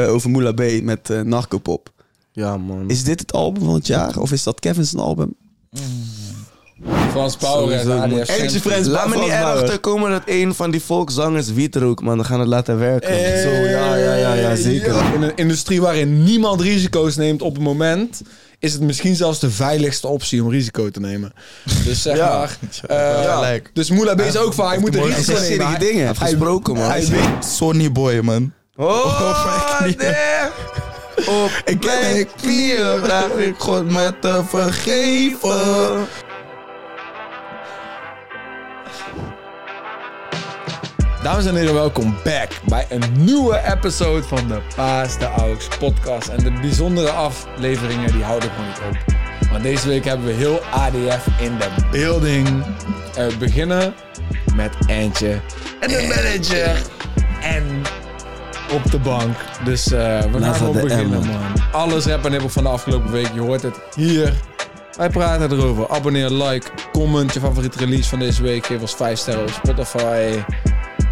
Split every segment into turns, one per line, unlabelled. eh, over Moula B met eh, Narcopop.
Ja, man.
Is dit het album van het jaar? Of is dat Kevin's album?
Frans Power en
Sowieso, man.
ADF.
Eentje Friends,
Laat me niet erachter komen dat een van die volkszangers wit rook, man. Dan gaan we het laten werken.
Zo, ja, ja, ja, ja, zeker. In een industrie waarin niemand risico's neemt op het moment, is het misschien zelfs de veiligste optie om risico te nemen. Dus zeg
Ja.
maar. eh,
Gelijk.
Dus Moela B is ook van, hij moet een
Hij
risico
zegt
nemen.
zinnige
Hij-
dingen.
Hij heeft gesproken, man.
Hij weet.
Sonny Boy, man.
Oh,
mijn knieën.
damn. Op
Ik ken mijn knieën, vraag ik God me te vergeven.
Dames en heren, welkom back bij een nieuwe episode van de Paas de Aux podcast. En de bijzondere afleveringen die houden gewoon niet op. Want deze week hebben we heel ADF in de building. En we Eh, beginnen met Eentje en de manager en op de bank. Dus eh, we gaan
Lava
gewoon
de
beginnen,
M,
man. Alles rap en hiphop van de afgelopen week, je hoort het hier. Wij praten erover. Abonneer, like, comment. Je favoriete release van deze week. Geef ons 5 sterren op Spotify.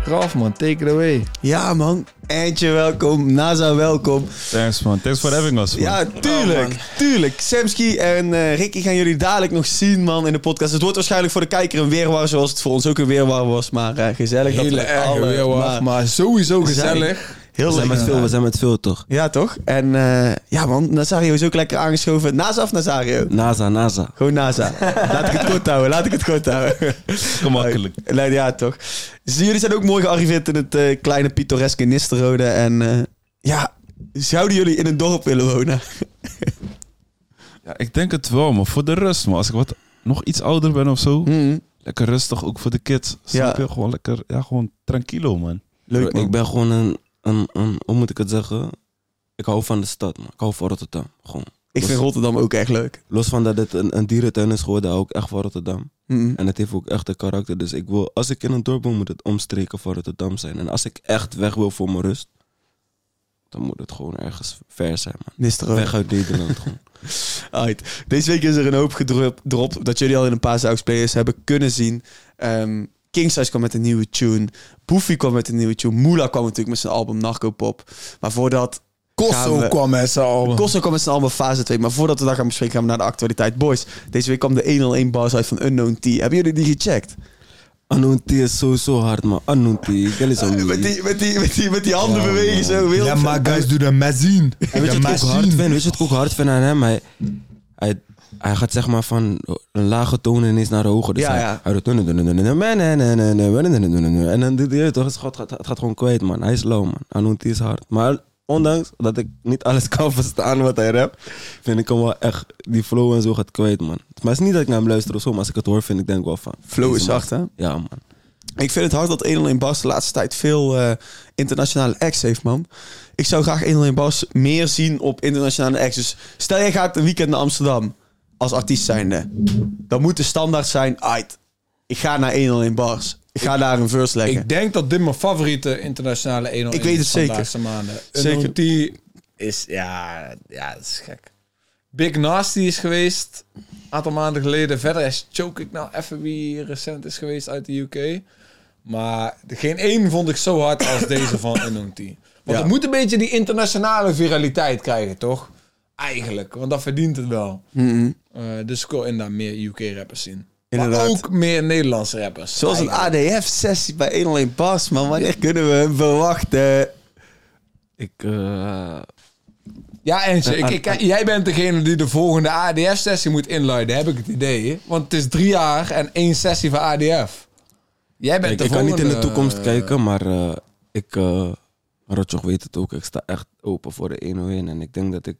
Ralf, man, take it away.
Ja, man. Eindje, welkom. NASA, welkom.
Thanks man, thanks for having us. man.
Ja, tuurlijk. tuurlijk. Samski en eh, Ricky gaan jullie dadelijk nog zien, man, in de podcast. Het wordt waarschijnlijk voor de kijker een weerwar, zoals het voor ons ook een weerwar was. Maar eh, gezellig
Hele
dat we
erg
alle-
weer maar,
maar-
maar sowieso gezellig.
Heel
We zijn
lekker.
met veel, we zijn met veel, toch?
Ja, toch? En eh, ja, man, Nazario is ook lekker aangeschoven. NASA of Nazario?
NASA, NASA.
Gewoon NASA. Laat ik het kort houden, laat ik het kort houden.
Gemakkelijk.
Nee, ja, toch. Dus jullie zijn ook mooi gearriveerd in het eh, kleine pittoreske Nisterode. En eh, ja, zouden jullie in een dorp willen wonen?
Ja, ik denk het wel, maar voor de rust, man. Als ik wat nog iets ouder ben of zo,
Hmm,
lekker rustig, ook voor de kids. Snap
Ja.
je? Gewoon lekker, ja, gewoon tranquilo, man.
Leuk, man.
Ik ben gewoon een, een, een- hoe moet ik het zeggen? Ik hou van de stad, man. Ik hou van Rotterdam. Gewoon.
Ik vind Rotterdam ook echt leuk.
Los van dat het een, een dierentuin is geworden, hou ik echt van Rotterdam.
Hmm.
En het heeft ook echt een karakter. Dus ik wil, als ik in een dorp wil, moet het omstreken van Rotterdam zijn. En als ik echt weg wil voor mijn rust, dan moet het gewoon ergens ver zijn, man.
Nisterode.
Weg uit Nederland gewoon.
Alright. Deze week is er een hoop gedrup- gedropt dat jullie al in een paar South Players hebben kunnen zien. Ehm Kingsize kwam met een nieuwe tune. Poefy kwam met een nieuwe tune. Moola kwam natuurlijk met zijn album Narcopop. Maar voordat... gaan we-
kwam met z'n allen.
Kosso kwam met zijn album Fase 2. Maar voordat we dat gaan bespreken, gaan we naar de actualiteit. Boys, deze week kwam de 101 bars uit van Unknown T. Hebben jullie die gecheckt?
Anunti is sowieso hard, man. Anunti, dat is een
Met die, met die, met die, met die handen
Ja,
bewegen
man.
zo. Wild.
Ja, maar guys, doe dat met zien.
En weet je wat ik ook hard vind? Weet je wat ik ook hard vind aan hem? Hij, hij, hij gaat zeg maar van een lage toon ineens naar de hoge. Dus
Ja,
hij,
ja.
hij doet... En dan doet hij het toch. Het gaat, het gaat gewoon kwijt, man. Hij is low, man. Anointi is hard. Maar ondanks dat ik niet alles kan verstaan wat hij rapt, vind ik hem wel echt... Die flow en zo gaat kwijt, man. Maar het is niet dat ik naar hem luister of zo, maar als ik het hoor, vind ik denk wel van...
Flow is
deze man-
zacht, hè?
Ja, man.
Ik vind het hard dat 101 Bas de laatste tijd veel eh, internationale acts heeft, man. Ik zou graag 101 Bas meer zien op internationale acts. Dus stel jij gaat een weekend naar Amsterdam als artiest zijnde. Dan moet de standaard zijn, uit. ik ga naar 101 Bas. Ik ga daar een verse leggen.
Ik denk dat dit mijn favoriete internationale 1
Ik weet het
van de
zeker.
laatste maanden.
Zeker.
Zeker. is, ja, ja, dat is gek. Big Nasty is geweest een aantal maanden geleden. Verder is Choke ik nou even wie recent is geweest uit de UK. Maar geen één vond ik zo hard als deze van Unknown T. Want
Ja.
het moet een beetje die internationale viraliteit krijgen, toch? Eigenlijk, want dat verdient het wel. Eh, dus ik wil inderdaad meer UK-rappers zien.
Mm-hmm. Inderdaad.
Maar ook meer Nederlandse rappers.
Zoals een
Eigenlijk.
ADF-sessie bij 101 Bas, man. Wanneer kunnen we hem verwachten?
Ik... eh,
Ja, Eentje, ik, ik, jij bent degene die de volgende ADF-sessie moet inluiden, heb ik het idee. Want het is drie jaar en één sessie van ADF. Jij bent
Ik,
de
ik kan niet in de
volgende-
toekomst kijken, maar eh, ik, eh Rotjoch weet het ook, ik sta echt open voor de 101. En ik denk dat ik,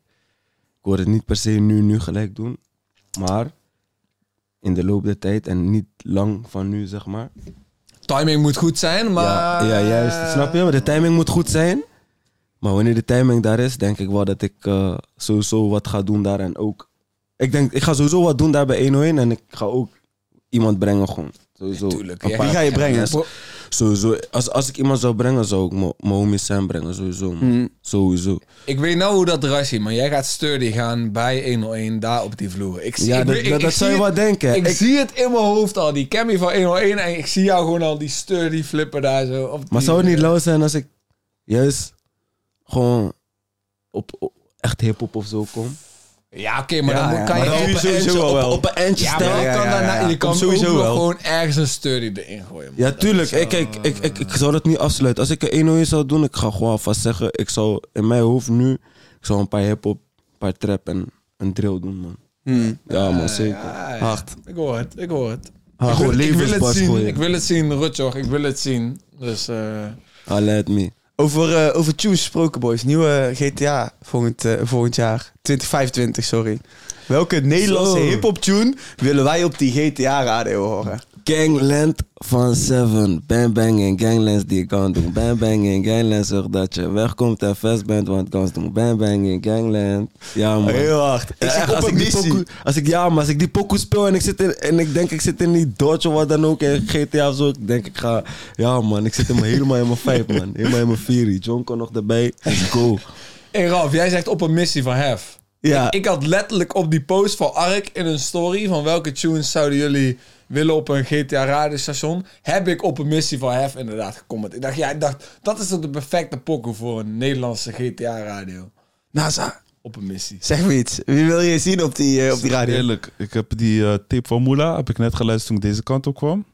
ik wil het niet per se nu, nu gelijk doen, maar in de loop der tijd en niet lang van nu, zeg maar.
Timing moet goed zijn, maar...
Ja, ja, juist. Snap je? Maar de timing moet goed zijn. Maar wanneer de timing daar is, denk ik wel dat ik eh, sowieso wat ga doen daar. En ook, ik denk, ik ga sowieso wat doen daar bij 101 en ik ga ook iemand brengen gewoon. Sowieso.
Tuurlijk,
Een
ja.
paar-
Wie ga je brengen?
Bro,
Sowieso, als, als ik iemand zou brengen, zou ik mijn- mijn homies Sam brengen, sowieso. man. Sowieso.
Hmm. Ik weet nou hoe dat eruit ziet, maar jij gaat sturdy gaan bij 101 daar op die vloer. Ik zie,
Ja,
ik
dat-
weet-
dat-
ik-
dat
ik
zou je
zie
wel
het-
denken.
Ik,
Ik-
zie het in mijn hoofd al, die cammy van 101 en ik zie jou gewoon al die sturdy flippen daar zo. Op
Maar
die,
zou het niet
eh,
lauw zijn als ik juist gewoon hip-hop of zo kom.
Ja, oké, maar dan
Ja,
moet-
ja,
kan
maar
je
dan
op
doe je
een
sowieso
eindje-
wel
op-
wel.
Op een eindje
Ja,
staan.
maar
Oh. Ja,
ja, ja,
kan daarna,
ja, ja.
Je kan
Komt
sowieso
sowieso
ook wel.
wel.
gewoon ergens een story erin gooien. man.
Ja, tuurlijk. Ik, ik, ik, ik, ik zou dat niet afsluiten. Als ik er één ooit zou doen, ik ga gewoon vast zeggen... Ik zou in mijn hoofd nu... Ik zou een paar hip-hop, een paar trap en een drill doen, man.
Hmm.
Ja, man, zeker.
Ja, ja.
Hard.
Ik hoor het, ik hoor het.
Ah,
ik,
gewoon
wil, ik wil het
levenspas
zien,
gooien.
ik wil het zien, Rutjoch, ik wil het zien. Dus eh,
Ah, let me.
Over, eh, over tunes gesproken, boys. Nieuwe GTA volgend, eh, volgend jaar. 2025, sorry. Welke Nederlandse
Zo.
hip-hop tune willen wij op die GTA-radio horen?
Gangland van Seven. Bang bang en ganglands die ik kan doen. Bang bang en ganglands zorg dat je wegkomt en vast bent, want kans doen. Bang bang en gangland. Ja man.
Heel hard. Ik
Ja,
zit
echt,
op
als
een
ik die
missie.
pokoe- als ik, ja, maar als ik die pokoe speel en ik, zit in, en ik denk ik zit in die Dodge of wat dan ook, en GTA of zo, ik denk ik ga, ja man, ik zit in mijn- helemaal in mijn vijf man, helemaal in mijn fury. John kan nog erbij, let's go.
hey Ralf, jij zegt op een missie van Hef.
Ja.
Ik, ik had letterlijk op die post van Ark in een story van welke tunes zouden jullie willen op een GTA radiostation. Heb ik op een missie van Hef inderdaad gecomment. Ik dacht, ja, ik dacht, dat is toch de perfecte pokoe voor een Nederlandse GTA radio.
NASA,
Op een missie.
zeg me iets. Wie wil je zien op die, eh, op die radio?
Eerlijk, ik heb die eh, tape van Moela heb ik net geluisterd toen ik deze kant op kwam.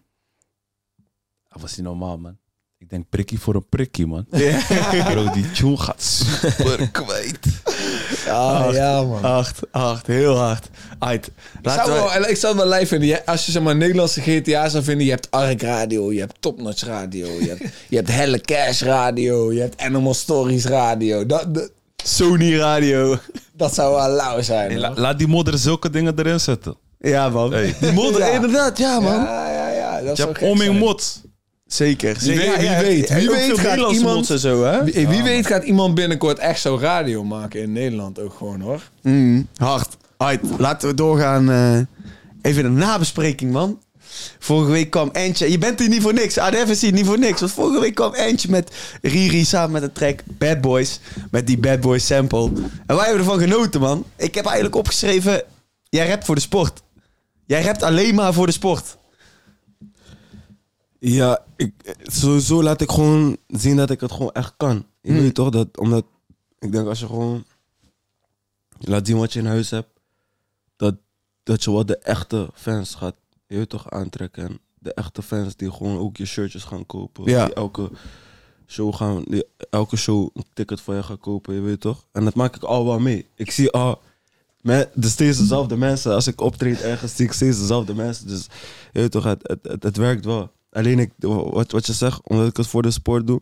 Dat was niet normaal, man. Ik denk prikkie voor een prikkie, man. Bro, die tune gaat super kwijt.
Ah, ja, man.
Hard, hard, heel hard. Uit.
Ik zou,
Laten we...
wel, ik zou het wel lijf vinden. Je- Als je zeg maar Nederlandse GTA zou vinden, je hebt Ark Radio, je hebt Topnotch Radio, je hebt, je hebt Helle Cash Radio, je hebt Animal Stories Radio. Dat, dat,
Sony Radio.
dat zou wel lauw zijn.
La-
hoor.
laat die modder zulke dingen erin zetten.
Ja, man.
Hey.
Die modder,
Ja.
inderdaad. Ja, man.
Ja, ja, ja. Dat
Je
zou
hebt
gek
Oming
zijn.
Mot.
Zeker. zeker.
weet,
Ja,
wie
ja,
weet,
ja,
wie
ook
weet
veel
gaat
Nederlandse
iemand-
mods en zo, hè?
Wie, wie weet gaat iemand binnenkort echt zo radio maken in Nederland ook gewoon, hoor.
Mm, hard. Uit. Laten we doorgaan. eh, even een nabespreking, man. Vorige week kwam Eentje. Je bent hier niet voor niks. ADF is hier niet voor niks. Want vorige week kwam Eentje met Riri samen met de track Bad Boys. Met die Bad Boys sample. En wij hebben ervan genoten, man. Ik heb eigenlijk opgeschreven... Jij rapt voor de sport. Jij rapt alleen maar voor de sport.
Ja, ik, sowieso laat ik gewoon zien dat ik het gewoon echt kan. Je weet toch, dat, omdat ik denk als je gewoon laat zien wat je in huis hebt, dat, dat je wel de echte fans gaat, je weet toch, aantrekken. En de echte fans die gewoon ook je shirtjes gaan kopen.
Ja.
Die elke show gaan, die elke show een ticket voor je gaan kopen, je weet toch. En dat maak ik al wel mee. Ik zie al... Men, dus steeds dezelfde mensen. Als ik optreed ergens, zie ik steeds dezelfde mensen. Dus je weet toch, het, het, het, het werkt wel. Alleen ik, wat, wat je zegt, omdat ik het voor de sport doe,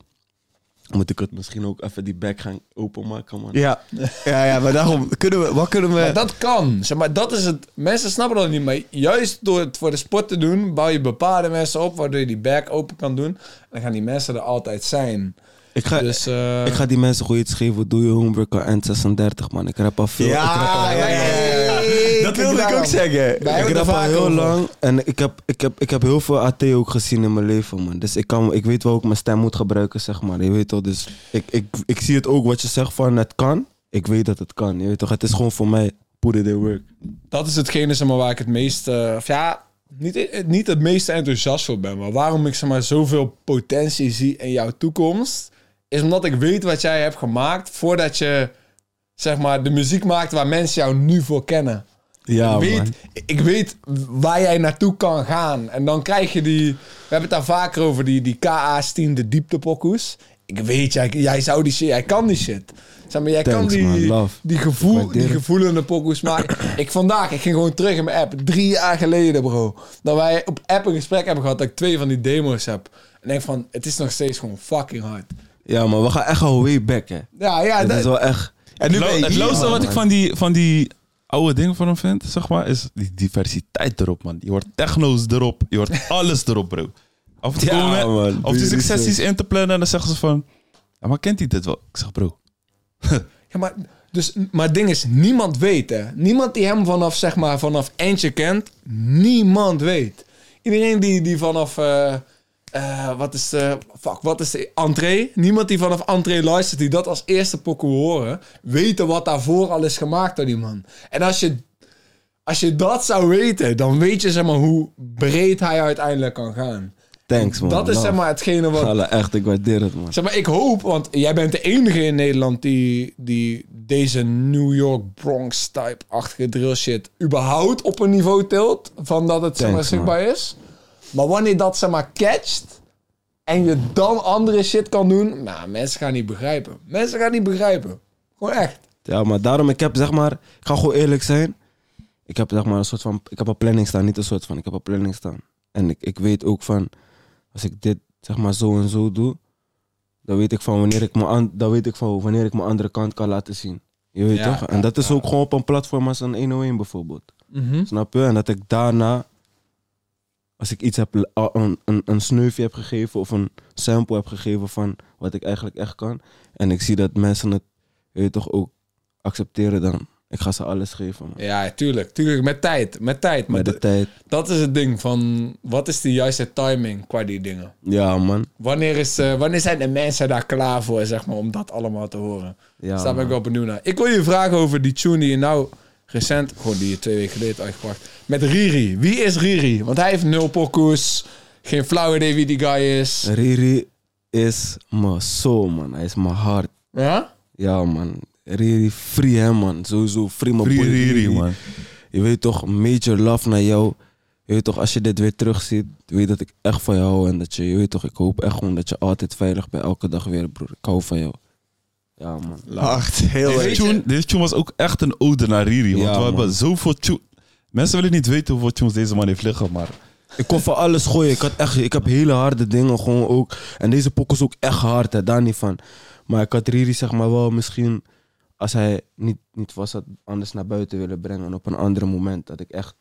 moet ik het misschien ook even die bek gaan openmaken, man.
Ja, ja, ja maar daarom kunnen we... Wat kunnen
Maar
we...
dat kan. Zeg maar, dat is het. Mensen snappen dat niet. Maar juist door het voor de sport te doen, bouw je bepaalde mensen op, waardoor je die back open kan doen. En dan gaan die mensen er altijd zijn.
Ik, ga,
Dus, eh,
ik ga die mensen goed iets geven. Doe je homework aan N36, man. Ik rap al veel. ik rap al
Ja,
heel
ja, ja, ja, ja. Dat wilde ik ook zeggen.
Wij
Ik
hebben het
rap
er
al
vaak
heel
over.
lang en ik heb, ik, heb, ik heb heel veel AT ook gezien in mijn leven, man. Dus ik, kan, ik weet wel hoe ik mijn stem moet gebruiken, zeg maar. Je weet toch, dus ik, ik, ik zie het ook wat je zegt van het kan. Ik weet dat het kan, je weet toch. Het is gewoon voor mij put it in work.
Dat is hetgene zeg maar, waar ik het meest. eh, of ja, niet, niet het meeste enthousiast voor ben. Maar waarom ik zeg maar, zoveel potentie zie in jouw toekomst. Is omdat ik weet wat jij hebt gemaakt. voordat je zeg maar, de muziek maakt waar mensen jou nu voor kennen.
Ja,
ik, weet,
Oh, man.
ik weet waar jij naartoe kan gaan. En dan krijg je die... We hebben het daar vaker over, die, die KA's 10, de dieptepokkoes. Ik weet, jij, jij zou die shit... Jij kan die shit. Zeg maar, jij kan
Thanks,
die,
man. Love.
die, gevoel,
waardeer
die
het.
gevoelende pokoes maken. ik vandaag, ik ging gewoon terug in mijn app. Drie jaar geleden, bro. Dat wij op app een gesprek hebben gehad dat ik twee van die demo's heb. En denk van, het is nog steeds gewoon fucking hard.
Ja, maar we gaan echt al way back, hè.
Ja, ja,
Dat
dat,
is wel echt...
En nu
Lo-
ben je
het
hier,
leukste
man.
wat ik van die, van die oude dingen van hem vind, zeg maar, is die diversiteit erop, man. Je hoort techno's erop, je hoort alles erop, bro. Af en toe
Ja,
komen-
man, doe
of die
je
ik
research.
sessies in te plannen en dan zeggen ze van, ja, maar kent hij dit wel? Ik zeg, bro,
Ja, maar, dus, maar het ding is, niemand weet hè. Niemand die hem vanaf, zeg maar, vanaf eindje kent, niemand weet. Iedereen die, die vanaf, eh, eh, wat is de, fuck, wat is de, entree. Niemand die vanaf entree luistert, die dat als eerste pokoe horen, weten wat daarvoor al is gemaakt door die man. En als je, als je dat zou weten, dan weet je, zeg maar, hoe breed hij uiteindelijk kan gaan.
Thanks, man.
Dat is
Oh, Love.
zeg maar hetgene wat...
Gala, echt, ik waardeer het, man.
Zeg maar, ik hoop, want jij bent de enige in Nederland die, die deze New York Bronx-type-achtige drill shit überhaupt op een niveau tilt. Van dat het zeg maar,
Thanks, man.
zichtbaar is. Maar wanneer dat zeg maar catcht en je dan andere shit kan doen, nou, mensen gaan niet begrijpen. Mensen gaan niet begrijpen. Gewoon echt.
Ja, maar daarom, ik heb zeg maar, ik ga gewoon eerlijk zijn. Ik heb zeg maar een soort van, ik heb een planning staan, niet een soort van, ik heb een planning staan. En ik, ik weet ook van, als ik dit zeg maar zo en zo doe, dan weet ik van wanneer ik mijn, an- dan weet ik van wanneer ik mijn andere kant kan laten zien. Je weet
Ja,
toch? En dat is ook gewoon op een platform als een 101 bijvoorbeeld. Snap je? En dat ik daarna, als ik iets heb, l- a- een, een, een sneufje heb gegeven of een sample heb gegeven van wat ik eigenlijk echt kan. En ik zie dat mensen het, je weet toch, ook accepteren dan. Ik ga ze alles geven, man.
Ja, tuurlijk. Tuurlijk, met tijd. Met tijd. Maar
Met de
d-
tijd.
dat is het ding van, wat is de juiste timing qua die dingen?
Ja, man.
Wanneer, is, eh, wanneer zijn de mensen daar klaar voor, zeg maar, om dat allemaal te horen?
Ja,
Dus daar ben ik
man.
wel benieuwd naar. Ik wil je vragen over die tune die je nou recent, gewoon die je twee weken geleden hebt uitgebracht. Met Riri. Wie is Riri? Want hij heeft nul pokoes. Geen flauw idee wie die guy is.
Riri is mijn soul, man. Hij is mijn hart.
Ja?
Ja, man. Riri, free hem, man. Sowieso free mijn boy
Riri, man.
Je weet toch, major love naar jou. Je weet toch, als je dit weer terugziet, weet dat ik echt van jou hou. En dat je, je weet toch, ik hoop echt gewoon dat je altijd veilig bent. Elke dag weer, broer. Ik hou van jou. Ja, man.
Hard, heel
Deze
erg.
tune, deze tune was ook echt een ode naar Riri. Want
Ja,
we hebben
man.
zoveel tunes. Mensen willen niet weten hoeveel tunes deze man heeft liggen, maar
Ik kon van alles gooien. Ik, had echt, ik heb hele harde dingen gewoon ook. En deze pok is ook echt hard, hè, daar niet van. Maar ik had Riri zeg maar wel misschien, als hij niet, niet was, had anders naar buiten willen brengen op een ander moment. Dat ik echt...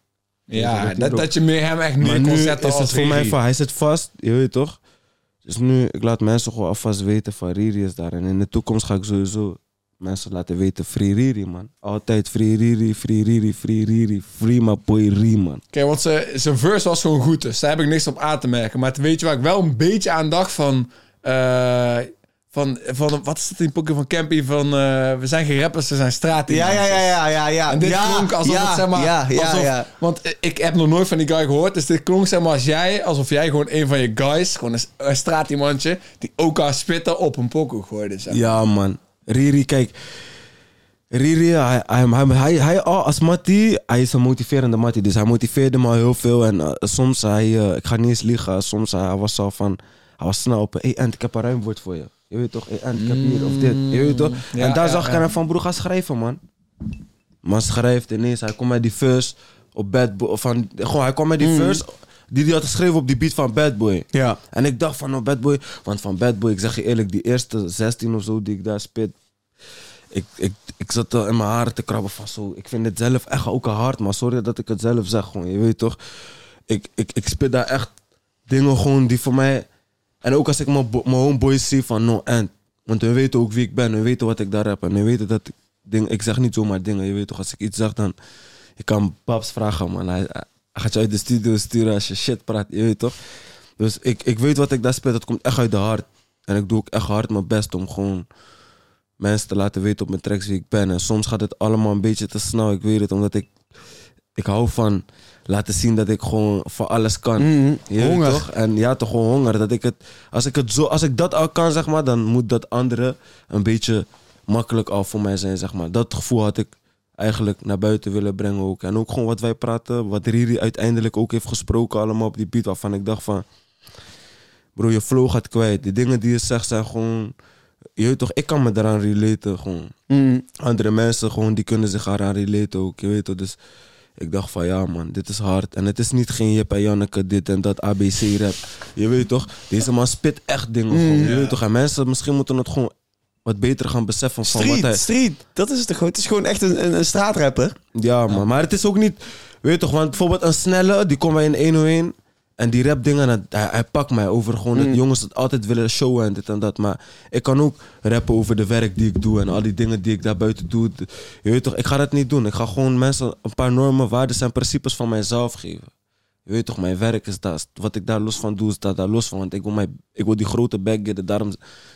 Ja,
dat-
dat, dat je meer hem echt
Maar
neer
nu
kon
is
zetten
het
als
voor mij
Riri.
van, hij zit vast, je weet toch? Dus nu, ik laat mensen gewoon alvast weten van Riri is daar. En in de toekomst ga ik sowieso mensen laten weten, free Riri man. Altijd free Riri, free Riri, free Riri, free my boy Riri man.
Kijk, want ze- zijn verse was gewoon goed, dus daar heb ik niks op aan te merken. Maar het weet je waar ik wel een beetje aan dacht van... eh, van, van, wat is dat in Pokémon van Campy? Van, eh, we zijn geen rappers, we zijn straat.
Ja, ja, ja, ja, ja, ja.
En dit
ja,
klonk alsof
ja,
het, zeg maar...
Ja, ja,
alsof-
ja.
Want ik heb nog nooit van die guy gehoord. Dus dit klonk, zeg maar, als jij... Alsof jij gewoon een van je guys... Gewoon een, s- een straatiemandje... Die ook haar spitten op een pokoe gooide, zeg maar.
Ja, man. Riri, kijk. Riri, hij, hij, hij, hij, hij- oh, als Mattie, hij is een motiverende Mattie. Dus hij motiveerde me heel veel. En eh, soms, hij, eh, ik ga niet eens liegen, soms hij, hij was zo van, hij was snel op. Hé, hey, Ant, ik heb een ruim woord voor je. Je weet toch, hé, Ant, ik heb hier of dit. Je weet toch?
Mm, Ja,
en daar
ja,
zag ik
ja.
aan hem van, broer, ga schrijven, man. Maar schrijft ineens, hij kwam met die verse op Bad Boy. Van, gewoon, hij kwam met
Mm.
die verse die hij had geschreven op die beat van Bad Boy.
Ja.
En ik dacht van, oh, Bad Boy. Want van Bad Boy, ik zeg je eerlijk, die eerste 16 of zo die ik daar spit. Ik, ik, ik zat al in mijn haren te krabben van zo. Ik vind het zelf echt ook een hard, maar sorry dat ik het zelf zeg gewoon. Je weet toch, ik, ik, ik spit daar echt dingen gewoon die voor mij... En ook als ik mijn, bo- mijn homeboys zie van no end. Want hun weten ook wie ik ben, hun weten wat ik daar heb. En hun weten dat ik... Ding, ik zeg niet zomaar dingen, je weet toch. Als ik iets zeg, dan... Ik kan Babs vragen, man. Hij, hij gaat je uit de studio sturen als je shit praat, je weet toch. Dus ik, ik weet wat ik daar speel, dat komt echt uit de hart. En ik doe ook echt hard mijn best om gewoon mensen te laten weten op mijn tracks wie ik ben. En soms gaat het allemaal een beetje te snel, ik weet het, omdat ik, ik hou van laten zien dat ik gewoon voor alles kan. Je weet
honger.
Toch? En ja, toch gewoon honger. Dat ik het, als, ik het zo, als ik dat al kan, zeg maar, dan moet dat andere een beetje makkelijk al voor mij zijn, zeg maar. Dat gevoel had ik eigenlijk naar buiten willen brengen ook. En ook gewoon wat wij praten, wat Riri uiteindelijk ook heeft gesproken allemaal op die beat, waarvan ik dacht van... Bro, je flow gaat kwijt. Die dingen die je zegt zijn gewoon... Je weet toch, ik kan me daaraan relaten gewoon. Andere mensen gewoon, die kunnen zich daaraan relaten ook. Je weet toch, dus... Ik dacht van ja man, dit is hard. En het is niet geen Jip en Janneke dit en dat ABC rap. Je weet toch, deze man spit echt dingen gewoon. Je weet toch, en mensen misschien moeten het gewoon wat beter gaan beseffen van wat hij...
Street, street. Dat is het toch gewoon. Het is gewoon echt een, een, een straatrapper.
Ja, man. Maar het is ook niet... Weet je toch, want bijvoorbeeld een snelle, die komt bij in 101. En die rap dingen, dat- hij, hij pakt mij over gewoon dat jongens het altijd willen showen en dit en dat. Maar ik kan ook rappen over de werk die ik doe en al die dingen die ik daarbuiten doe. De- Je weet toch, ik ga dat niet doen. Ik ga gewoon mensen een paar normen, waarden en principes van mijzelf geven. Je weet toch, mijn werk is dat. Wat ik daar los van doe, staat daar los van. Want ik wil, mijn, ik wil die grote bag getten. Daarom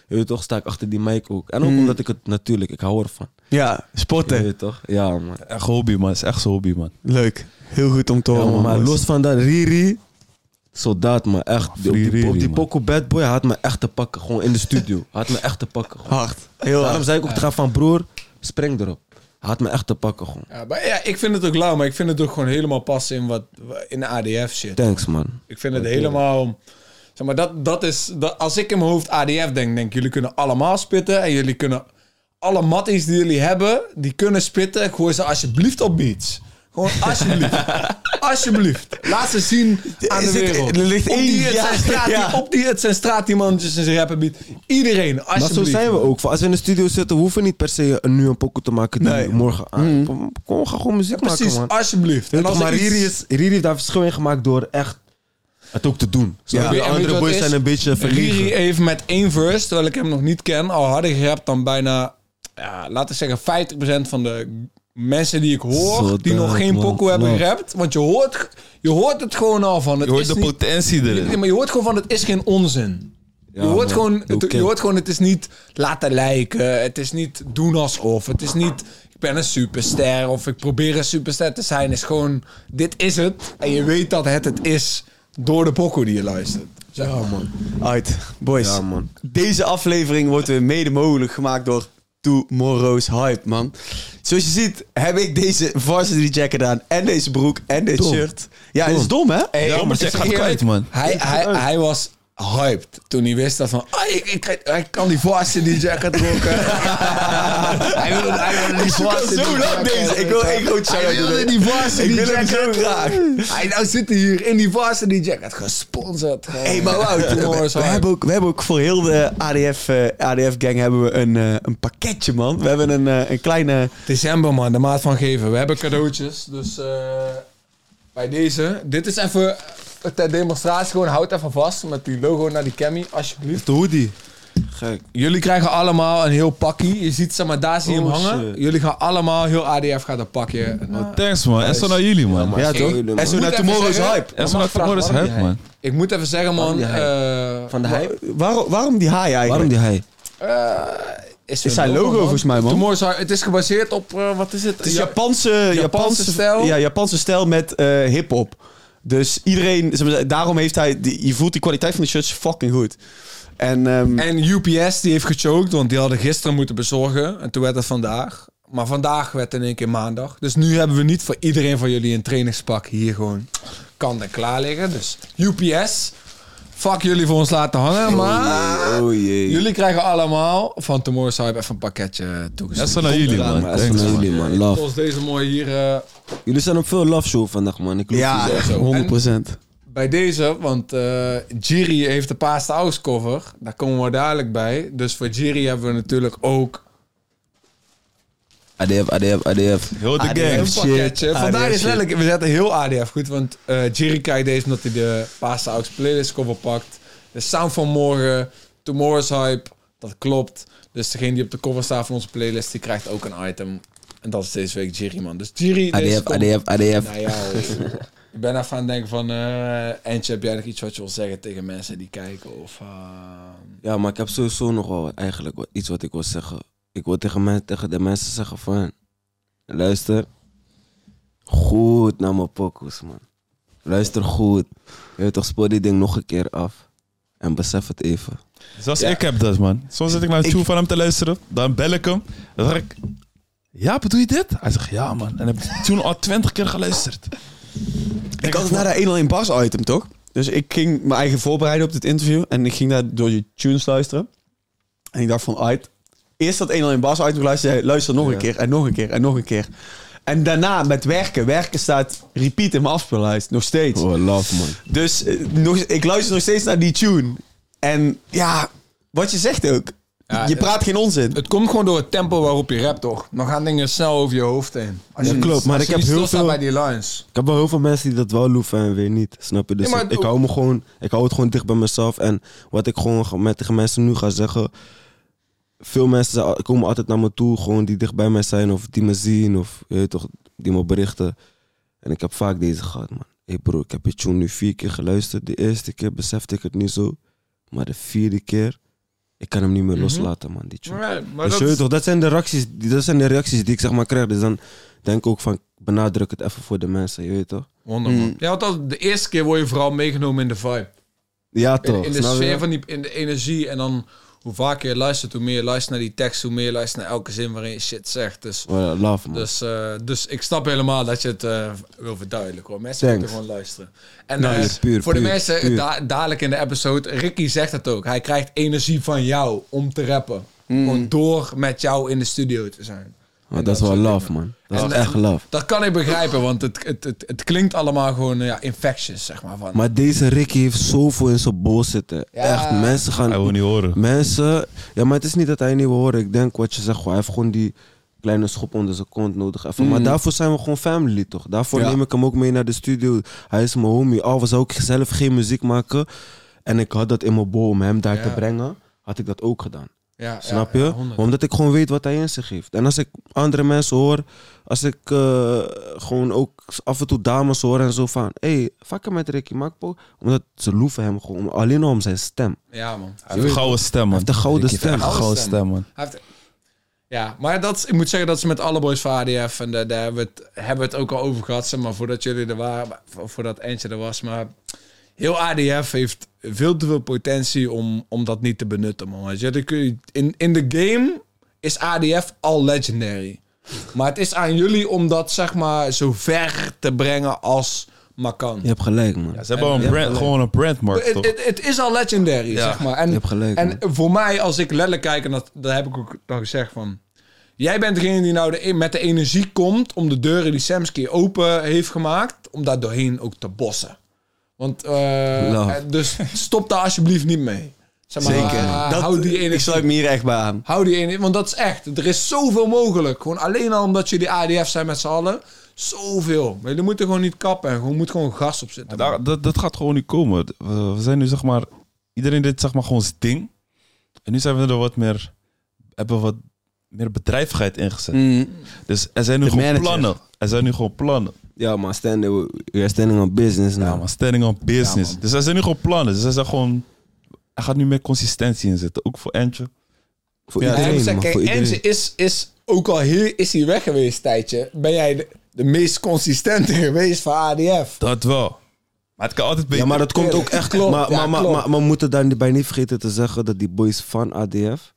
je weet toch, sta ik achter die mic ook. En ook omdat ik het natuurlijk, ik hou ervan.
Ja,
Je
sporten.
weet toch? Ja, man.
echt hobby, man. Het is echt zijn hobby, man.
Leuk. Heel goed om te
Ja,
horen.
Oh, maar
man.
los van dat, Riri Soldaat, maar echt. Op die,
Free
op die
man.
pokoe Bad Boy hij had me echt te pakken. Gewoon in de studio. Hij had me echt te pakken. gewoon.
Hard. Heel
Daarom
hard.
zei ik ook tegen van broer, spring erop. Hij had me echt te pakken gewoon.
Ja, maar ja, ik vind het ook lauw, maar ik vind het ook gewoon helemaal passen in, wat, in ADF shit.
Thanks man.
Ik vind het helemaal. Zeg maar, dat, dat is. Dat, als ik in mijn hoofd ADF denk, denk jullie kunnen allemaal spitten. En jullie kunnen. Alle matties die jullie hebben, die kunnen spitten. Gooi ze alsjeblieft op beats. Gewoon alsjeblieft. alsjeblieft. Laat ze zien aan de
Is het-
wereld.
er ligt
op,
één-
die, het
ja,
zijn straat,
ja.
op die het zijn straat die mannetjes en ze rappen beat. Iedereen,
Maar
alsjeblieft.
zo zijn we ook. Voor Als we in de studio zitten, we hoeven niet per se een- nu een pokoe te maken die
Nee.
morgen aan. Kom, ga gewoon muziek
Precies, Ah,
maken man.
alsjeblieft.
En maar
ik iets-
Riri, is, Riri heeft daar verschil in gemaakt door echt het ook te doen.
Ja.
Ja.
En
De
weet je
andere
wat
boys
is?
zijn een beetje
Riri
verliegen.
heeft met één verse, terwijl ik hem nog niet ken, al harder gerapt dan bijna, ja, laten we zeggen, 50% van de mensen die ik hoor,
Soldaat,
die nog geen
man,
pokoe hebben
man.
gerapt. Want je hoort, je hoort het gewoon al van. Het
Je hoort
is
de
niet-
potentie
Nee,
erin.
maar je hoort gewoon van, het is geen onzin.
Ja,
je, hoort
man.
gewoon,
Doe
het, je
kind.
hoort gewoon, het is niet laten lijken. Het is niet doen alsof. Het is niet, ik ben een superster of ik probeer een superster te zijn. Het is gewoon, dit is het. En je weet dat het het is door de pokoe die je luistert. Zeg maar.
Uit. Boys.
Ja, man.
Deze aflevering wordt weer mede mogelijk gemaakt door Tomorrow's Hype, man. Zoals je ziet heb ik deze varsity jacket aan en deze broek en dit shirt. Ja, het is dom, hè?
Hey,
Ja, maar zeg,
ik
gaat
zeg eerlijk,
kwijt, man.
Hij, hij, hij was hyped toen hij wist dat van... ah, ik, ik, ik kan die vaste die jacket rocken. hij wilde, hij wilde die vaste
Zo lang deze. Ik wil één groot
Hij
shout-out
wilde
doen.
die vaste
Ik
die
wil hem
jacket.
zo graag.
Hij nou zit hij hier in die vaste die jacket. Gesponsord. Eh, Hé,
Hey, maar Wout, we, we hebben ook, we hebben ook voor heel de ADF-gang hebben we een, eh, een pakketje, man. We hebben een, eh, een kleine...
December, man. De maand van geven. We hebben cadeautjes. Dus eh, bij deze. Dit is even eh, ter demonstratie. Gewoon houd even vast met die logo naar die Cammy, alsjeblieft.
De hoodie. Gek.
Jullie krijgen allemaal een heel pakkie. Je ziet, zeg maar, daar zie je hem
Oh,
hangen.
shit.
Jullie gaan allemaal, heel ADF gaat een pakje.
Oh, thanks man. En zo naar jullie man.
Ja,
toch?
toch?
En zo naar Tomorrow's Hype.
En zo naar Tomorrow's Hype man.
Ik moet even zeggen, man.
die hype?
eh,
Van de hype?
Waarom, waarom die haai eigenlijk?
Waarom die hij?
is,
Is zijn logo,
man.
volgens mij, man.
Tomorrow's Hype. Het is gebaseerd op, eh, wat is het?
Het is
Ja-
Japanse, Japanse
stijl?
Ja, Japanse stijl met eh hip-hop. Dus iedereen, zeg maar, daarom heeft hij, die, je voelt die kwaliteit van de shirts fucking goed. En, ehm,
En UPS die heeft gechoked, want die hadden gisteren moeten bezorgen. En toen werd het vandaag. Maar vandaag werd in één keer maandag. Dus nu hebben we niet voor iedereen van jullie een trainingspak hier gewoon kant en klaar liggen. Dus UPS, fuck jullie voor ons laten hangen. Maar
Oh jee.
jullie krijgen allemaal van Tomorrow's Hype even een pakketje
En
toegestuurd.
zo naar jullie
Ja,
man.
maar echt van
Thanks man.
jullie man. Love.
Zoals deze mooie hier. eh,
Jullie zijn op veel love show vandaag man. Ik loof
ja,
jullie echt.
100%.
bij deze, want eh Jiri heeft de Paasta Aus cover. Daar komen we dadelijk bij. Dus voor Jiri hebben we natuurlijk ook
ADF, ADF, ADF.
Heel de gang.
Een pakketje.
shit.
Ah,
Vandaar
ADF
is letterlijk, we zetten heel ADF goed, want eh Jerry kijkt deze omdat hij de Pasta Aux playlist cover pakt. De sound van morgen, Tomorrow's Hype, dat klopt. Dus degene die op de cover staat van onze playlist, die krijgt ook een item. En dat is deze week Jerry, man. Dus Jerry, deze
ADF,
komt-
ADF, ADF.
Nou ja, hoor. ik ben even aan het denken van, eh Eentje, heb jij nog iets wat je wil zeggen tegen mensen die kijken? Of, eh,
Ja, maar ik heb sowieso nog wel eigenlijk wel iets wat ik wil zeggen. Ik wil tegen, men- tegen de mensen zeggen van... Luister goed naar mijn pokoes, man. Luister goed. Je weet toch, spoor die ding nog een keer af. En besef het even.
Zoals ik heb dat, man. Soms zit ik naar een tune van hem te luisteren. Dan bel ik hem. Dan zeg ik... Ja, bedoel je dit? Hij zegt ja, man. En heb ik toen al twintig keer geluisterd.
Ik had het naar dat 101 bars item, toch? Dus ik ging mijn eigen voorbereiden op dit interview. En ik ging daar door je tunes luisteren. En ik dacht van, uit. Eerst dat 101 bars item luisteren. zei, Luister nog een keer en nog een keer en nog een keer. En daarna met werken. Werken staat repeat in mijn afspeellijst. Nog steeds.
Oh, love, man.
Dus eh, nog, ik luister nog steeds naar die tune. En ja, wat je zegt ook.
Ja,
je praat geen onzin.
Het komt gewoon door het tempo waarop je rapt, toch? Dan gaan dingen snel over je hoofd heen. Als je
Ja,
niet-
klopt, maar
als
ik
je
heb
niet
heel
stilstaat bij
veel-
die lines.
Ik heb wel heel veel mensen die dat wel loeven en weer niet. Snap je? Dus
Ja, maar
ik,
het-
ik hou me gewoon, ik hou het gewoon dicht bij mezelf. En wat ik gewoon ge- met tegen mensen nu ga zeggen. Veel mensen zijn al- komen altijd naar me toe, gewoon die dicht bij mij zijn of die me zien of je weet toch, die me berichten. En ik heb vaak deze gehad, man. Hé bro, ik heb je tune nu vier keer geluisterd. De eerste keer besefte ik het niet zo. Maar de vierde keer, ik kan hem niet
Mhm.
meer loslaten, man, die tune.
maar
Dus je weet toch, dat zijn de reacties, die- dat zijn de reacties die ik zeg maar krijg. Dus dan denk ik ook van, benadruk het even voor de mensen, je weet toch?
100 man. Ja, want dat, de eerste keer word je vooral meegenomen in de vibe.
Ja, toch.
In, in de
snap je?
sfeer van die, in de energie. En dan hoe vaker je luistert, hoe meer je luistert naar die tekst, hoe meer je luistert naar elke zin waarin je shit zegt. Dus,
Voilà, love, man.
dus, eh, dus ik snap helemaal dat je het eh, wil verduidelijken hoor. Mensen
Thanks.
moeten gewoon luisteren. En
Nice.
eh,
Puur, puur,
voor de
puur,
mensen
puur.
da- dadelijk in de episode, Ricky zegt dat ook. Hij krijgt energie van jou om te rappen.
Mm.
Gewoon door met jou in de studio te zijn.
Maar dat, is wel love, man. Dat is
En- eh,
echt love.
Dat kan ik begrijpen, want het, het, het, het klinkt allemaal gewoon eh, ja, infectious, zeg maar. Van.
Maar deze Ricky heeft zoveel in zijn bol zitten. Echt, mensen gaan...
Hij wil niet horen.
Mensen... Ja, maar het is niet dat hij niet wil horen. Ik denk wat je zegt, gewoon, hij heeft gewoon die kleine schop onder zijn kont nodig. Even. Maar daarvoor zijn we gewoon family, toch? Daarvoor neem ik hem ook mee naar de studio. Hij is mijn homie. Al zou ik zelf geen muziek maken... en ik had dat in mijn bol om hem daar te brengen... had ik dat ook gedaan.
ja, ja,
Snap je?
ja, 100.
Omdat ik gewoon weet wat hij in zich heeft. En als ik andere mensen hoor, als ik eh, gewoon ook af en toe dames hoor en zo van... Hé, hey, vakken met Ricky Makpo. Omdat ze loeven hem gewoon, alleen al om zijn stem.
Ja, man.
Hij heeft een gouden stem, man.
heeft een gouden
Ik heb
stem.
echt een gouden stem, man.
Hij heeft- Ja, maar dat, is- ik moet zeggen dat ze met alle boys van ADF... en daar, daar hebben, we het, hebben we het ook al over gehad, zeg maar, voordat jullie er waren... maar vo- voordat Eentje er was, maar... Heel ADF heeft veel te veel potentie om, om dat niet te benutten, man. Weet je, dan kun je- in, in de game is ADF al legendary. Maar het is aan jullie om dat, zeg maar, zo ver te brengen als maar kan.
Je hebt gelijk, man.
Ja, ze hebben wel een brand, gewoon een brandmark,
Het-
toch?
Het het is al legendary, zeg maar. En,
je hebt gelijk,
en voor mij, als ik letterlijk kijk, en dat, dat heb ik ook al gezegd van... Jij bent degene die nou de, met de energie komt om de deuren die Samsky open heeft gemaakt, om daar doorheen ook te bossen. Want, eh,
Nou.
eh, dus stop daar alsjeblieft niet mee. Zeg maar,
Zeker.
eh,
dat,
hou die
ik
energie
sluit me hier echt bij aan.
Hou die in. Want dat is echt. Er is zoveel mogelijk. Gewoon alleen al omdat jullie ADF zijn met z'n allen. Zoveel. Maar jullie moeten gewoon niet kappen. en Gewoon moet gewoon gas op zitten.
Daar- dat, dat gaat gewoon niet komen. We, we zijn nu zeg maar... Iedereen deed zeg maar gewoon zijn ding. En nu zijn we er wat meer... Hebben we wat meer bedrijvigheid
Hm.
ingezet.
Mm.
Dus er zijn nu
De
gewoon
manager.
plannen. Er zijn nu gewoon plannen.
Ja, maar standing, you're standing on business now.
Ja, maar standing on business. dus er zijn nu gewoon plannen. Dus er zijn gewoon... Er gaat nu meer consistentie in zitten. Ook voor Antje.
Voor
Ja,
iedereen,
ik zeg,
man.
kijk,
Voor
Enze
iedereen.
is, is ook al heel, is hij weg geweest een tijdje. Ben jij de, de meest consistente geweest van ADF?
Dat wel. Maar het kan altijd beter.
Ja, maar dat komt ook echt...
Klopt,
maar,
ja,
maar, maar,
klopt.
maar, maar we moeten daarbij niet vergeten te zeggen dat die boys van ADF...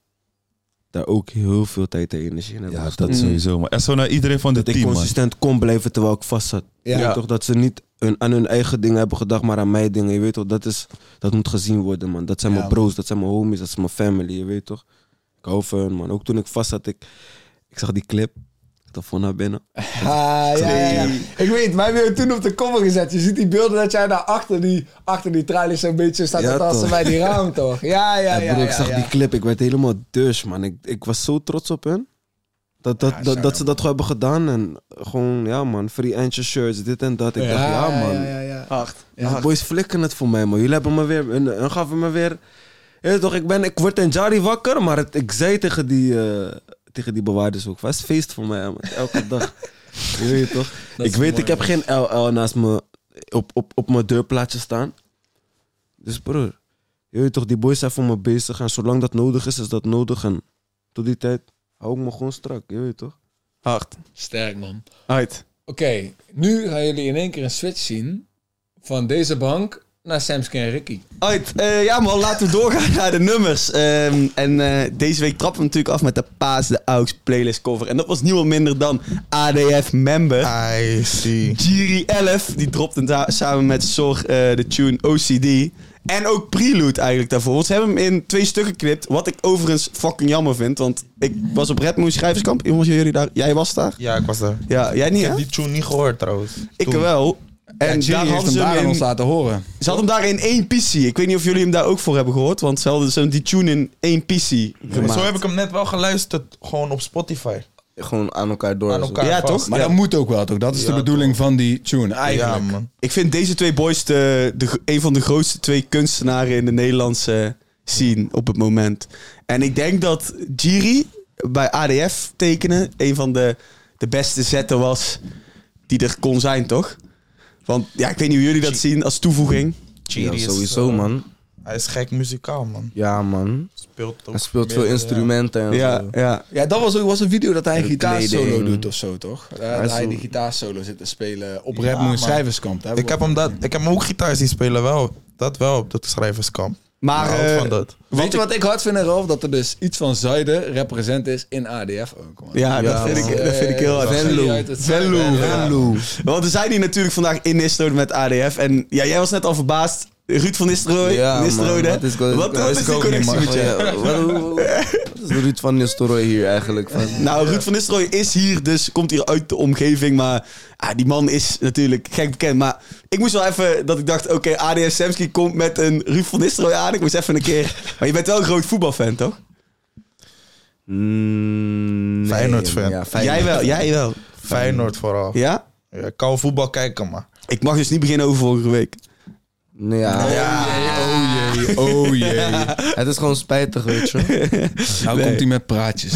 daar ook heel veel tijd en energie in hebben
Ja,
gestopt.
dat sowieso. Maar echt zo naar iedereen van dit
dat ik
team, man.
consistent kon blijven terwijl ik vast zat.
Ja.
Je weet toch dat ze niet hun- aan hun eigen dingen hebben gedacht, maar aan mijn dingen. Je weet toch, dat, is, dat moet gezien worden, man. Dat zijn mijn bro's, dat zijn mijn homies, dat is mijn family, je weet toch. Ik hou van hun, man. Ook toen ik vast zat, ik, ik zag die clip. Ik dacht van naar binnen.
Ah, ja, ja, ja. Ik weet, wij hebben jou toen op de cover gezet. Je ziet die beelden dat jij daar achter die, achter die tralies zo'n beetje staat
Ja,
te dansen
toch.
bij die raam, toch? Ja, ja,
Ja,
ja.
broer, ik
ja,
zag
ja.
die clip, ik werd helemaal dus, man. Ik, ik was zo trots op hun. Dat, dat, dat, dat ze dat gewoon hebben gedaan. En gewoon, ja, man. Free Antje shirts, dit en dat. Ik dacht, ja, man.
Ja, ja, ja.
Acht.
Ja, boys flikken het voor mij, man. Jullie hebben me weer... En, en gaven me weer... Je weet toch, ik, ben, ik word in Jari wakker, maar het, ik zei tegen die, eh, tegen die bewaarders ook... Het is feest voor mij, man. Elke dag. je weet toch? Ik weet, ik heb geen LL naast me... Op, op, op mijn deurplaatje staan. Dus broer... Je weet toch, die boys zijn voor me bezig. En zolang dat nodig is, is dat nodig. En tot die tijd hou ik me gewoon strak. Je weet toch?
Hard.
Sterk, man.
Uit.
Oké, nu gaan jullie in één keer een switch zien van deze bank naar Samsky en Ricky.
Uit. Eh, ja man, laten we doorgaan naar de nummers. Ehm, en eh, deze week trappen we natuurlijk af met de Paas de Aux playlist cover. En dat was niemand minder dan ADF member.
I see.
Jiri 11, die dropte da- samen met Zorg eh, de tune OCD. En ook Prelude eigenlijk daarvoor. Want ze hebben hem in twee stukken geknipt. Wat ik overigens fucking jammer vind. Want ik was op Red Moon Schrijverskamp. Jongens, jullie daar? Jij was daar?
Ja, ik was daar.
Ja, jij niet
Ik
hè?
heb die tune niet gehoord trouwens.
Ik
Toen.
wel. En
Jury
daar
heeft
hadden ze
hem daar
hem
aan
in,
ons laten horen.
ze hadden hem daar in één PC. Ik weet niet of jullie hem daar ook voor hebben gehoord. Want ze hadden ze die tune in één PC
Maar
gemaakt.
zo heb ik hem net wel geluisterd, gewoon op Spotify.
Gewoon aan elkaar door.
Aan
Oh, zo.
elkaar
Ja,
vast.
toch?
Maar dat moet ook wel, toch? Dat is de
Ja,
bedoeling van die tune, eigenlijk.
Ja, man.
Ik vind deze twee boys de, de, een van de grootste twee kunstenaren in de Nederlandse scene op het moment. En ik denk dat Jiri bij ADF tekenen een van de, de beste zetten was die er kon zijn, toch? Want ja, ik weet niet hoe jullie dat zien als toevoeging.
Ja, sowieso, man.
eh, Hij is gek muzikaal, man.
Ja, man.
Speelt ook
Hij speelt
meer,
veel
ja.
instrumenten en
Ja,
zo.
ja.
Ja, dat was, ook- was een video dat hij een
De
gitaarsolo
kleding.
doet of zo, toch? Eh, Dat
is
hij
zo-
die gitaarsolo zit te spelen op
Ja,
Red Moon
man.
Schrijverskamp. Daar
Ik heb, hem dat, ik heb hem ook gitaar zien spelen, wel. Dat wel, op dat schrijverskamp.
Maar
Ik hou
eh,
van dat.
Weet je wat ik hard vind, Rolf? Dat er dus iets van Zuiden represent is in ADF ook. Man.
ja, dat,
Ja,
vind
man.
ik, dat vind ik heel
Eh,
erg.
Venlo.
Venlo. Want we zijn hier natuurlijk vandaag in Nistelrode met ADF. En ja, jij was net al verbaasd. Ruud van Nistelrooy,
Ja, man.
Nistelrooy, hè?
Wat is,
Wat- wat is die connectie met jou?
Ja, wat, hoe- wat is Ruud van Nistelrooy hier eigenlijk? Van?
Nou, Ruud van Nistelrooy is hier, dus komt hier uit de omgeving. Maar ah, die man is natuurlijk gek bekend. Maar ik moest wel even dat ik dacht: oké, ADS Semski komt met een Ruud van Nistelrooy aan. Ik moest even een keer. Maar je bent wel een groot voetbalfan, toch?
Mm, nee.
Feyenoord-fan.
Ja, Feyenoord.
Jij wel, jij wel.
Feyenoord vooral. Ja.
Ja?
ik kan wel voetbal kijken, maar...
Ik mag dus niet beginnen over vorige week.
Nee, ja.
Oh jee, oh jee.
Het is gewoon spijtig, weet je.
Nou komt hij met praatjes.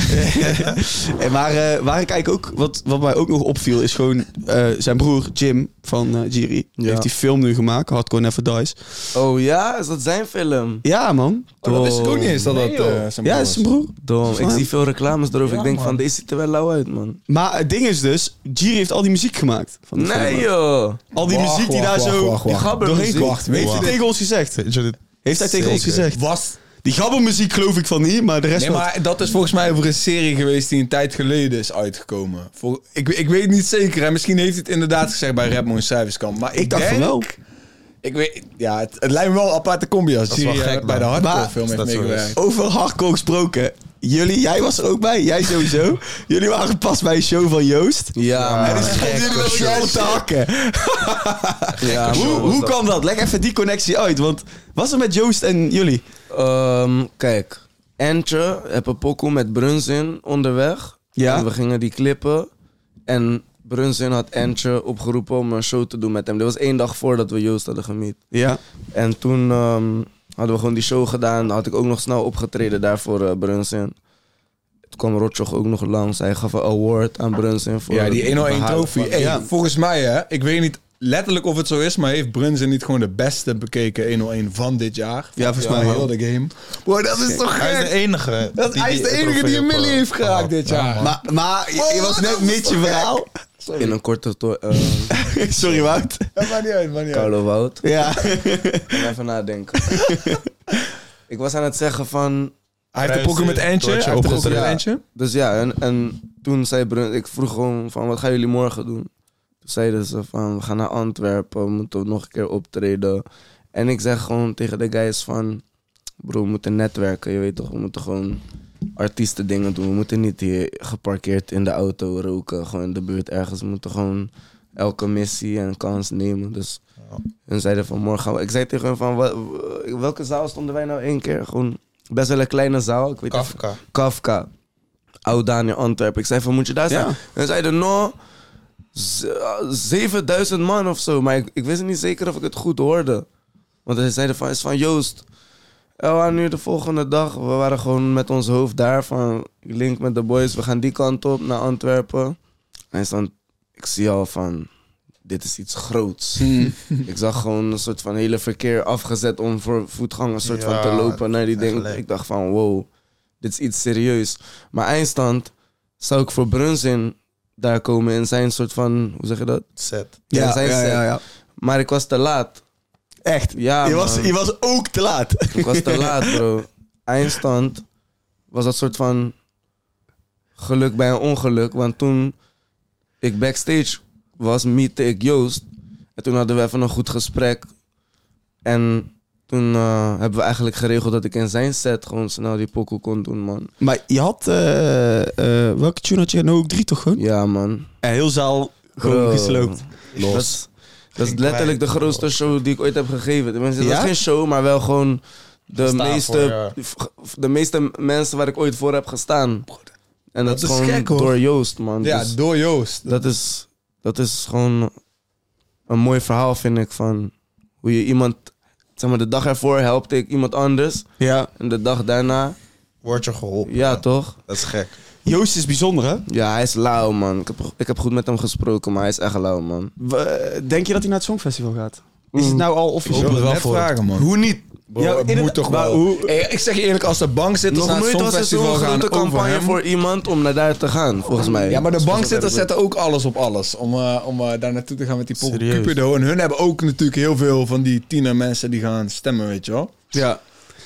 En waar, eh, waar ik eigenlijk ook, wat, wat mij ook nog opviel, is gewoon eh, zijn broer Jim van eh Jiri.
Ja.
Heeft die film nu gemaakt, Hardcore Never Dies.
Oh ja, is dat zijn film?
Ja, man.
Oh, dat wist ik ook niet eens dat dat eh, zijn broer
Ja, dat is
was.
zijn broer.
Dom,
Van
ik
hem.
zie veel reclames erover.
Ja,
ik denk
man.
van, deze ziet er wel lauw uit, man.
Maar het ding is dus, Jiri heeft al die muziek gemaakt. Van de film.
Nee, joh.
Al die
Wacht,
muziek die
wacht,
daar
wacht,
zo
wacht, wacht.
die doorheen
Gabbermuziek.
komt.
Wacht,
Heeft
wacht.
hij tegen ons gezegd?
Weet je dit?
Heeft hij tegen ons
Zeker.
gezegd?
Was.
Die gabbermuziek geloof ik van niet, maar de rest
Nee,
wel.
maar dat is volgens mij over een serie geweest die een tijd geleden is uitgekomen. Vol- ik, ik weet niet zeker. En misschien heeft hij het inderdaad gezegd bij Red Moon Schrijverskamp. Maar ik,
Ik dacht van
denk-
wel.
Ik weet, ja, het, het lijkt me wel een aparte combi als
is wel
Jiri
gek,
eh, bij de
man.
hardcore
Maar-
film heeft
dat zo is.
meegewerkt.
Over hardcore gesproken. Jullie, jij was er ook bij. Jij sowieso. Jullie waren pas bij een show van Joost.
Ja,
En
man.
dus stonden jullie wel jou te hakken.
Ja,
Hoe,
man, was
hoe
dat.
kwam dat? Leg even die connectie uit. Want was er met Joost en jullie?
Ehm, kijk, Antje heb een pokoe met Brunzin onderweg.
Ja.
En we gingen die klippen. En Brunzin had Antje opgeroepen om een show te doen met hem. Dit was één dag voordat we Joost hadden gemiet.
Ja.
En toen ehm, hadden we gewoon die show gedaan. Had ik ook nog snel opgetreden daarvoor eh Brunzin. Toen kwam Rotjoch ook nog langs. Hij gaf een award aan Brunzin voor...
Ja, die 101
behaal-
trofee. Hey,
Ja.
Volgens mij, hè, ik weet niet letterlijk of het zo is, maar heeft Brunzen niet gewoon de beste bekeken 101 van dit jaar?
Ja, volgens mij
Van
wel.
heel de game. Boy, dat is toch
Hij is de
gek?
enige.
Dat, hij is de enige die een
eh,
millie heeft geraakt dit jaar.
Maar, maar je, je was net met je verhaal.
In een korte... to- eh,
Sorry, Wout.
dat maakt niet uit, maakt niet uit.
Carlo Wout.
Ja.
Ik moet even nadenken. ik was aan het zeggen van...
Hij heeft de pokken met Eentje. Hij
Doortje
heeft de pokken met
opgetreden.
Eentje.
Dus ja, en, en toen zei Brun... Ik vroeg gewoon van, wat gaan jullie morgen doen? Toen zeiden ze van, we gaan naar Antwerpen. We moeten nog een keer optreden. En ik zeg gewoon tegen de guys van... Bro, we moeten netwerken, je weet toch. We moeten gewoon artiesten dingen doen. We moeten niet hier geparkeerd in de auto roken. Gewoon in de buurt ergens. We moeten gewoon elke missie en kans nemen. Dus hun zeiden van morgen... gaan we- Ik zei tegen hen van, wa- welke zaal stonden wij nou één keer? Gewoon best wel een kleine zaal. Ik weet even-
Kafka.
Kafka. Oudaan in Antwerpen. Ik zei van, moet je daar zijn?
Ja.
En zeiden, no, z- eh, 7000 man of zo. Maar ik, ik wist niet zeker of ik het goed hoorde. Want hij zeiden van, is van Joost. En we waren nu de volgende dag, we waren gewoon met ons hoofd daar van link met de boys. We gaan die kant op naar Antwerpen. En dan, ik zie al van, dit is iets groots.
Hmm.
ik zag gewoon een soort van hele verkeer afgezet om voor voetgangers soort
Ja,
van te lopen naar die
echt
dingen.
leuk.
Ik dacht van, wow, dit is iets serieus. Maar eindstand zou ik voor Brunzin daar komen in zijn soort van, hoe zeg je dat?
Zet.
Ja, eh, zijn set.
ja.
Maar ik was te laat.
Echt.
Ja,
je, was,
man.
je was ook te laat.
Ik was te laat, bro. Eindstand was dat soort van geluk bij een ongeluk. Want toen ik backstage was, meette ik Joost. En toen hadden we even een goed gesprek. En toen eh, hebben we eigenlijk geregeld dat ik in zijn set gewoon snel die pokoe kon doen, man.
Maar je had... eh, eh, welke tune had je? No, ook drie toch gewoon?
Ja, man.
En heel zaal gewoon
Bro.
gesloopt.
Dat is, dat is
Ging
letterlijk de
kwijt,
grootste show die ik ooit heb gegeven. Tenminste, het
Ja?
was geen show, maar wel gewoon de
Gestaan
meeste,
voor,
f- de meeste mensen waar ik ooit voor heb gestaan. En dat,
is
is gewoon
gek, hoor.
door Joost, man.
Ja,
Dus
door Joost.
dat, is, dat is gewoon een mooi verhaal, vind ik, van hoe je iemand... Zeg maar, de dag ervoor helpte ik iemand anders.
Ja.
En de dag daarna,
Word je geholpen.
ja, toch?
Dat is gek.
Joost is bijzonder, hè?
Ja, hij is lauw, man. Ik heb, ik heb goed met hem gesproken, maar hij is echt lauw, man.
W- eh, Denk je dat hij naar het Songfestival gaat? Is het nou al
Ik
officieel?
wil het wel vragen, man.
Hoe niet?
Bro,
Ja,
het
in
moet
het-
toch
maar
wel.
hoe-
Hey, ik zeg je eerlijk, als de bankzitters
Nog
naar het
nooit was er
Songfestival
zo'n
gaan
grote
over
campagne
hem-
voor iemand om naar daar te gaan, volgens mij.
Ja, maar de
Dat is
bankzitters
wat er
zetten ook alles op alles om, eh, om eh, daar naartoe te gaan met die Poco
Serieus?
Cupido. En hun hebben ook natuurlijk heel veel van die tiener mensen die gaan stemmen, weet je wel.
Ja.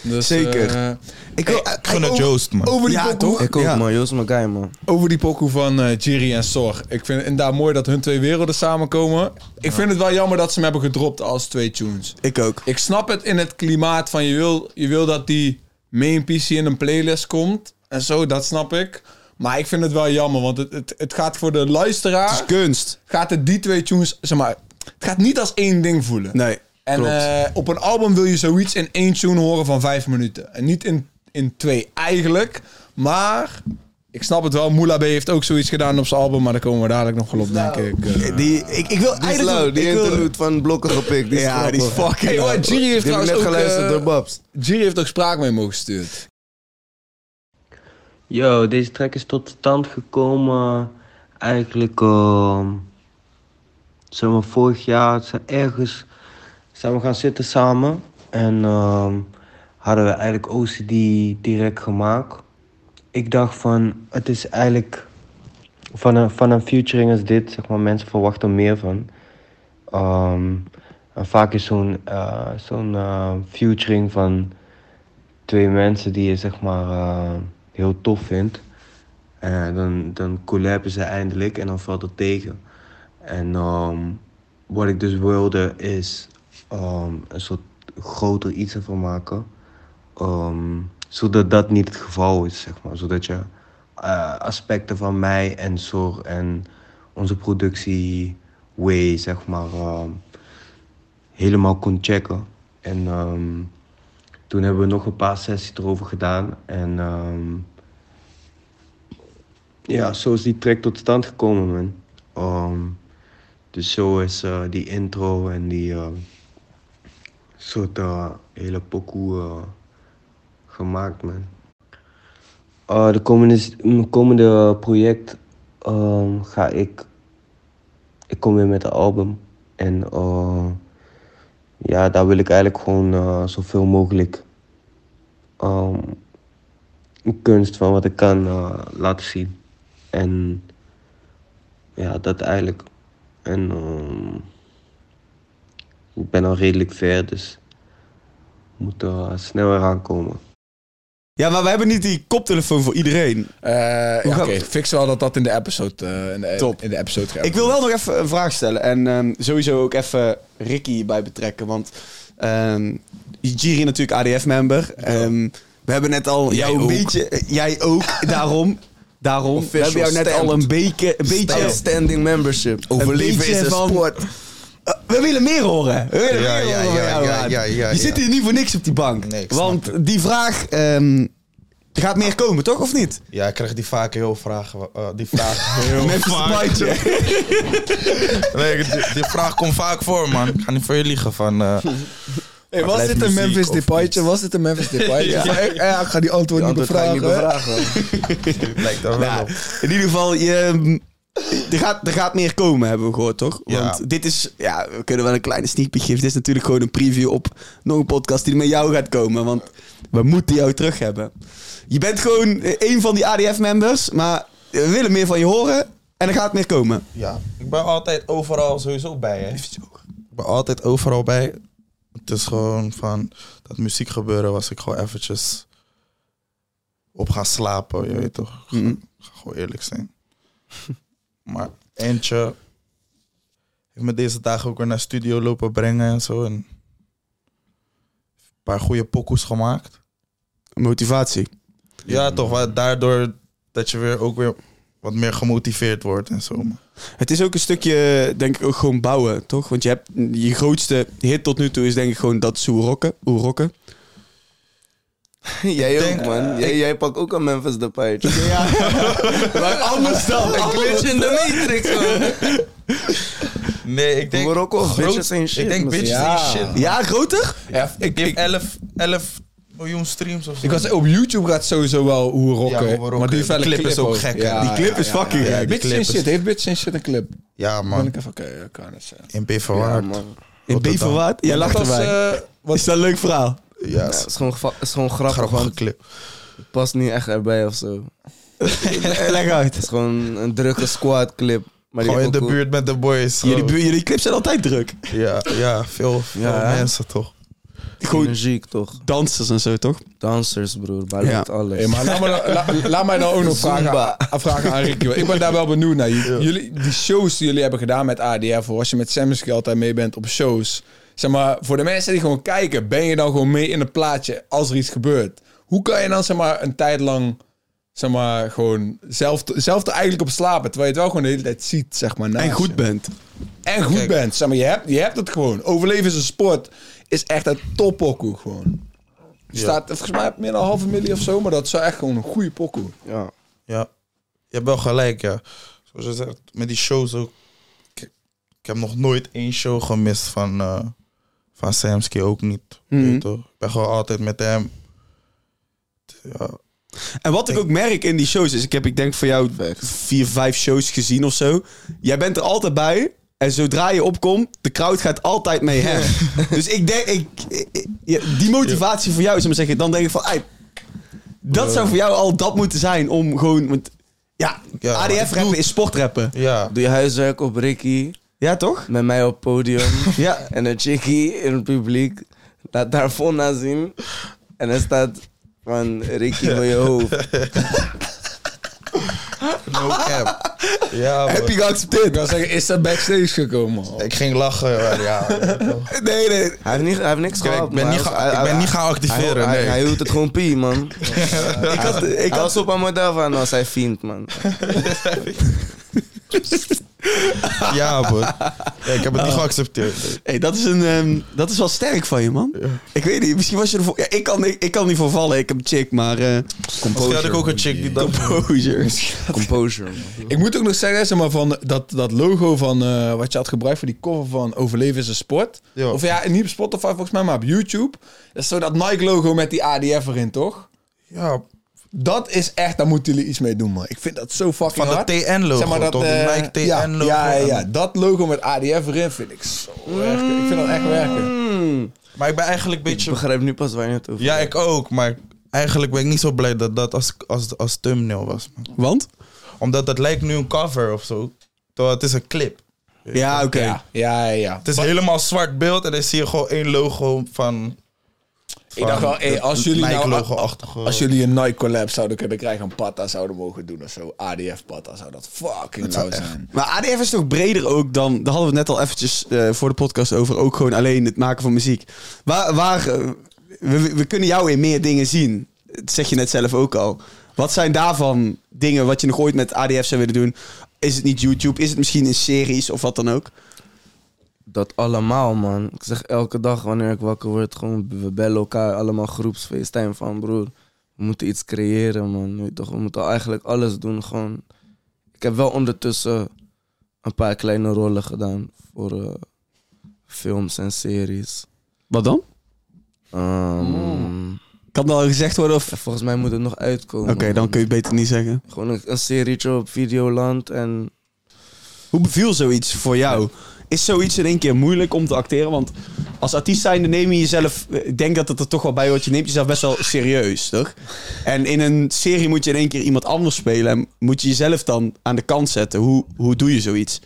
Dus,
Zeker.
eh,
Ik wil,
Hey,
eh,
Ik gun het
over-
Joost, man.
Over die,
Ja,
pokoe,
toch?
gebeurt. Ik ook,
Ja.
man. Joost Magai, man.
over die pokoe van eh Jiri en Zorg. Ik vind het inderdaad mooi dat hun twee werelden samenkomen. Ik vind het wel jammer dat ze hem hebben gedropt als twee tunes.
Ik ook.
Ik snap het in het klimaat van je wil, je wil dat die main PC in een playlist komt. En zo, dat snap ik. Maar ik vind het wel jammer, want het, het, het gaat voor de luisteraar...
Het is kunst.
gaat het die twee tunes, zeg maar, het gaat niet als één ding voelen.
Nee.
en
klopt.
eh, op een album wil je zoiets in één tune horen van vijf minuten. En niet in, in twee eigenlijk. Maar ik snap het wel, Moula B heeft ook zoiets gedaan op zijn album, maar daar komen we dadelijk nog wel op, denk ik. Eh,
die, ik, ik wil
Die is
eigenlijk...
lauw, die
ik wil-
interlude van blokken gepikt. Die is
ja, die is
grappig.
fucking
Hey,
lauw.
wat, Giri heeft
Die heb ik
trouwens
net
ook...
geluisterd door
eh,
Babs.
Giri heeft ook spraak mee mogen gestuurd.
Yo, deze track is tot stand gekomen eigenlijk ehm zeg maar vorig jaar. Zijn ergens zijn we gaan zitten samen en ehm, hadden we eigenlijk OCD direct gemaakt. Ik dacht van, het is eigenlijk van een, van een featuring als dit, zeg maar, mensen verwachten er meer van. Ehm, en vaak is zo'n eh, zo'n eh, featuring van twee mensen die je zeg maar eh, heel tof vindt. En eh, dan, dan collaben ze eindelijk en dan valt het tegen. En ehm, wat ik dus wilde is ehm, een soort groter iets ervan maken. Ehm, zodat dat niet het geval is, zeg maar. Zodat je eh, aspecten van mij en Zor en onze productie way, zeg maar, ehm, helemaal kon checken. En ehm, toen hebben we nog een paar sessies erover gedaan. En ehm, ja, zo is die track tot stand gekomen, man. Ehm, dus zo is eh, die intro en die ehm, soort eh, hele pokoe eh, gemaakt, man. Eh, de komende, mijn komende project ehm, ga ik... Ik kom weer met een album. En... eh, ja, daar wil ik eigenlijk gewoon eh, zoveel mogelijk ehm, kunst van wat ik kan eh, laten zien. En ja, dat eigenlijk. En ehm, ik ben al redelijk ver, dus moet er eh, snel eraan komen.
Ja, maar we hebben niet die koptelefoon voor iedereen.
Eh, ja, Oké,
gaat
fix wel dat dat in de episode, eh, in de,
Top.
In de episode gaat.
Ik wil wel nog even een vraag stellen. En ehm, sowieso ook even Ricky hierbij betrekken. Want ehm Jiri natuurlijk ADF-member. Ehm, we hebben net al jou een
ook.
beetje... eh, Jij ook, daarom. Daarom. we hebben jou net
stamped.
al een, beke, een beetje...
Outstanding membership.
Overleven
Een beetje
is een
van-
sport. Eh, we willen meer horen. We willen
Ja,
meer
ja,
horen. van
ja,
jou,
ja,
Haan.
ja, ja,
Je
ja.
zit hier niet voor niks op die bank.
Nee, ik snap
want die vraag... ehm, er gaat meer komen, toch? Of niet?
Ja, ik kreeg die vaak heel vragen. eh, die vraag.
Memphis Depaytje.
nee, die, die vraag komt vaak voor, man. Ik ga niet voor je liegen. Van, eh,
Hey, was
Blijft
dit een
muziek
Memphis
of
Depaytje?
iets?
Was dit een Memphis Depaytje? ja. ik, ja, ik ga die antwoord,
Die antwoord
niet
ga ik
bevragen.
niet bevragen.
lijkt er wel
Nou,
op.
in ieder geval, je, ehm, er, gaat, er gaat meer komen, hebben we gehoord, toch?
Ja.
Want dit is, ja, we kunnen wel een kleine sneak peek geven. Dit is natuurlijk gewoon een preview op nog een podcast die met jou gaat komen. Want we moeten jou terug hebben. Je bent gewoon eh, één van die ADF-members, maar we willen meer van je horen. En er gaat meer komen.
Ja, ik ben altijd overal sowieso bij. Hè? Ik ben altijd overal bij. Het is gewoon van dat muziek gebeuren was ik gewoon eventjes op gaan slapen, je weet toch? Ik
Mhm.
ga gewoon eerlijk zijn. maar eentje, ik me deze dagen ook weer naar studio lopen brengen en zo. En een paar goede pokoes gemaakt.
Motivatie.
Ja, toch, wa- daardoor dat je weer ook weer wat meer gemotiveerd wordt en zo. man.
Het is ook een stukje, denk ik, ook gewoon bouwen, toch? Want je hebt je grootste hit tot nu toe is denk ik gewoon dat Oerokken. Oerokken.
Jij ook,
denk-
man. Jij, jij pakt ook een Memphis Depay.
Ja, maar anders dan.
Een glitch in de matrix, man.
Nee, ik denk...
Morocco,
groot-
bitches ain't shit,
Ik denk
man.
bitches
Ja.
ain't shit.
Ja, groter?
Ja, ik,
Die
ik,
heeft 11, 11 miljoen streams of zo.
Ik was, op YouTube gaat sowieso wel hoe rocken.
hoe rocken.
Maar die
De
felle
clip is ook
ook.
gek, hè?
Ja,
Die clip is
ja, ja,
fucking
ja.
gek.
Bitch
clip
in
is-
shit. Heeft Bitch in shit een clip?
ja,
Ah.
Dan ben
man.
ik even, oké, ik kan het zeggen.
In B
Ja,
verwaard.
man.
In
Rotterdam.
Beverwaard? Jij lacht
Dat was,
erbij.
eh, wat,
Is dat een leuk verhaal?
Ja,
Ja,
is
het is gewoon, geva- het is gewoon grappig,
grappige
want
clip.
het past niet echt erbij of zo.
Leg uit.
Het is gewoon een drukke squad clip. Maar die
Gewoon in
ook
de
cool-
buurt met de boys.
Jullie,
gewoon.
bu- jullie clips zijn altijd druk.
Ja, ja veel, veel
Ja.
mensen toch.
Gewoon
Energiek toch?
dansers en zo, toch?
Dansers, broer. Ballet,
Ja.
alles.
Hey, maar laat, me, dan- la- laat mij nou ook nog vragen,
Zumba.
vragen aan Ricky. want Ik ben daar wel benieuwd naar. Jullie, die shows die jullie hebben gedaan met ADF, of als je met Samsky altijd mee bent op shows. Zeg maar, voor de mensen die gewoon kijken, ben je dan gewoon mee in het plaatje als er iets gebeurt? Hoe kan je dan zeg maar, een tijd lang zeg maar, gewoon zelf, zelf er eigenlijk op slapen, terwijl je het wel gewoon de hele tijd ziet? Zeg maar, naast
En
je?
goed bent.
en goed bent. Zeg maar, je, hebt, je hebt het gewoon. Overleven is een sport. Is echt een toppokkoe gewoon. Er Staat volgens mij op meer dan een halve miljoen of zo. Maar dat is echt gewoon een goede pokoe.
Ja.
Ja, je hebt wel gelijk, ja. Zoals je zegt, met die shows ook. Ik, ik heb nog nooit één show gemist van, eh, van Samsky, ook niet. Weet je toch? Ik ben gewoon altijd met hem. Ja,
En wat ik ook merk in die shows is, ik heb ik denk voor jou vier, vijf shows gezien of zo. Jij bent er altijd bij. En zodra je opkomt, de crowd gaat altijd mee hem. dus ik denk, ik, ik- ja, die motivatie voor jou is om te zeggen, dan denk ik van, "Ai, dat zou voor jou al dat moeten zijn om gewoon, want, ja,
Ja, maar ik
ADF rappen is sportrappen.
ja.
Doe je huiswerk op Ricky,
Ja, toch?
met mij op podium
Ja.
en een chickie in het publiek. Laat daar Fonna zien en er staat van Ricky voor je hoofd.
no cap. Ja, bro.
je geaccepteerd?
Ik wil zeggen, is dat backstage gekomen?
Ik ging lachen, maar ja.
Nee, nee.
Hij heeft, niet, hij heeft niks gehad.
ik ben
maar
niet,
hij was-
ga,
hij-
ik ben
hij-
niet gaan activeren,
hij,
nee.
hij hield het gewoon pie, man.
Ik had, ik
Ik
had,
was op aan Moldava als hij vindt, man.
Ja, bro. Ja, ik heb het niet geaccepteerd.
Hey, dat, is een, ehm, dat is wel sterk van je, man. Ik weet niet, misschien was je ervoor... Ja, ik, kan, ik, ik kan niet voor vallen, ik heb een chick, maar... eh
Misschien had ik ook een chick die dat...
composure.
Composure, man.
Ik moet ook nog zeggen, zeg maar, van dat, dat logo van eh, wat je had gebruikt voor die cover van Overleven is een sport.
Ja.
Of ja, niet op Spotify volgens mij, maar op YouTube. Dat is zo dat Nike-logo met die ADF erin, toch?
Ja,
Dat is echt, daar moeten jullie iets mee doen, man. Ik vind dat zo fucking
van dat
hard.
TN-logo,
Zeg maar dat,
toch?
eh,
Nike
ja,
TN-logo.
Ja, ja, dat logo met ADF erin vind ik zo werken. Ik vind dat echt
Mm.
werken.
Hmm.
Maar ik ben eigenlijk een
Ik
beetje...
begrijp nu pas waar je het over
Ja,
hebt.
ik ook, maar eigenlijk ben ik niet zo blij dat dat als, als, als thumbnail was. man.
Want?
Omdat dat lijkt nu een cover of zo. Terwijl het is een clip.
Ja, oké.
Ja, Ah, ja, ja.
Het is helemaal zwart beeld en dan zie je gewoon één logo van...
Ik dacht wel, hey, als jullie nou-
logo
Als jullie een Nike collab zouden kunnen krijgen, een Pata zouden mogen doen of zo, ADF Pata zou dat fucking lauw zijn.
Maar ADF is toch breder ook dan... Daar hadden we het net al eventjes eh, voor de podcast over. Ook gewoon alleen het maken van muziek. Waar... waar eh, we, we kunnen jou in meer dingen zien. Dat zeg je net zelf ook al. Wat zijn daarvan dingen wat je nog ooit met ADF zou willen doen? Is het niet YouTube? Is het misschien in series of wat dan ook?
Dat allemaal, man. Ik zeg elke dag wanneer ik wakker word, gewoon we bellen elkaar allemaal groepsfeestijn van broer. We moeten iets creëren, man. Weet je toch? We moeten eigenlijk alles doen. Gewoon. Ik heb wel ondertussen een paar kleine rollen gedaan voor eh, films en series.
Wat dan?
Ehm,
Kan dat al gezegd worden of...
en volgens mij moet het nog uitkomen.
Mm. Oké, dan kun je het beter niet zeggen.
Gewoon een, een serietje op Videoland en
Hoe beviel zoiets voor jou? Is zoiets in één keer moeilijk om te acteren? Want als artiest zijnde neem je jezelf... Ik denk dat het er toch wel bij hoort. Je neemt jezelf best wel serieus, toch? En in een serie moet je in één keer iemand anders spelen. En moet je jezelf dan aan de kant zetten. Hoe, hoe doe je zoiets?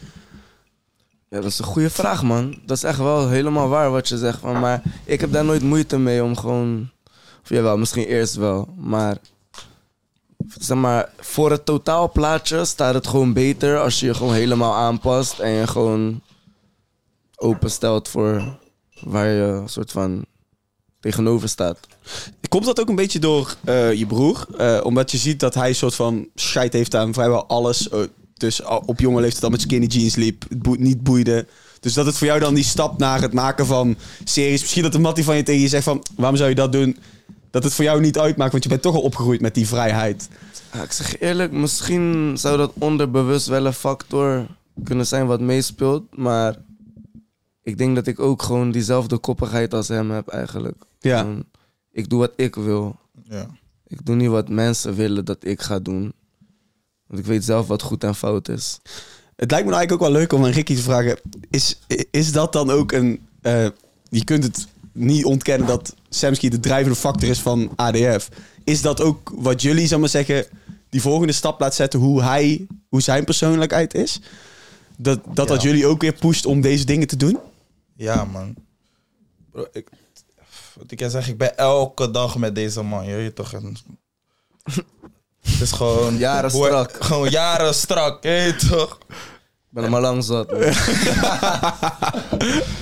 Ja, dat is een goede vraag, man. Dat is echt wel helemaal waar wat je zegt. Van, maar ik heb daar nooit moeite mee om gewoon... Of jawel, misschien eerst wel. Maar, zeg maar voor het totaalplaatje staat het gewoon beter... als je je gewoon helemaal aanpast en je gewoon openstelt voor waar je een soort van tegenover staat.
Komt dat ook een beetje door eh, je broer? Eh, omdat je ziet dat hij een soort van scheid heeft aan vrijwel alles. Eh, dus al- op jonge leeftijd al met skinny jeans liep. Het boe- niet boeide. Dus dat het voor jou dan die stap naar het maken van series. Misschien dat de mattie van je tegen je zegt van... Waarom zou je dat doen? Dat het voor jou niet uitmaakt. Want je bent toch al opgegroeid met die vrijheid.
Ja, ik zeg je eerlijk, misschien zou dat onderbewust wel een factor kunnen zijn wat meespeelt. Maar ik denk dat ik ook gewoon diezelfde koppigheid als hem heb eigenlijk.
Ja.
Gewoon, ik doe wat ik wil.
Ja.
Ik doe niet wat mensen willen dat ik ga doen. Want ik weet zelf wat goed en fout is.
Het lijkt me nou eigenlijk ook wel leuk om aan Ricky te vragen. Is, is dat dan ook een... eh, je kunt het niet ontkennen dat Samsky de drijvende factor is van ADF. Is dat ook wat jullie, zal maar zeggen, die volgende stap laat zetten hoe hij, hoe zijn persoonlijkheid is? Dat dat, dat
Ja.
jullie ook weer pusht om deze dingen te doen?
Ja, man. Bro, ik, wat ik kan zeggen, ik ben elke dag met deze man. Je weet toch? En, het is gewoon...
Jaren
hoe-
strak.
Gewoon jaren strak, je weet toch?
Ik ben er maar lang zat. man.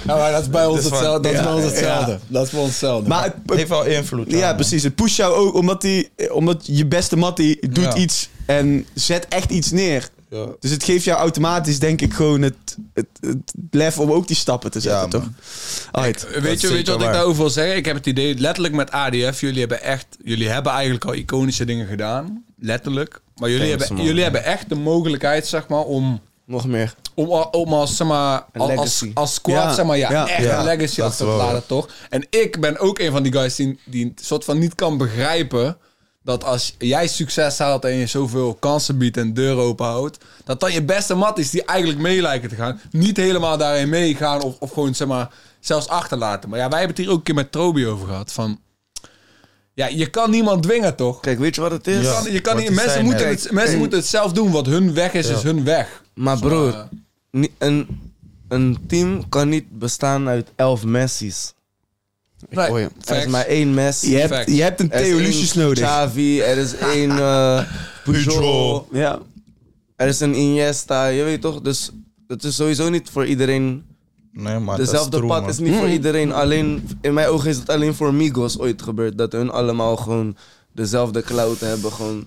Ja, maar dat is bij ons
is van-
hetzelfde. Dat is bij
ja,
ons
ja.
hetzelfde. Dat is bij ons hetzelfde.
Maar het-
Het heeft wel invloed.
Ja,
man.
precies. Het pusht jou ook omdat, die, eh, omdat je beste mattie doet
Ja.
iets en zet echt iets neer.
Ja.
Dus het geeft jou automatisch, denk ik, gewoon het, het, het lef om ook die stappen te zetten,
Ja,
toch?
man. eh,
Alright.
Dat
Eh, Weet
is
je, weet je
zeker
wat ik
waar.
daarover wil zeggen? Ik heb het idee, letterlijk met ADF, jullie hebben echt, jullie hebben eigenlijk al iconische dingen gedaan. Letterlijk. Maar jullie,
Famous
hebben,
man,
jullie
ja.
hebben echt de mogelijkheid, zeg maar, om,
Nog meer.
om, om als, zeg maar,
Een
als, als,
legacy.
als squad,
Ja,
zeg maar, ja,
ja,
echt
ja.
een legacy
Dat
af te
wel,
laden,
ja.
toch? En ik ben ook een van die guys die, die een soort van niet kan begrijpen dat als jij succes haalt en je zoveel kansen biedt en deuren openhoudt, dat dan je beste matties die eigenlijk mee lijken te gaan, niet helemaal daarin meegaan of, of gewoon zeg maar zelfs achterlaten. Maar ja, wij hebben het hier ook een keer met Trobi over gehad van, ja, je kan niemand dwingen toch?
Kijk, weet je wat het is?
Ja.
Je kan, je kan
Wat
niet,
die
mensen,
zijn,
moeten
hè.
het, mensen moeten het zelf doen. Wat hun weg is, is hun weg.
Maar
eh,
broer, ni- een, een team kan niet bestaan uit elf Messi's.
Nee,
hoor je.
Er is
facts.
maar één Messi.
Je hebt,
Facts.
je hebt een
Er is
Theo
één
Lucius nodig.
Xavi, er is één eh Pujol.
Pujol.
Ja.
Er is een Iniesta, je weet toch? Dus het is sowieso niet voor iedereen
Nee, maar dat
Dezelfde
troe,
pad
man.
is niet voor iedereen. Alleen, in mijn ogen is het alleen voor Migos ooit gebeurd. Dat hun allemaal gewoon dezelfde cloud hebben. Gewoon.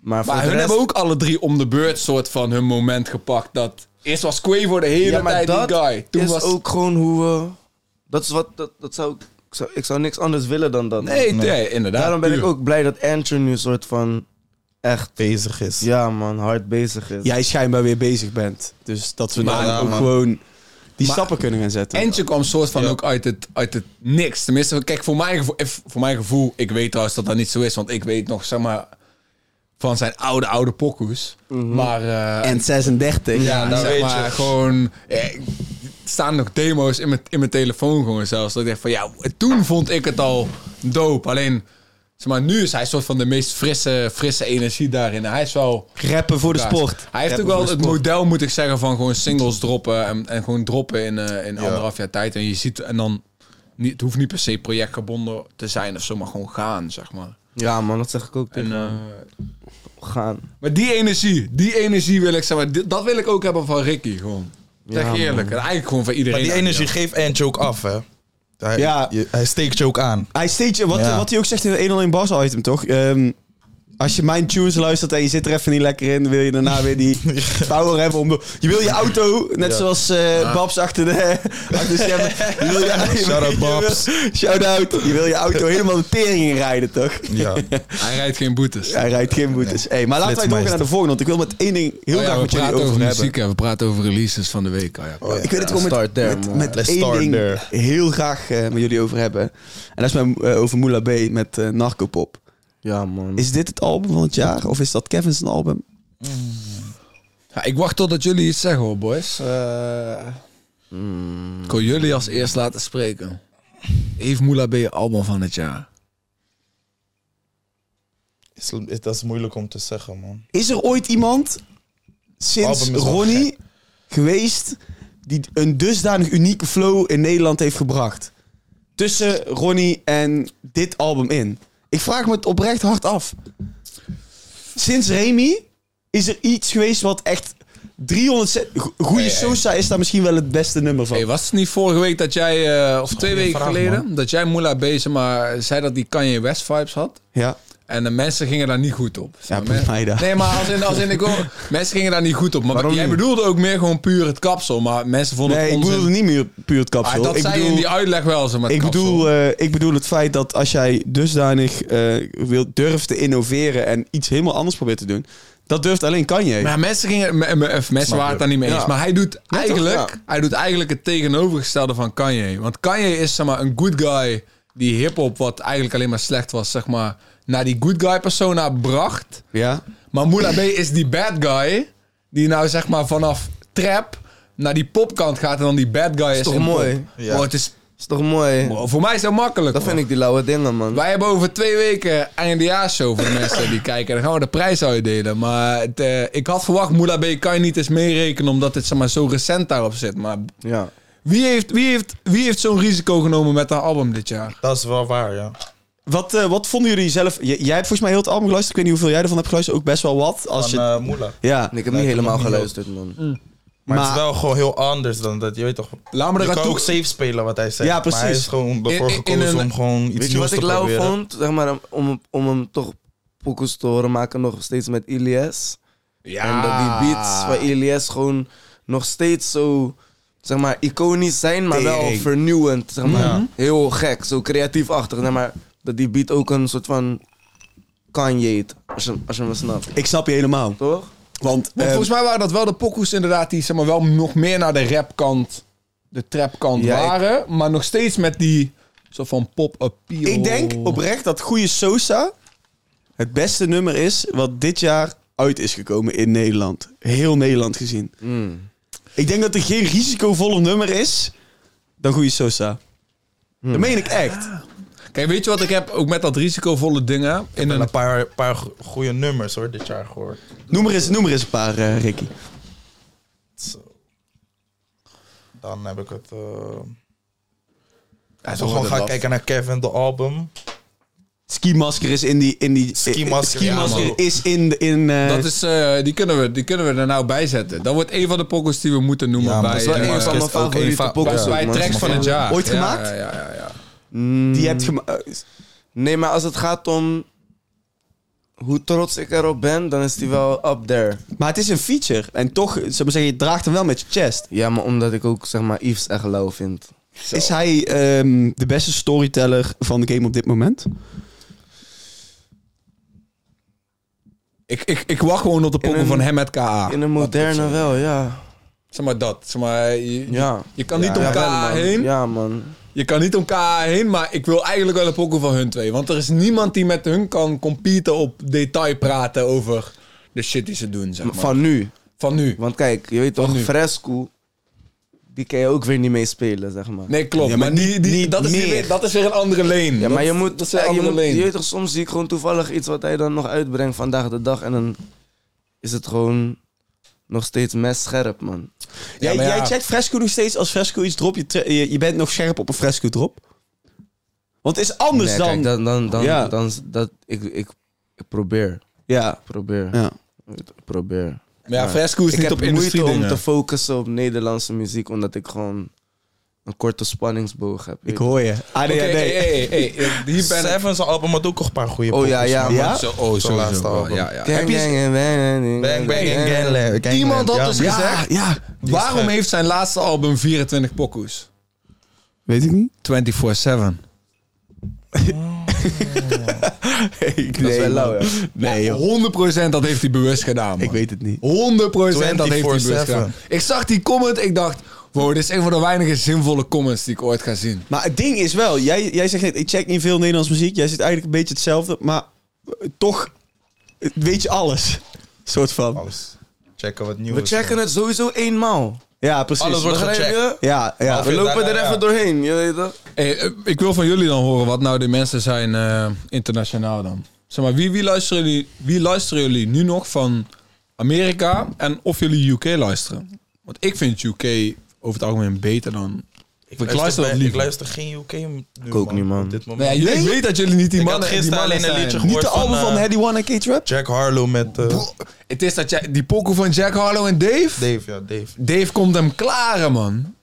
Maar, voor
Maar
de
hun
rest-
hebben ook alle drie om de beurt soort van hun moment gepakt. Dat eerst was Quavo de hele
Ja, maar
tijd
dat
die guy. Toen
is
was
ook gewoon hoe we... Dat is wat... Dat, dat zou, ik, ik zou, ik zou niks anders willen dan dat.
nee, nee, inderdaad.
Daarom ben ik
puur.
ook blij dat Andrew nu soort van... Echt,
bezig is.
ja man, hard bezig is.
Jij schijnbaar weer bezig bent. Dus dat we daar
ja,
ook
man.
gewoon die
Maar-
stappen kunnen gaan zetten.
Entje kwam soort van ook uit het, uit het niks. Tenminste, kijk, voor mijn, gevoel, if- voor mijn gevoel, ik weet trouwens dat dat niet zo is, want ik weet nog, zeg maar, van zijn oude, oude pokoes.
Mhm.
Maar, eh,
en 36.
ja, nou
dat
zeg
weet
maar,
je.
gewoon, eh, er staan nog demo's in mijn, in mijn telefoon gewoon zelfs. Dat ik denk van, ja, toen vond ik het al dope. Alleen, zeg maar, nu is hij soort van de meest frisse, frisse energie daarin. Hij is wel...
Rappen voor de
Kaas.
sport.
Hij heeft ook
Rappen
wel
voor
het
de sport.
model, moet ik zeggen, van gewoon singles droppen en, en gewoon droppen in, eh, in anderhalf jaar tijd. En je ziet, en dan, niet, het hoeft niet per se projectgebonden te zijn of zo, maar gewoon gaan, zeg maar.
Ja man, dat zeg ik ook
En,
tegen
eh,
gaan.
maar die energie, die energie wil ik, zeg maar, di- dat wil ik ook hebben van Ricky, gewoon. Zeg
Ja,
eerlijk, en eigenlijk gewoon van iedereen.
Maar die energie geeft Ange ook af, hè? Hij,
Ja.
je- hij steekt je ook aan.
Hij steekt je, wat,
Ja.
wat hij ook zegt in de 101 Bas item, toch? Ehm, als je mijn tunes luistert en je zit er even niet lekker in, wil je daarna weer die power hebben. Om, je wil je auto, net zoals eh, Babs achter de, achter de schermen. Je wil je,
Shout out, Babs.
Shout out. Je wil je auto helemaal de tering in rijden, toch?
Ja.
Hij rijdt geen boetes.
Hij rijdt geen boetes. Hey, maar laten wij doorgaan naar de volgende, want ik wil met één ding heel
Oh ja,
graag
we
met jullie
praten
over,
over,
hebben.
muziek en we praten over releases van de week. Oh ja.
Ik weet het gewoon met,
start there,
met,
man.
met
Let's
één
start
ding
there.
heel graag eh, met jullie over hebben. En dat is mijn, eh, over Moula B met eh, Narcopop.
Ja man.
Is dit het album van het jaar? Of is dat Kevin's album?
Ja, ik wacht totdat jullie iets zeggen hoor, boys.
Eh,
Ik wil jullie als eerst laten spreken. Eve Moula B. album van het jaar.
Is, is- dat is moeilijk om te zeggen, man.
Is er ooit iemand sinds
Album is wel
Ronnie geweest die een dusdanig unieke flow in Nederland heeft gebracht? Tussen Ronnie en dit album in. Ik vraag me het oprecht hard af. Sinds Remy is er iets geweest wat echt 300... se- go- Goede
Hey, hey.
Sosa is daar misschien wel het beste nummer van.
Hey, was het niet vorige week dat jij, eh, of twee weken geleden, dat jij Moula B. zeg maar zei dat die Kanye West vibes had?
ja.
En de mensen gingen daar niet goed op.
Ja,
Maar
boeit
men-
mij dat.
Nee, maar als in, als in ik wil- mensen gingen daar niet goed op. Maar jij bedoelde ook meer gewoon puur het kapsel, maar mensen vonden
Nee,
het
ik
onzin.
bedoelde niet meer puur het
Ah,
kapsel.
dat
ik
zei je
bedoel-
in die uitleg wel, zeg maar. het
Ik
kapsel.
bedoel, eh, ik bedoel het feit dat als jij dusdanig eh wil, durft te innoveren en iets helemaal anders probeert te doen, dat durft alleen kan je.
Maar mensen, gingen, m- m- of mensen waren het daar niet mee eens.
Ja.
Maar hij doet,
toch?
eigenlijk,
Ja.
hij doet eigenlijk het tegenovergestelde van Kanye. Want Kanye is zeg maar, een good guy die hip-hop, wat eigenlijk alleen maar slecht was, zeg maar, naar die good guy persona bracht.
ja?
Maar Moula B is die bad guy die nou zeg maar vanaf trap naar die popkant gaat en dan die bad guy is.
toch
in
mooi?
pop.
Ja.
Bro, het is
is toch mooi?
Wow, Voor mij is dat makkelijk.
Dat
man.
vind ik die lauwe dingen, man.
Wij hebben over twee weken eindejaarshow voor de mensen die kijken. Dan gaan we de prijs uitdelen. Maar het, eh, ik had verwacht, Moula B kan je niet eens meerekenen... omdat het zeg maar, zo recent daarop zit. Maar
Ja.
wie heeft, wie heeft, wie heeft zo'n risico genomen met haar album dit jaar?
Dat is wel waar, ja.
Wat, eh, wat vonden jullie zelf? J- jij hebt volgens mij heel het album geluisterd. Ik weet niet hoeveel jij ervan hebt geluisterd. Ook best wel wat. Als
Als
je,
Moela.
eh,
ja.
Ik heb
Nee, ik
niet
heb
helemaal
nog niet
geluisterd, man.
eh, Maar, het
Maar-
is wel gewoon heel anders dan dat. Je weet toch,
Laat me
je
er
kan
aan
ook
toe.
safe spelen wat hij zegt.
Ja,
Maar hij
precies.
is gewoon ervoor
in- in
gekozen
een-
om gewoon iets
Weet je
nieuws
wat
te
ik lauw
proberen.
vond? Zeg maar, om, om hem toch pokus te horen maken nog steeds met Ilias. En dat die beats van Elias gewoon nog steeds zo, zeg maar, iconisch zijn, maar wel
Tering.
vernieuwend. Zeg maar. Mm-hmm.
Ja.
Heel gek, zo creatiefachtig. Zeg maar dat die beat ook een soort van Kanye, als je, als je me snapt.
Ik snap je helemaal.
Toch?
Want
Want
Ehm,
eh,
volgens mij waren dat wel de pokoes inderdaad die zeg maar, wel nog meer naar de rapkant, de trapkant
Ja, ik-
waren. Maar nog steeds met die soort van pop-appeal.
ik denk oprecht dat Goeie Sosa het beste nummer is wat dit jaar uit is gekomen in Nederland. Heel Nederland gezien.
Mm.
Ik denk dat er geen risicovoller nummer is dan Goeie Sosa. Dat meen ik echt.
Kijk, weet je wat ik heb ook met dat risicovolle dingen? In
En
een...
een paar, paar go- goede nummers hoor, dit jaar gehoord.
Noem er eens, noem er eens een paar, eh, Ricky.
Zo. eh, Dan heb ik het. eh
Ja,
als
zo
we gewoon
wordt het
gaan
af.
kijken naar Kevin, de album.
Ski Masker is in die... In die
Ski
eh,
Masker,
Ski
ja,
Masker
man.
is in... de- in eh,
Dat is, eh, die, kunnen we, die kunnen we er nou bij zetten. Dat wordt een van de pokoes die we moeten noemen.
Ja,
bij,
maar dat
is wel
eh,
een van mijn
ook een
favoriete
van-
pokoes
Bij,
ook,
bij
man.
tracks van het jaar.
Ooit
Ja,
gemaakt?
Ja, ja, ja, ja.
Mm.
die je hebt gema- eh,
Nee, maar als het gaat om hoe trots ik erop ben, dan is die wel up there.
maar het is een feature. En toch, eh, zou ik maar zeggen, je draagt hem wel met je chest.
Ja, maar omdat ik ook, zeg maar, Yves echt lauw vind.
Is hij ehm, de beste storyteller van de game op dit moment?
Ik, ik, ik wacht gewoon op de
In
pokoe
een-
van hem met KA.
In een moderne wel, ja.
Zeg maar dat. Zeg maar, je,
Ja.
je kan niet om
Ja, wel,
KA
man.
heen.
Ja, man.
Je kan niet om KA heen, maar ik wil eigenlijk wel een pokoe van hun twee. Want er is niemand die met hun kan competen op detail praten over de shit die ze doen, zeg maar. Van,
Van nu.
nu.
Want kijk, je weet
Van
toch,
nu.
Fresco, die kan je ook weer niet mee spelen, zeg maar.
Nee, klopt.
Ja,
maar
maar
die, die,
niet
dat, is weer,
meer.
dat is weer een andere lane.
ja, maar je moet,
dat is weer een
kijk, je,
andere
moet
lane.
je weet toch, soms zie ik gewoon toevallig iets wat hij dan nog uitbrengt vandaag de dag en dan is het gewoon nog steeds mes scherp, man.
Jij,
maar ja.
jij checkt Fresco nog steeds als Fresco iets drop. Je, tra- je, je bent nog scherp op een Fresco drop. Want het is anders
Nee,
dan...
kijk, dan, dan, dan,
Ja.
dan is dat, ik, ik, ik probeer,
Ja,
probeer,
ja.
probeer.
Maar ja, Fresco is
ik
niet
heb
op
moeite
industrie
om
dingen.
te focussen op Nederlandse muziek, omdat ik gewoon een korte spanningsboog heb. weet
ik hoor je. ADHD.
Oké, hey, hey, hey, hey, hier ben ik.
Seven zijn album had ook nog een paar goede
Oh, ja,
poppers,
ja,
maar-
man.
Ja?
Zo, oh,
Zo'n laatste album.
Ja, ja.
Gang,
Heb je-
gang, en bang,
Bang, bang, gang, gang, gang, gang,
Iemand had
ja,
dus
man.
gezegd,
ja,
waarom heeft zijn laatste album 24 pokoes?
weet ik niet.
24-7. Nee,
ik,
Dat is wel
man.
lauw, ja.
Nee, joh.
100% dat heeft hij bewust gedaan, man.
Ik weet het niet.
100% dat heeft hij bewust
24/7.
gedaan. Ik zag die comment, ik dacht, wow, dit is een van de weinige zinvolle comments die ik ooit ga zien.
Maar het ding is wel, jij, jij zegt net, ik check niet veel Nederlands muziek. Jij zit eigenlijk een beetje hetzelfde, maar eh, toch eh, weet je alles. Soort van.
Alles. Checken wat nieuws.
We checken het sowieso eenmaal.
Ja, precies.
Alles wordt
Begrijp
gecheckt.
je?
Ja, ja.
We lopen er even doorheen, je weet toch?
Hey, eh, ik wil van jullie dan horen wat nou de mensen zijn eh, internationaal dan. Zeg maar, wie, wie, luisteren jullie, wie luisteren jullie nu nog van Amerika en of jullie UK luisteren? Want ik vind UK over het algemeen beter dan...
Ik
luister dat
bij-
liever.
Ik luister geen UK nu,
Ik ook niet, man.
Op dit moment.
Nee, jullie- ik weet dat jullie niet die
Ik
mannen,
had gisteren
die mannen
alleen een
zijn.
liedje
Niet
gehoord
de album van
eh,
Heady One en K-Trap?
Jack Harlow met eh,
Het is dat jij, die pokoe van Jack Harlow en Dave...
Dave, ja, Dave.
Dave komt hem klaren, man.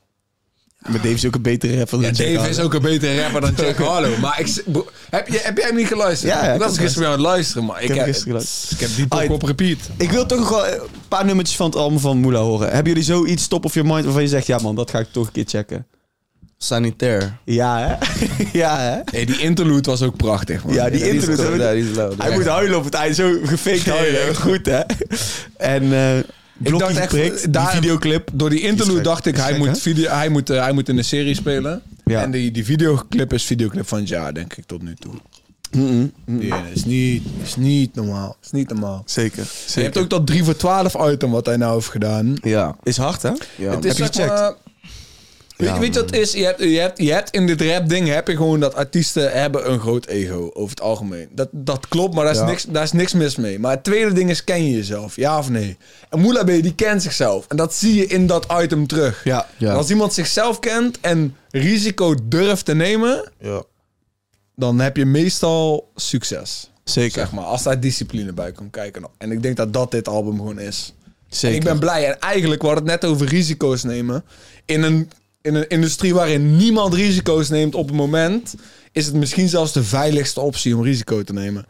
Maar Dave is ook een betere rapper
Ja,
dan Jack
Dave is
Harlow.
ook een betere rapper dan Jack Harlow. Maar ik, bro, heb, je, heb jij hem niet geluisterd?
Ja, ja, ik
ik
heb
was gisteren weer aan het luisteren, maar ik,
heb
heb,
gisteren geluisterd.
ik heb die pop
Ah,
op repeat.
Ik wil toch nog wel eh, een paar nummertjes van het album van Moela horen. Hebben jullie zoiets top of your mind waarvan je zegt... Ja man, dat ga ik toch een keer checken.
Sanitair.
Ja hè? ja hè?
Nee, die interlude was ook prachtig, man.
Ja, die
Ja, is
interlude.
goed, ja,
hebben we-
die is lauw.
Hij moet huilen op het eind. Zo gefaked huilen. Goed hè? En eh blokkie
dacht echt, eh,
geprikt. Die
daar-
videoclip.
Door die interlude dacht ik,
Is
hij
gek,
moet,
hè?
video, hij, moet, eh, hij moet in een serie spelen.
Ja.
En die, die videoclip is videoclip van het jaar, denk ik, tot nu toe. Die ene is niet, is niet normaal. Is niet normaal.
Zeker.
Je hebt ook dat 3 voor 12 item wat hij nou heeft gedaan.
Ja,
Is hard hè?
ja.
Het is
Heb je
zeg maar- Weet, je- weet je wat het is? Je hebt, je, hebt, je hebt in dit rap ding heb je gewoon dat artiesten hebben een groot ego over het algemeen. Dat, dat klopt, maar daar is, niks, daar is niks mis mee. Maar het tweede ding is, ken je jezelf? Ja of nee? En Moela B, die kent zichzelf. En dat zie je in dat item terug.
Ja.
Ja.
En Als iemand zichzelf kent en risico durft te nemen,
Ja.
dan heb je meestal succes.
Zeker.
Zeg maar, als daar discipline bij komt kijken. En ik denk dat dat dit album gewoon is.
Zeker.
Ik ben blij. En eigenlijk, we hadden het net over risico's nemen. In een, in een industrie waarin niemand risico's neemt op het moment... is het misschien zelfs de veiligste optie om risico te nemen.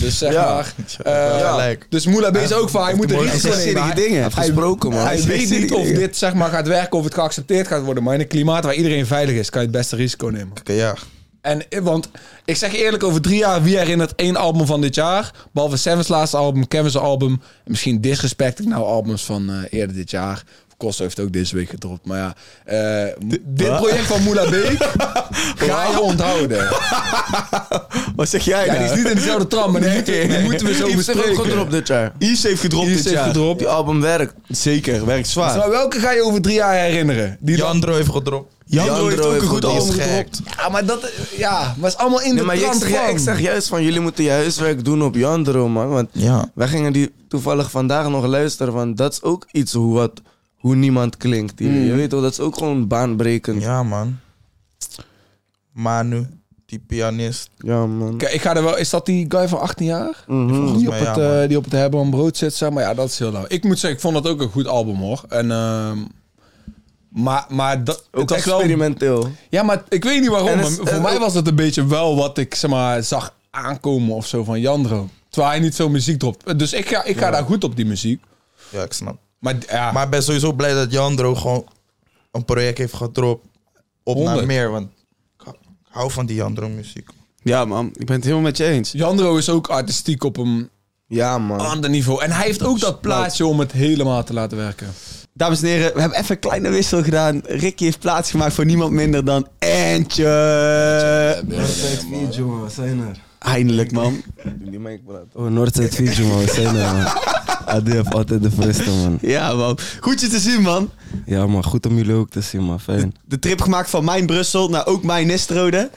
Dus zeg maar... eh,
gelijk.
Dus Moela B is ook van, hij moet een
mooiste
risico
zin in
nemen.
die
Hij-
dingen.
hij-
Gesproken, man.
Hij
Hij zegt
weet niet
die
of
dingen.
dit zeg maar, gaat werken, of het geaccepteerd gaat worden. Maar in een klimaat waar iedereen veilig is... kan je het beste risico nemen.
Oké, ja.
En, eh, want ik zeg je eerlijk, over drie jaar, wie herinnert één album van dit jaar? Behalve Seven's laatste album, Kevin's album. En misschien Disrespect, ik nou albums van eh, eerder dit jaar. Kosso heeft ook deze week gedropt. Maar ja, eh, m- dit project van Moula Beek ga je onthouden.
Wat zeg jij
Ja,
nou?
die is niet in dezelfde tram, maar die, moeten, die moeten we zo
Yves heeft ook
bespreken.
gedropt dit jaar.
Yves heeft gedropt
Die
dit
is even
jaar.
gedropt.
Die album werkt.
Zeker, werkt zwaar.
Maar welke ga je over drie jaar herinneren? Die dan-
Jandro heeft gedropt.
Jandro heeft ook een goed
gedropt.
album
Die is gek.
gedropt.
Ja, maar dat ja, maar is allemaal in
Nee,
de
maar ik
trant
zeg, ja,
van.
ik zeg juist van jullie moeten je huiswerk doen op Jandro, man. Want
Ja.
wij gingen die toevallig vandaag nog luisteren. Want dat is ook iets hoe, wat, hoe niemand klinkt
Mm.
hier. Je weet toch, dat is ook gewoon baanbrekend. Ja,
Ja, man. Manu, die pianist.
man.
Kijk, ik ga er wel. Is dat die guy van 18 jaar? Die, op
mij
het,
ja,
eh,
man.
die op het hebben aan brood zit, zeg maar. Ja, dat is heel lauw. Ik moet zeggen, ik vond dat ook een goed album, hoor. En, ehm, maar, maar dat,
Ook
het was wel...
experimenteel.
Ja, maar ik weet niet waarom.
En
maar
het-
voor
en
mij
ook-
was het een beetje wel wat ik, zeg maar, zag aankomen of zo van Jandro. Terwijl hij niet zo muziek dropt. Dus ik ga, ik ga daar goed op, die muziek.
Ja, ik snap.
Maar ja,
Maar ik ben sowieso blij dat Jandro gewoon een project heeft gedropt. Op
Honderd.
naar meer, want ik hou- ik hou van die Jandro muziek.
Ja, man. Ik ben het helemaal met je eens.
Jandro is ook artistiek op een
Ja, man.
ander niveau. En hij heeft ook dat plaatje om het helemaal te laten werken.
Dames en heren, we hebben even een kleine wissel gedaan. Ricky heeft plaatsgemaakt voor niemand minder dan Antje.
Noordzijde 4, jongen. We zijn er.
Eindelijk, man.
Die mic praat.
Oh, Noordzijde 4, man. We zijn er, man. Adi heeft altijd de friste, man.
Ja, man. Goed je te zien, man.
Ja, man. Goed om jullie ook te zien, man. Fijn.
De trip gemaakt van mijn Brussel naar ook mijn Nistrode.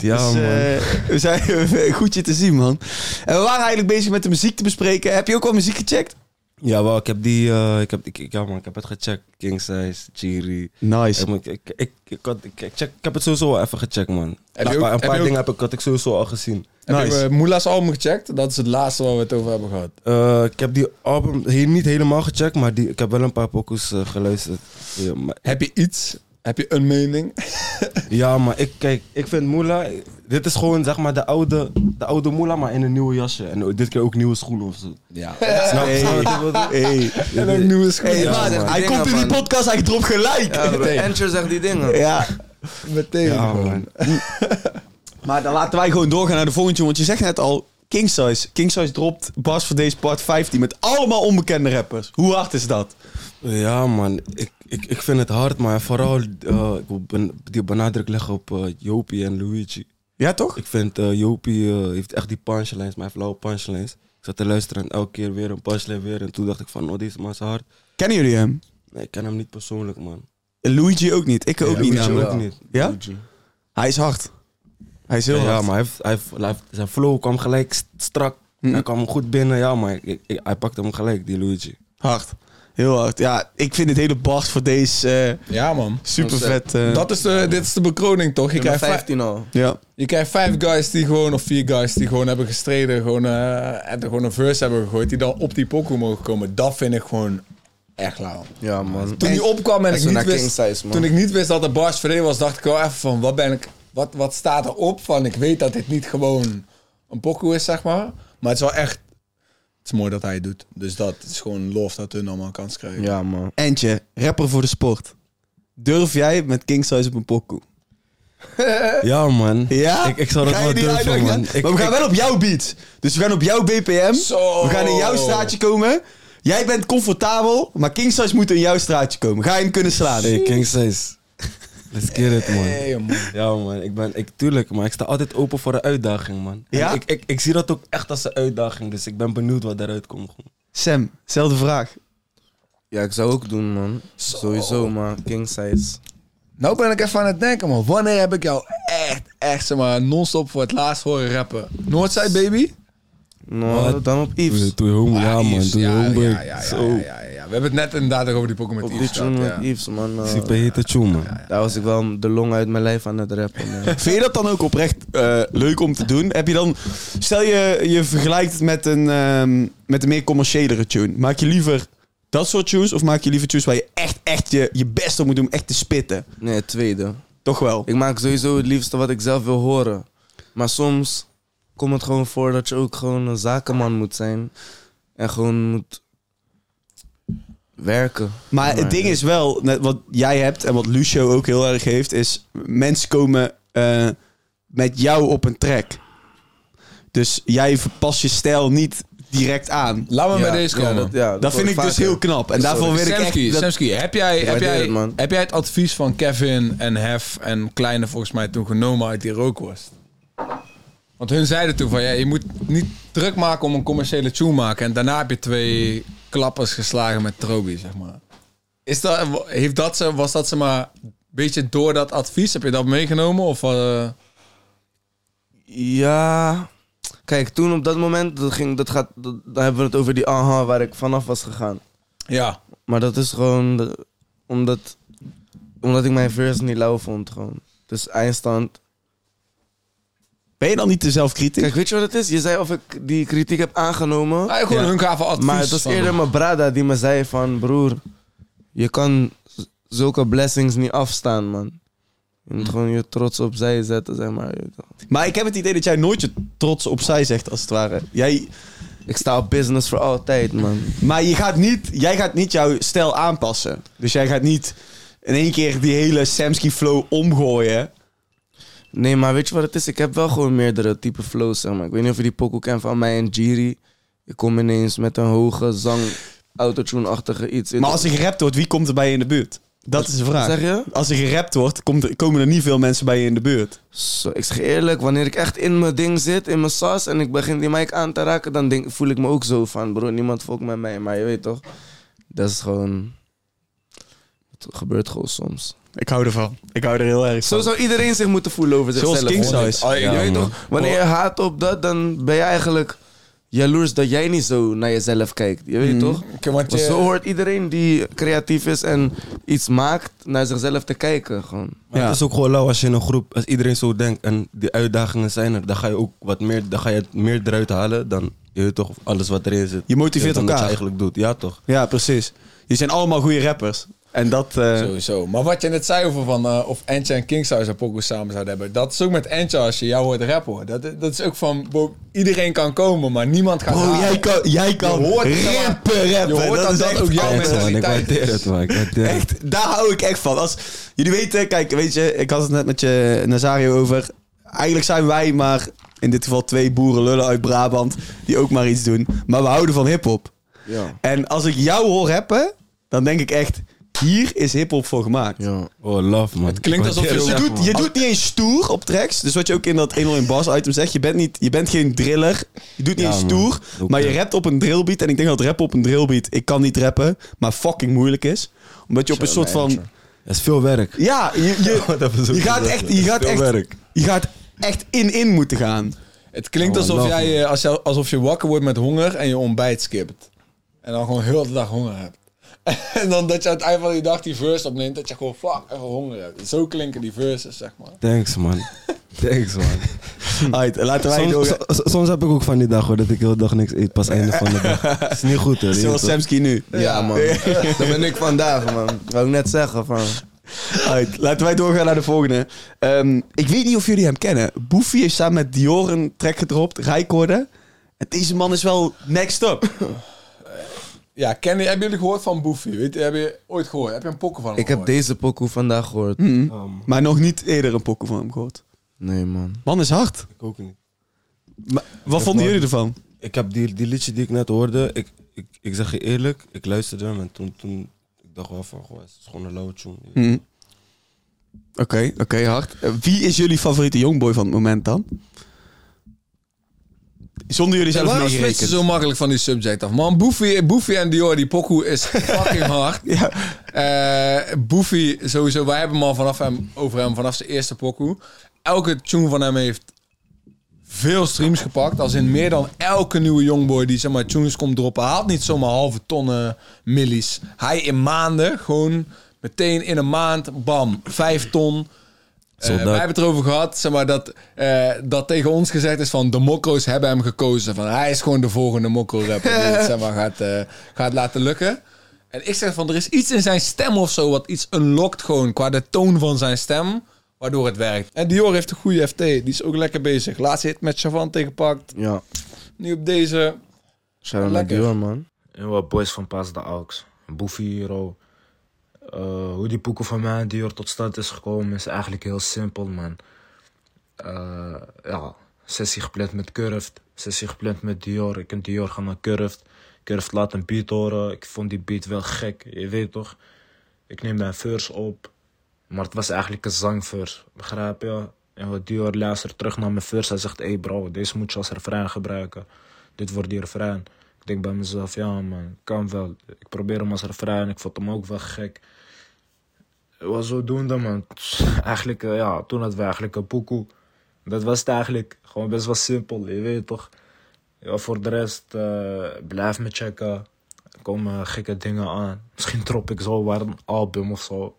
Ja,
dus,
man.
eh, we zijn goed je te zien, man. En we waren eigenlijk bezig met de muziek te bespreken. Heb je ook wel muziek gecheckt?
Ja, wel. Ik heb die... eh, ik heb, ik, ik- ja, man. Ik heb het gecheckt. King Size, Chiri.
Nice.
Ik, moet- ik, ik, ik, had- ik, ik check, ik heb het sowieso wel even gecheckt, man.
Heb je
een paar,
ook-
een
heb
paar
je ook-
dingen heb ik, had ik sowieso al gezien.
Heb
Nice.
je eh, Moela's album gecheckt? Dat is het laatste waar we het over hebben gehad.
Eh, ik heb die album he- niet helemaal gecheckt, maar die, ik heb wel een paar pokus eh, geluisterd. Ja maar,
Heb je iets? Heb je een mening?
ja, maar ik, kijk, ik vind Moela... Dit is gewoon zeg maar de oude, de oude Moela, maar in een nieuw jasje. En dit keer ook nieuwe schoenen of zo.
Ja.
Snap je? Snap je wat ik bedoel?
Hey.
En ook nieuwe schoenen.
Hey,
Ja,
maar
man.
hij
Dingen,
komt in die
man.
podcast, hij dropt gelijk.
Ja, bro.
Meteen.
Antje zegt die dingen.
ja.
meteen
Ja,
gewoon.
man.
Maar dan laten wij gewoon doorgaan naar de volgende, jongen. want je zegt net al, King Size. King Size dropt Bas voor deze part 15 met allemaal onbekende rappers. Hoe hard is dat?
Ja, man. Ik, ik, ik vind het hard, maar vooral eh, ik wil ben- die benadruk leggen op eh, Jopie en Luigi.
Ja, toch?
Ik vind eh, Jopie eh, heeft echt die punchlines, maar hij heeft lauwe punchlines. Ik zat te luisteren en elke keer weer een punchline weer. En toen dacht ik van, oh, deze man is hard.
Kennen jullie hem?
Nee, ik ken hem niet persoonlijk, man.
Luigi ook niet. Ik ook niet
Luigi
namelijk.
ook niet.
Ja?
Luigi.
Hij is hard. Hij is heel
Ja,
hard.
maar hij heeft, hij heeft- hij heeft- zijn flow kwam gelijk st- strak. Hij kwam goed binnen, ja, maar ik- ik- hij pakte hem gelijk, die Luigi.
Hard. Heel hard. Ja, ik vind het hele Bas voor deze eh,
Ja, man.
super vet. eh,
Dat is de, dit is de bekroning, toch? Je
Ik ben
krijgt, vijf,
15 al.
ja.
je krijgt vijf guys die gewoon, of vier guys die gewoon hebben gestreden. Gewoon, eh, en er gewoon een verse hebben gegooid. Die dan op die pokoe mogen komen. Dat vind ik gewoon echt lauw.
Ja, man.
Toen
En-
die opkwam en
en
ik
zo
niet
naar
wist...
King Size, man.
toen ik niet wist dat de bars verdeeld was, dacht ik wel even van... Wat, ben ik, wat, wat staat erop van... Ik weet dat dit niet gewoon een pokoe is, zeg maar. Maar het is wel echt... Het is mooi dat hij het doet. Dus dat is gewoon lof dat hun allemaal een kans krijgen.
Ja, man.
Entje, rapper voor de sport. Durf jij met King Size op een pokoe?
Ja, man.
Ja?
Ik, ik zou dat
Ga je
wel
die
durven,
uitnodigen?
man. Ik,
maar we gaan
ik-
wel op jouw beat. Dus we gaan op jouw BPM.
Zo.
We gaan in jouw straatje komen. Jij bent comfortabel, maar King Size moet in jouw straatje komen. Ga je hem kunnen slaan?
Hey, Ah, King Size. Let's get it, man.
Hey, man.
Ja, man. Ik ben, ik, tuurlijk, maar ik sta altijd open voor een uitdaging, man. En
Ja?
Ik, ik, ik zie dat ook echt als een uitdaging, dus ik ben benieuwd wat daaruit komt. gewoon.
Sam, zelfde vraag.
Ja, ik zou ook doen, man. Sowieso, man. King size.
Nou ben ik even aan het denken, man. Wanneer heb ik jou echt, echt, zeg maar, non-stop voor het laatst horen rappen? Noordside, baby?
Nou, dan op Yves.
Doe je homo, ja
Ah,
man,
Yves.
doe je
ja,
homo.
ja, ja, ja,
Zo.
ja, ja, ja. We hebben het net inderdaad ook over die Pokémon
Op
Yves
die
gehad,
tune
ja.
met Yves, man. eh,
Super hete tune, man.
daar was ik wel de long uit mijn lijf aan het rappen. man.
Vind je dat dan ook oprecht eh, leuk om te doen? Heb je dan, stel je, je vergelijkt het met een, ehm, met een meer commerciëlere tune. Maak je liever dat soort tunes of maak je liever tunes waar je echt, echt je, je best op moet doen om echt te spitten?
Nee, het tweede.
Toch wel?
Ik maak sowieso het liefste wat ik zelf wil horen. Maar soms komt het gewoon voor dat je ook gewoon een zakenman moet zijn. En gewoon moet werken.
Maar het ding is wel, net wat jij hebt en wat Lucio ook heel erg heeft, is mensen komen eh, met jou op een track. Dus jij verpast je stijl niet direct aan.
Laat me
Ja,
bij deze
ja,
komen.
dat, ja,
Dat vind ik dus heel knap. En daarvoor wil ik
Semsky,
echt... dat-
Semsky, heb, jij, heb,
waardeer
jij,
het, man.
heb jij het advies van Kevin en Hef en Kleine volgens mij toen genomen uit die rookworst? Want hun zeiden toen van ja, je moet niet druk maken om een commerciële tune te maken. En daarna heb je twee klappers geslagen met Trobi, zeg maar. Is dat, heeft dat, ze- was dat ze maar een beetje door dat advies? Heb je dat meegenomen? Of, eh,
Ja. Kijk, toen op dat moment, dat ging, dat gaat, dat- dan hebben we het over die aha waar ik vanaf was gegaan.
ja,
Maar dat is gewoon de- omdat, omdat ik mijn verse niet lauw vond. Gewoon. Dus eindstand.
Ben je dan niet te zelfkritisch?
Kijk, weet je wat het is? Je zei of ik die kritiek heb aangenomen.
Ah, gewoon hun gaven advies.
Maar het was
van-
eerder mijn brada die me zei van... Broer, je kan z- zulke blessings niet afstaan, man. Je moet gewoon je trots opzij zetten, zeg maar. Je weet wel.
Maar ik heb het idee dat jij nooit je trots opzij zegt, als het ware. Jij,
Ik sta op business voor altijd, man.
maar je gaat niet, jij gaat niet jouw stijl aanpassen. Dus jij gaat niet in één keer die hele Samsky flow omgooien.
Nee, maar weet je wat het is? Ik heb wel gewoon meerdere type flows, zeg maar. Ik weet niet of je die pokoe kent van mij en Jiri. Ik kom ineens met een hoge zang, autotune-achtige iets.
Maar als er gerapt wordt, wie komt er bij je in de buurt? Dat is de vraag.
Zeg je?
Als er gerapt wordt, komt er- komen er niet veel mensen bij je in de buurt.
Zo, ik zeg eerlijk, wanneer ik echt in mijn ding zit, in mijn sas en ik begin die mic aan te raken, dan denk, voel ik me ook zo van, bro, niemand volgt met mij, maar je weet toch, dat is gewoon, het gebeurt gewoon soms.
Ik hou ervan. Ik hou er heel erg
Zo zou iedereen zich moeten voelen over
Zoals
zichzelf.
King Size.
Ah,
Je weet
man.
toch, wanneer je haat op dat, dan ben je eigenlijk jaloers dat jij niet zo naar jezelf kijkt, je weet toch?
Oké, want
Want
je-
zo hoort iedereen die creatief is en iets maakt, naar zichzelf te kijken gewoon.
Maar
Ja.
het is ook gewoon lauw als je in een groep, als iedereen zo denkt en die uitdagingen zijn er, dan ga je ook wat meer, dan ga je het meer eruit halen dan je weet toch alles wat erin zit.
Je motiveert
dan dat
elkaar.
je eigenlijk doet, ja toch?
Ja, precies. Je zijn allemaal goede rappers. En dat... eh,
Sowieso. Maar wat je net zei over van, eh, of Antje en King Size een pokoe samen zouden hebben. Dat is ook met Antje als je jou hoort rappen. hoor. Dat, dat is ook van, bro, iedereen kan komen, maar niemand gaat
bro,
rappen.
jij kan, jij kan
Je hoort-
rappen, rappen.
Je hoort dat
is
dat
echt
ook jouw
anders.
Echt, man, ik
mentaliteit
waardeer
is-
het man, ik waardeer het.
Echt, daar hou ik echt van. Als, jullie weten, kijk, weet je, ik had het net met je Nazario over. Eigenlijk zijn wij maar in dit geval twee boeren lullen uit Brabant die ook maar iets doen. Maar we houden van hip-hop.
Ja.
En als ik jou hoor rappen, dan denk ik echt, hier is hip-hop voor gemaakt.
Ja.
Oh, love man. Het
klinkt alsof je-
Dus je,
Ja,
doet, je doet niet eens stoer op tracks. Dus wat je ook in dat 101 Bas item zegt, je bent, niet, je bent geen driller. Je doet niet
Ja,
eens
man.
stoer.
Ook
Maar je
echt.
rapt op een drillbeat. En ik denk dat rappen op een drillbeat, ik kan niet rappen, maar fucking moeilijk is. Omdat je op een soort van...
Het is veel werk.
Ja, je, je,
Dat is ook
je gaat
wel
echt,
zo.
je gaat
Veel
echt,
werk.
je gaat echt in-in moeten gaan.
Het klinkt
Oh,
alsof,
love,
jij, eh, als je, alsof je wakker wordt met honger en je ontbijt skipt. En dan gewoon heel de dag honger hebt. En dan dat je aan het eind van die dag die verse opneemt, dat je gewoon fuck echt honger hebt. Zo klinken die verses, zeg maar.
Thanks man. Thanks man.
Alright, laten wij
Hm. Soms,
door.
so- soms heb ik ook van die dag hoor, dat ik heel de dag niks eet, pas einde van de dag. is niet goed hè.
Zoals Samsky nu.
Ja, man. Dat ben ik vandaag, man. Wou ik net zeggen van.
Alright, laten wij doorgaan naar de volgende. Ehm, ik weet niet of jullie hem kennen. Boefie heeft samen met Dior een track gedropt, Rijkoorden. En deze man is wel next up.
Ja, ken je, hebben jullie gehoord van Boefie? Weet, je, heb je ooit gehoord? Heb je een pokken van hem
Ik heb
gehoord?
deze pokoe vandaag gehoord.
Hm.
Maar nog niet eerder een pokken van hem gehoord.
Nee, man.
Man is hard.
Ik ook niet.
Maar wat vonden jullie ervan?
Ik heb die, die liedje die ik net hoorde, ik, ik, ik zeg je eerlijk, ik luisterde hem en toen, toen ik dacht wel van, goh, het is gewoon een lauwe tune.
Hm. Oké, oké, hard. Eh, Wie is jullie favoriete jongboy van het moment dan? Zonder jullie zelf
Waarom
meegerekend.
switchen ze zo makkelijk van die subject af? Man, Boefy, Boefy en Dior, die pokoe is fucking hard.
Ja.
Eh, Boefy, sowieso, wij hebben hem al vanaf hem, over hem, vanaf zijn eerste pokoe. Elke tune van hem heeft veel streams gepakt. Als in meer dan elke nieuwe jongboy die zeg maar, tunes komt droppen. Hij haalt niet zomaar halve tonnen millies. Hij in maanden, gewoon meteen in een maand, bam, vijf ton. Eh,
Soldaat.
wij hebben het erover gehad, zeg maar, dat, eh, dat tegen ons gezegd is van de mokro's hebben hem gekozen. Van, hij is gewoon de volgende mokro-rapper die het zeg maar, gaat, eh, gaat laten lukken. En ik zeg van, er is iets in zijn stem of zo wat iets unlockt gewoon qua de toon van zijn stem, waardoor het werkt. En Dior heeft een goede FT, die is ook lekker bezig. Laatste hit met Chavan tegenpakt,
Ja,
nu op deze.
shout-out naar
Lekker.
Dior, man.
En wat boys van Paas de Alks. Boefie, Ro. Eh, hoe die poeken van mij die er tot stand is gekomen is eigenlijk heel simpel, man. Eh, ja, sessie gepland met Curved. Sessie gepland met Dior. Ik en Dior gaan naar Curved. Curved laat een beat horen. Ik vond die beat wel gek, je weet toch. Ik neem mijn verse op. Maar het was eigenlijk een zangverse, begrijp je? En wat Dior luistert terug naar mijn verse. Hij zegt, hey bro, deze moet je als refrein gebruiken. Dit wordt die refrein. Ik denk bij mezelf, ja man, kan wel. Ik probeer hem als refrein, ik vond hem ook wel gek. Het was zodoende man. Eigenlijk, eh, ja, toen hadden we eigenlijk een poekoe. Dat was het eigenlijk. Gewoon best wel simpel, je weet toch. Ja, voor de rest, eh, blijf me checken. Er komen gekke dingen aan. Misschien drop ik zo waar een album of zo.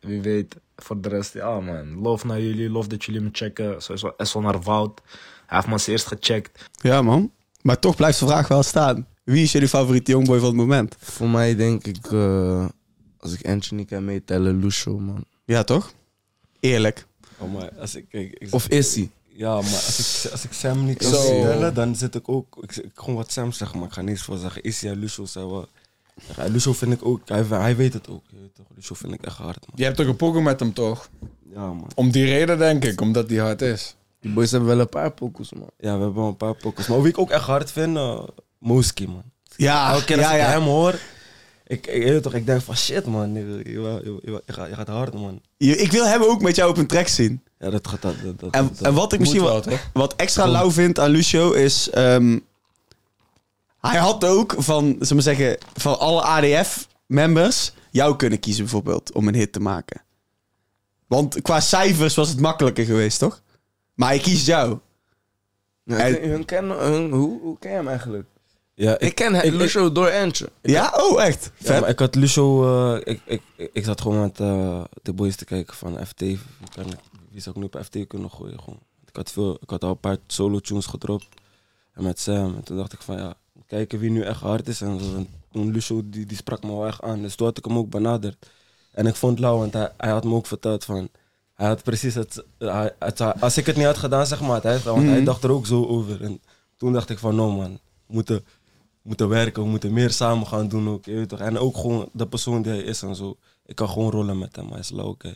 Wie weet. Voor de rest, ja man. Lof naar jullie, lof dat jullie me checken. Sowieso SO naar Wout. Hij heeft me als eerst gecheckt.
Ja, man. Maar toch blijft de vraag wel staan. Wie is jullie favoriete jongboy van het moment?
Voor mij denk ik, eh, als ik Anthony kan meetellen, Lucio, man.
Ja, toch? Eerlijk.
Oh, maar als ik, ik, ik-
Of is hij?
ja, maar als ik, als ik Sam niet kan
Zo.
vertellen, dan zit ik ook... Ik, ik gewoon wat Sam zeggen, maar ik ga niks voor zeggen. Is hij Lucio, zei wel. Ja, Lucio vind ik ook... Hij, hij weet het ook. je weet toch? Lucio vind ik echt hard, man.
Je hebt ook een pokoe met hem toch?
Ja, man.
Om die reden denk ik, omdat die hard is.
Die boys hebben wel een paar pokoes, man.
Ja, we hebben wel een paar pokkers. Maar wie ik ook echt hard vind, eh Moski, man.
Ja,
Elke keer als
ja,
ik
ja.
hem hoor, ik, ik, je weet toch, ik denk van shit, man. Je, je, je, je- je gaat, je gaat hard, man.
Je- ik wil hem ook met jou op een track zien.
Ja, dat gaat... Dat, dat, dat-
En,
dat-
en wat ik misschien
wel,
wat,
toch?
wat extra lauw vind aan Lucio is... ehm, hij had ook van, zullen we zeggen, van alle ADF-members jou kunnen kiezen bijvoorbeeld om een hit te maken. Want qua cijfers was het makkelijker geweest, toch? Maar hij kiest jou.
Ja,
Hij-
ik denk, hun kennen, hun, hoe, hoe ken je hem eigenlijk?
ja,
Ik, ken hem,
ik-
Lucio door Antje.
ja? Oh, echt?
Ja,
Vet.
maar ik had Lucio, eh, ik, ik, ik, ik zat gewoon met eh, de boys te kijken van FT. Wie, kan ik, wie zou ik nu op FT kunnen gooien? Gewoon. Ik, had veel, ik had al een paar solo tunes gedropt. En met Sam. En toen dacht ik van ja, kijken wie nu echt hard is. En zo. En toen Lucio, die, die sprak me wel echt aan. Dus toen had ik hem ook benaderd. En ik vond het lauw, want hij, hij had me ook verteld van. Hij had precies het, hij- het- Als ik het niet had gedaan, zeg maar. had Hij, want
Mhm.
hij dacht er ook zo over. En toen dacht ik van no man, we moeten moeten werken, we moeten meer samen gaan doen ook. Je weet toch? En ook gewoon de persoon die hij is en zo. Ik kan gewoon rollen met hem, hij is lauw, oké.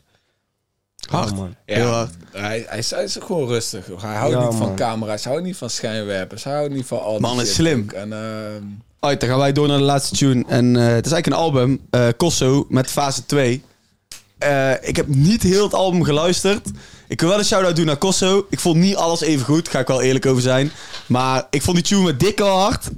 Hard.
man.
Heel hard.
Hij, hij, is- hij is ook gewoon rustig. Hij houdt
Ja,
niet van
man.
camera's, hij houdt niet van schijnwerpers, hij houdt niet van al die
Man is
shit
slim.
ook. En, ehm,
Alright, dan gaan wij door naar de laatste tune. En eh, het is eigenlijk een album, eh Kosso, met fase 2. Eh, ik heb niet heel het album geluisterd. Ik wil wel een shout-out doen naar Kosso. Ik vond niet alles even goed, ga ik wel eerlijk over zijn. Maar ik vond die tune met dik al hard.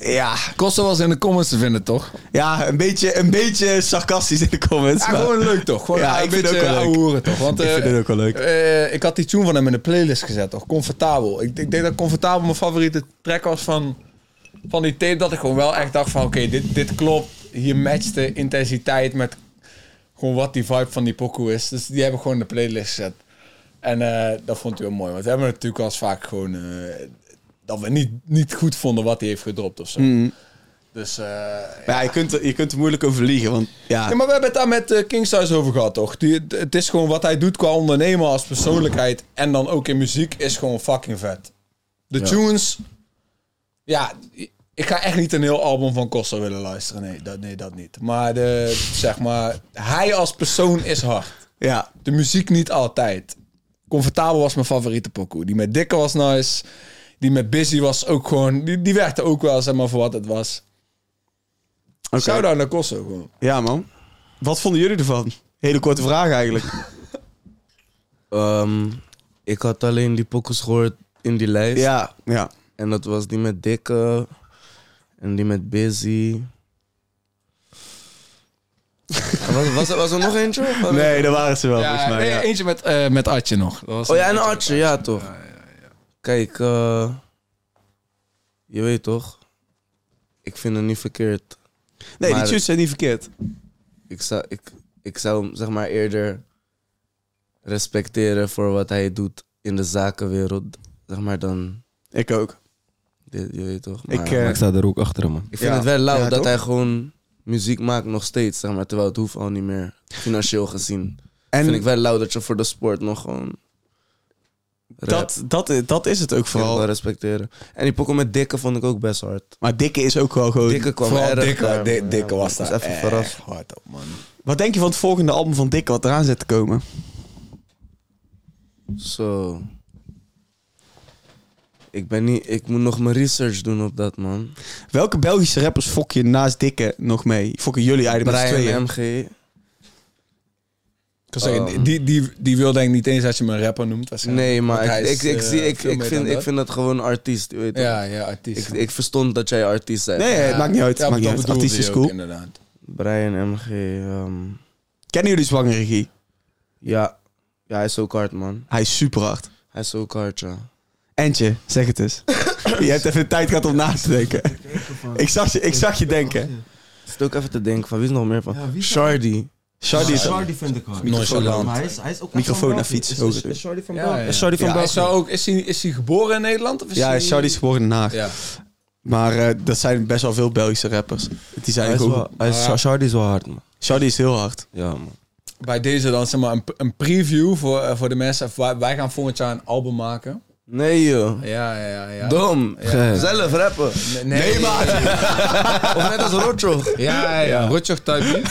Ja,
Kosten was in de comments te vinden, toch?
ja een, beetje, een beetje sarcastisch in de comments.
Ja,
maar-
gewoon leuk toch? Gewoon
Ja,
een
ik vind het
beetje
ook wel leuk.
ouwe hoeren, toch? Want,
Ik
eh,
vind het ook wel leuk.
eh, ik had die tune van hem in de playlist gezet, toch? Comfortabel. Ik, ik denk dat Comfortabel mijn favoriete track was van, van die tape. Dat ik gewoon wel echt dacht van, oké, dit, dit klopt. Hier matcht de intensiteit met gewoon wat die vibe van die pokoe is. Dus die hebben gewoon in de playlist gezet. En eh, dat vond ik wel mooi. Want we hebben natuurlijk wel eens vaak gewoon... eh, dat we niet, niet goed vonden wat hij heeft gedropt of zo.
Mm.
Dus... eh,
Maar ja, je kunt, er- je kunt er moeilijk over liegen, want ja...
ja, maar we hebben het daar met eh, Kingstars over gehad, toch? Die, het- het is gewoon wat hij doet qua ondernemer als persoonlijkheid en dan ook in muziek is gewoon fucking vet. De tunes, ja, ik ga echt niet een heel album van Costa willen luisteren. Nee, dat, nee, dat niet. Maar de, zeg maar, hij als persoon is hard.
ja.
De muziek niet altijd. Comfortabel was mijn favoriete pokoe. Die met Dikke was nice. Die met Busy was ook gewoon... Die, die werkte ook wel, zeg maar, voor wat het was.
Oké.
Shout-out naar Costa gewoon.
ja, man. Wat vonden jullie ervan? Hele korte vraag eigenlijk.
Ehm, ik had alleen die pokkels gehoord in die lijst.
Ja, ja.
En dat was die met Dikke. En die met Busy. was, was, er- was er nog eentje? Of-
Nee, daar waren ze wel, volgens mij.
nee,
ja.
eentje met, eh met Atje nog. Dat was
Oh ja, en
een-
Artje, ja toch. Kijk, eh, je weet toch? Ik vind het niet verkeerd.
Nee, die
Maar-
tunes zijn niet verkeerd.
Ik zou, ik, ik zou hem zeg maar eerder respecteren voor wat hij doet in de zakenwereld. Zeg maar dan,
Ik ook.
dit, je weet toch?
Ik,
Maar-
eh,
Maar ik sta er ook achter, man.
Ik vind
Ja.
het wel lauw
Ja,
dat
toch?
hij gewoon muziek maakt nog steeds, zeg maar. Terwijl het hoeft al niet meer, financieel gezien.
En
vind ik wel lauw dat je voor de sport nog gewoon...
dat, dat, dat is het ook
vooral
vooral.
wel respecteren. En die pokken met Dikke vond ik ook best hard.
Maar Dikke is ook wel gewoon...
Dikke kwam
Vooral
erg
Dikke,
daar.
Di- Dikke was
Dat
daar
is
Eh,
even verrast.
hard op, man.
Wat denk je van het volgende album van Dikke wat eraan zit te komen?
Zo. Ik ben niet... Ik moet nog mijn research doen op dat, man.
Welke Belgische rappers fok je naast Dikke nog mee? Fokken jullie eigenlijk met z'n
Brian
tweeën?
MG.
Ik kan zeggen,
Oh.
die, die, die wil denk ik niet eens dat je me een rapper noemt. waarschijnlijk.
Nee,
Want
maar
hij
ik,
is,
ik, ik,
eh,
zie, ik,
veel
ik,
meer
vind,
dan
ik
dat.
vind dat gewoon artiest, je weet
Ja, ja, artiest.
toch? Ik, ik verstond dat jij artiest bent.
Nee, het maakt niet uit.
Ja,
maakt niet
dat
uit.
bedoelde
Artiest
je
is
ook
cool.
Inderdaad.
Brian MG, ehm,
Kennen jullie Zwangere Regie?
ja. Ja, hij is ook hard, man.
Hij is super hard.
Hij is ook hard, ja.
Entje, zeg het eens. je hebt even de tijd gehad om na te denken. ik, zag je, ik zag je denken.
Ik zit ook even te denken van wie is er nog meer van. Shardy.
Shardy is...
Shardy vind ik hard.
Nonchalant.
Maar hij is, hij is ook echt
Microfoon
van
naar
België.
fiets,
Is-
ook.
Is, is Shardy van
Ja,
België?
ja.
Is Saudi van
Ja, hij
België?
zou ook, is, hij, is hij geboren in Nederland? Of is
Ja,
hij...
Shardy is geboren in Den Haag.
Ja.
Maar eh, dat zijn best wel veel Belgische rappers. Die zijn
Hij is
gewoon...
wel, hij is,
Ja.
Shardy is wel hard, man.
Shardy is heel hard.
Ja, man.
Bij deze dan zeg maar een, een preview voor, eh, voor de mensen. Wij, wij gaan volgend jaar een album maken.
Nee, joh.
Ja, ja, ja. ja.
Dom.
Ja.
Zelf rappen.
Nee, maar...
Of net als Rotjoch.
Ja, ja, ja. Rutger Tuipje.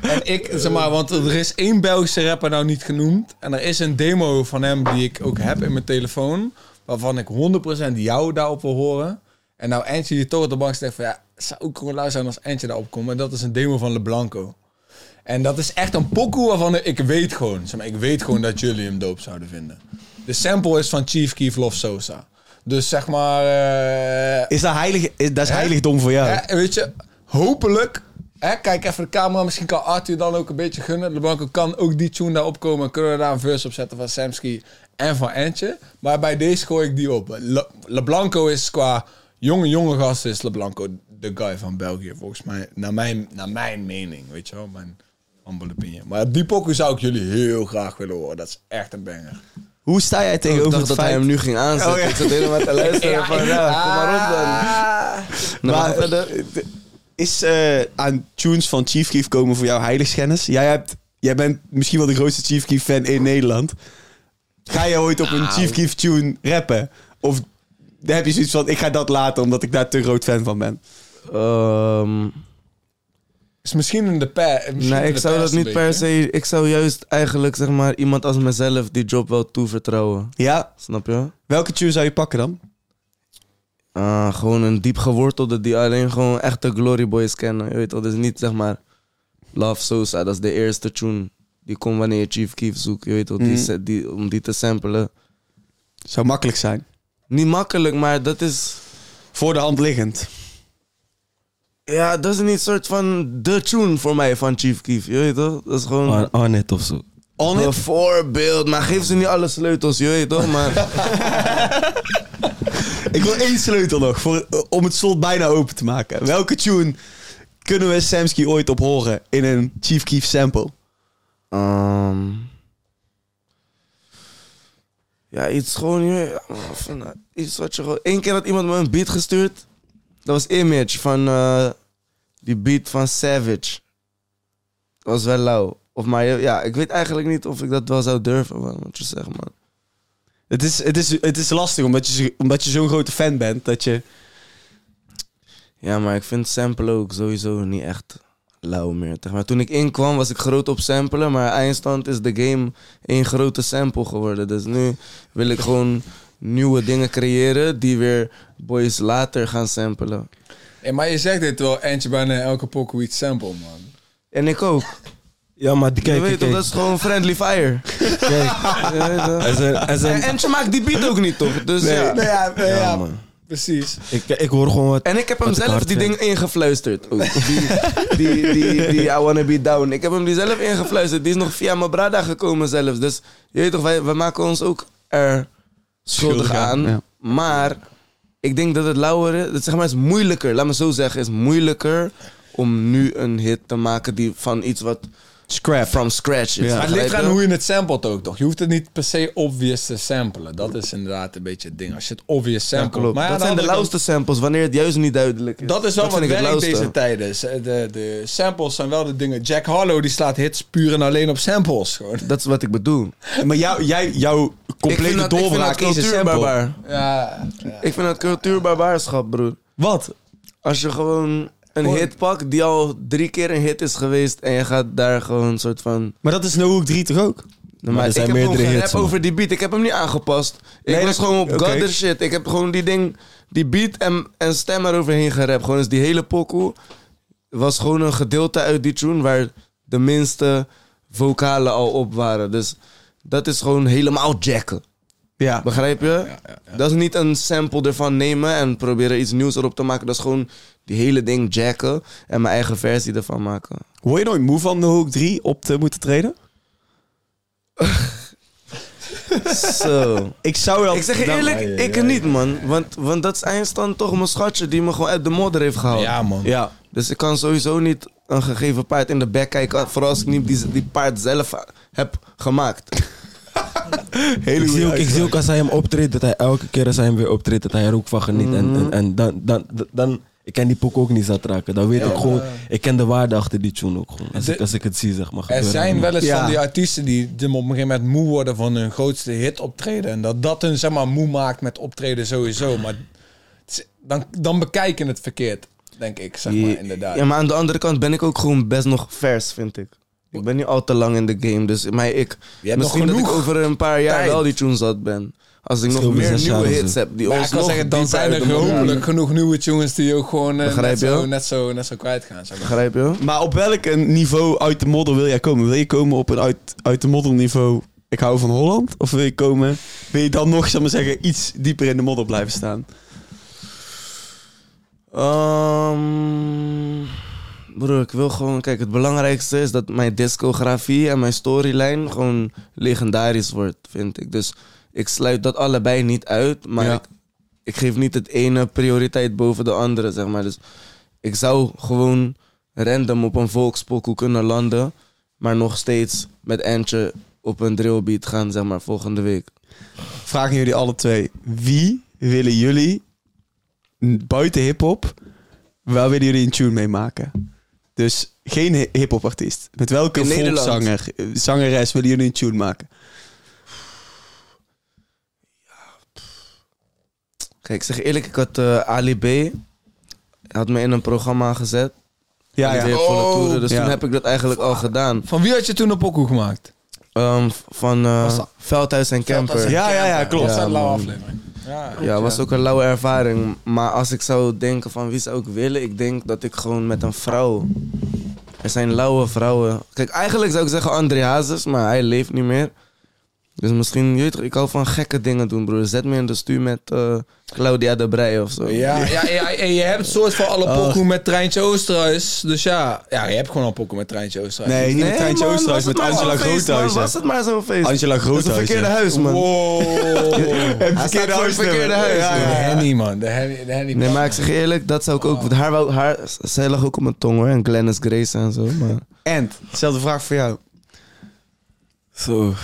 en ik, zeg maar, want er is één Belgische rapper nou niet genoemd. En er is een demo van hem die ik ook heb in mijn telefoon. Waarvan ik 100% jou daarop wil horen. En nou Eentje hier toch op de bank zegt van... Ja, het zou ook gewoon leuk zijn als Eentje daarop komt. En dat is een demo van LeBlanco. En dat is echt een pokoe waarvan ik weet gewoon... Zeg maar, ik weet gewoon dat jullie hem doop zouden vinden. De sample is van Chief Keef Love Sosa. Dus zeg maar... eh,
Is dat, heilig, is, dat is
Hè?
heiligdom voor jou?
Hè, weet je, hopelijk. Hè, kijk even de camera, misschien kan Arthur dan ook een beetje gunnen. LeBlanco kan ook die tune daar opkomen. Kunnen we daar een verse op zetten van Samski en van Entje. Maar bij deze gooi ik die op. Le- LeBlanco is qua jonge, jonge gast is LeBlanco de guy van België. Volgens mij, naar mijn, naar mijn mening, weet je wel. Mijn humble opinion. Maar die pokoe zou ik jullie heel graag willen horen. Dat is echt een banger.
Hoe sta jij
Ik
tegenover het
dacht dat
feit...
hij hem nu ging aanzetten.
Oh, ja.
Ik zat helemaal te luisteren van, ja, kom maar op dan. Nou,
Maar,
maar verder.
eh, d- is eh, aan tunes van Chief Keef komen voor jou heiligschennis? Jij, hebt, jij bent misschien wel de grootste Chief Keef fan in Nederland. Ga je ooit op een Chief Keef tune rappen? Of heb je zoiets van, ik ga dat later omdat ik daar te groot fan van ben?
Ehm,
Is misschien in de pers.
nee, ik zou dat niet per se... Ik zou juist eigenlijk, zeg maar, iemand als mezelf die job wel toevertrouwen.
Ja,
Snap je?
welke tune zou je pakken dan?
Ah, gewoon een diep gewortelde die alleen gewoon echte Glory Boys kennen. Je weet toch, dus niet zeg maar Love Sosa, dat is de eerste tune. Die komt wanneer je Chief Keef zoekt, je weet toch, die,
Mhm.
se- die, om die te samplen.
Zou makkelijk zijn.
Niet makkelijk, maar dat is...
Voor de hand liggend.
Ja, dat is niet soort van de tune voor mij van Chief Keef, je weet toch? Dat is gewoon...
On, on it of zo.
On
Een
it?
voorbeeld, maar geef ze niet alle sleutels, je weet toch? Maar
Ik wil één sleutel nog voor, eh, om het slot bijna open te maken. Welke tune kunnen we Samsky ooit op horen in een Chief Keef sample?
Ehm. ja, iets gewoon. je- van, eh, Iets wat je gewoon. Eén keer had iemand me een beat gestuurd. Dat was Image van. eh, die beat van Savage. Dat was wel lauw. Of maar je- ja, ik weet eigenlijk niet of ik dat wel zou durven, man, moet je zeggen, man.
Het is, het is, het is lastig omdat je, zo- omdat je zo'n grote fan bent dat je.
Ja, maar ik vind samplen ook sowieso niet echt lauw meer. Zeg maar, toen ik inkwam was ik groot op samplen, maar eindstand is de game één grote sample geworden. Dus nu wil ik gewoon nieuwe dingen creëren die weer boys later gaan samplen.
maar je zegt dit wel, Eentje bijna elke pokoe iets sample, man.
En ik ook.
Ja, maar die,
je
kijk,
weet
kijk,
toch,
kijk.
dat is gewoon friendly fire. Kijk. en,
ze- en ze-
en ze maakt die beat ook niet, toch? Dus
Nee.
ja.
Nee,
ja, nee, ja.
man.
Precies.
Ik, ik hoor gewoon wat.
En ik heb hem
Wat ik
zelf
hard
die
vind.
ding ingefluisterd. ook. Die, die, die, die I Wanna Be Down. Ik heb hem die zelf ingefluisterd. Die is nog via mijn brada gekomen zelfs. Dus je weet toch, wij, wij maken ons ook er schuldig
Schuldig aan,
aan.
ja.
Maar ik denk dat het lauwer is. Zeg maar, is moeilijker. Laat me zo zeggen. is moeilijker om nu een hit te maken die van iets wat
Scrap.
from scratch is.
Ja.
Maar het ligt
Begrijp
aan
je?
hoe je het samplet ook, toch? Je hoeft het niet per se obvious te samplen. Dat is inderdaad een beetje het ding. Als je het obvious
Ja,
samplet...
klopt.
Maar ja,
dat
dan
zijn de
had ik ook-
lauwste samples, wanneer het juist niet duidelijk is.
Dat is wel wat
vind ik het
werkt
lauwste.
deze tijden. De, de samples zijn wel de dingen. Jack Harlow die slaat hits puur en alleen op samples. Gewoon.
Dat is wat ik bedoel.
Maar jou, jij, jouw
ik
complete
vind dat- ik vind
doorbraak
dat
is een sample.
cultuurbarbaar.
Ja,
Ik vind dat cultuurbarbaarschap, broer.
Wat?
Als je gewoon een hit pakt die al drie keer een hit is geweest en je gaat daar gewoon een soort van...
Maar dat is No Hook 3 toch ook?
Maar,
er
ik
zijn
heb gewoon
meerdere
gerap
hits, man.
over die beat. Ik heb hem niet aangepast. Ik
Nee,
was
dat-
gewoon op
oké.
godder shit. Ik heb gewoon die ding, die beat en, en stem eroverheen gerapt. Gewoon dus die hele pokoe was gewoon een gedeelte uit die tune waar de minste vocalen al op waren. Dus dat is gewoon helemaal jacken.
Ja.
Begrijp je? Dat is niet een sample ervan nemen en proberen iets nieuws erop te maken. Dat is gewoon die hele ding jacken en mijn eigen versie ervan maken.
Word je nooit moe van No Hook 3 op te moeten treden?
Zo. Nou,
Ik zou wel... Nou,
Ik zeg je eerlijk, ik niet man. Want, want dat is eindstand toch mijn schatje die me gewoon uit de modder heeft gehaald.
ja man.
Ja.
Dus ik kan sowieso niet een gegeven paard in de bek kijken. Vooral als ik niet die, die paard zelf heb gemaakt.
Hele
Ik zie, ook,
goede
ik zie ook als hij hem optreedt, dat hij elke keer als hij hem weer optreedt, dat hij er ook van geniet. En, en, en dan, dan, dan, ik ken die poek ook niet zat raken. Dan weet ik gewoon, ik ken de waarde achter die tune ook gewoon. Als,
De-
ik, als ik het zie, zeg maar.
Er
gebeuren.
zijn wel eens
Ja.
van die artiesten die, die op een gegeven moment moe worden van hun grootste hit optreden. En dat dat hun zeg maar moe maakt met optreden sowieso. Maar het is- dan, dan bekijken het verkeerd, denk ik, zeg maar, inderdaad.
Ja, maar aan de andere kant ben ik ook gewoon best nog vers, vind ik. Ik ben niet al te lang in de game, dus maar ik...
Je hebt
misschien
nog
dat ik
genoeg.
over een paar jaar
tijd.
wel die tunes zat ben. Als ik nog
Stil
meer
bizar
nieuwe
zouden
hits
ze.
heb die
Maar
ons
ik kan
nog
zeggen, dan
dieper
zijn
uit
er
de modder
hopelijk genoeg nieuwe tunes die ook gewoon eh,
Begrijp
net,
je?
zo, net, zo, net zo kwijt gaan. Zeg
halen.
maar.
Begrijp je?
Maar op welk een niveau uit de modder wil jij komen? Wil je komen op een uit, uit de modder niveau... Ik hou van Holland? Of wil je komen... Wil je dan nog, zal ik maar zeggen, iets dieper in de modder blijven staan?
Ehm, broer, ik wil gewoon... Kijk, het belangrijkste is dat mijn discografie en mijn storyline gewoon legendarisch wordt, vind ik. Dus ik sluit dat allebei niet uit, maar
Ja.
ik, ik geef niet het ene prioriteit boven de andere, zeg maar. Dus ik zou gewoon random op een volkspokoe kunnen landen, maar nog steeds met Antje op een drillbeat gaan, zeg maar, volgende week.
Vragen jullie alle twee. Wie willen jullie n- buiten hip-hop, waar willen jullie een tune mee maken? Dus geen hi- hip-hop artiest. Met welke
In Nederland.
volkszanger, eh, zangeres willen jullie een tune maken?
Kijk, ik zeg eerlijk, ik had eh, Ali B. had me in een programma gezet.
Ja,
En
ja.
weer volle toeren. Dus
ja.
toen heb ik dat eigenlijk al gedaan.
Van wie had je toen een pokoe gemaakt?
Ehm, v- van eh, Veldhuis en Camper.
Veldhuis en-
Ja, ja, ja, klopt.
dat is een lauwe
man.
aflevering. Ja.
Ja, was ook een lauwe ervaring. Maar als ik zou denken van wie zou ik willen, ik denk dat ik gewoon met een vrouw. Er zijn lauwe vrouwen. Kijk, eigenlijk zou ik zeggen André Hazes, maar hij leeft niet meer. Dus misschien, je weet toch, ik hou van gekke dingen doen, broer. Zet me in de stuur met eh, Claudia de Brij of zo.
Ja, ja, ja, en je hebt soort van alle pokoe met Treintje Oosterhuis. Dus ja, ja, je hebt gewoon al pokoe met Treintje Oosterhuis.
Nee, niet met Treintje
man,
Oosterhuis,
was het
met
maar zo'n
Angela
feest, man.
Groothuis.
Was het maar zo'n feest.
Angela
Dat is een
Groothuis.
verkeerde
ja.
huis, man.
Wow.
Het
Hij staat
verkeerde
voor
huis.
het verkeerde huis.
Ja,
Oh. De
ja, ja.
Henny, man. De Henny. De Henny
Nee, maar ik zeg je eerlijk, dat zou ik ook. want Haar, wou- haar, zij lag ook op mijn tong hoor. En Glennis Grace en zo. Maar
En, dezelfde vraag voor jou.
Zo.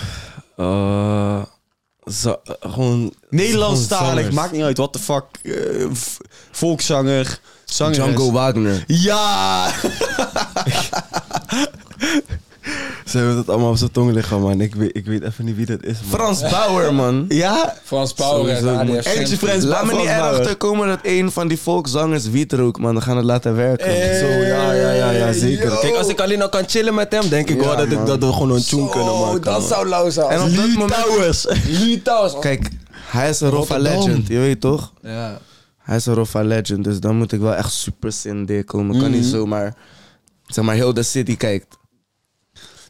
eh, za- gewoon.
Nederlandstalig,
zangers.
maakt niet uit. What the fuck. eh, v- volkszanger, zangeres.
Django Wagner.
Ja!
Ze hebben dat allemaal op zijn tong liggen, man. Ik weet, ik weet even niet wie dat is. Man.
Frans Bauer, man.
Ja?
Frans Power en
Sowieso, man.
ADF
Ergens
Symphony.
friends,
Laat me niet
Frans Bauer.
erachter komen dat een van die volkszangers wiet rookt, man. Dan gaan we het laten werken.
Zo, ja, ja, ja, ja, zeker.
Yo.
Kijk, als ik alleen al kan chillen met hem, denk ik
Ja,
wel dat, ik,
man.
dat we gewoon een tune kunnen
Oh,
maken.
dat
man.
zou lauw zijn.
En op dat moment.
Towers.
Lee Towers.
Kijk, hij is een Roffa
Rotterdam.
legend. Je weet toch?
Ja.
Hij is een Roffa legend. Dus dan moet ik wel echt Mhm. super sin komen. Kan niet zomaar. Zeg maar, heel de city kijkt.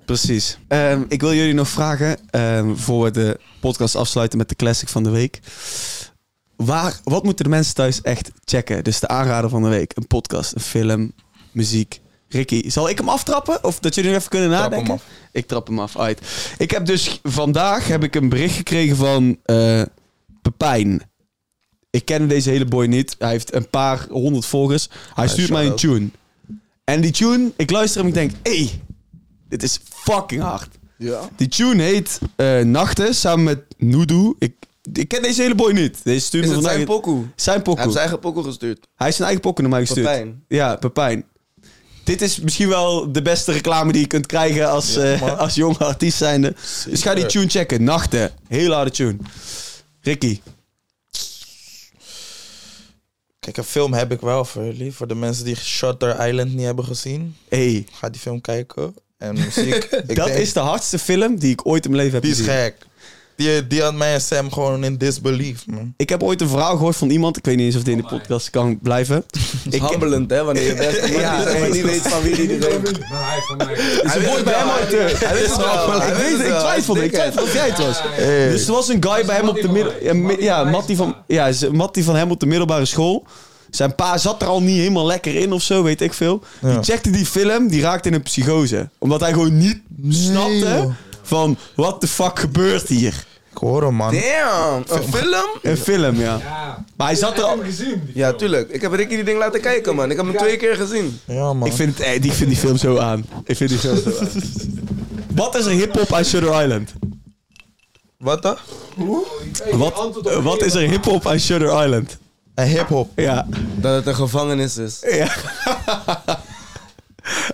Precies. Ehm, ik wil jullie nog vragen, ehm, voor we de podcast afsluiten met de classic van de week. Waar, wat moeten de mensen thuis echt checken? Dus de aanrader van de week. Een podcast, een film, muziek. Ricky, zal ik hem aftrappen? Of dat jullie nog even kunnen nadenken? Ik trap hem af. Uit. Ik heb dus vandaag heb ik een bericht gekregen van eh, Pepijn. Ik ken deze hele boy niet. Hij heeft een paar honderd volgers. Hij stuurt mij een tune. En die tune, ik luister hem en ik denk... hey, dit is fucking hard.
Ja.
Die tune heet eh, Nachten samen met Noodoo. Ik, ik ken deze hele boy niet. Deze stuurt
Is
me
het
vandaag...
zijn pokoe?
Zijn
Hij heeft
pokoe.
zijn eigen pokoe gestuurd.
Hij heeft zijn eigen pokoe naar mij gestuurd.
Pepijn.
Ja, Pepijn. Dit is misschien wel de beste reclame die je kunt krijgen als, eh, als jonge artiest zijnde. Dus ga die tune checken. Nachten. Heel harde tune. Ricky.
Kijk, een film heb ik wel voor jullie. Voor de mensen die Shutter Island niet hebben gezien,
Hey,
ga die film kijken. En muziek. ik
dat
denk-
is de hardste film die ik ooit in mijn leven heb
Die is
gezien.
gek. Die, die had mij en Sam gewoon in disbelief, man.
Ik heb ooit een verhaal gehoord van iemand. Ik weet niet eens of dit
Oh
in de podcast kan blijven.
Het is humbelend, hè, wanneer je best
Ja,
ja,
eens.
niet weet van wie die die weet.
Hij woord bij hem uit. eh, Hij wist het wel. maar Ik weet het, ik twijfelde. Ik twijfelde of jij het was. Dus er was een guy bij hem op de middelbare... Ja, Mattie van, ja, z- Mattie van hem op de middelbare school. Zijn pa zat er al niet helemaal lekker in of zo, weet ik veel. Die checkte die film, die raakte in een psychose. Omdat hij gewoon niet snapte
joh.
van... What the fuck gebeurt hier?
Ik hoor hem, man.
Damn, een film?
Een film, ja. Maar hij zat er al...
Ja, tuurlijk. Ik heb Ricky die ding laten kijken, man. Ik heb hem twee keer gezien.
Ja, man.
Ik vind, het, eh, die- ik vind die film zo aan. Ik vind die film zo aan. Wat is er hip-hop aan Shutter Island?
Wat dan?
Wat, eh, wat is er hip-hop aan Shutter Island?
En hip-hop.
Ja.
Dat het een gevangenis is.
Ja.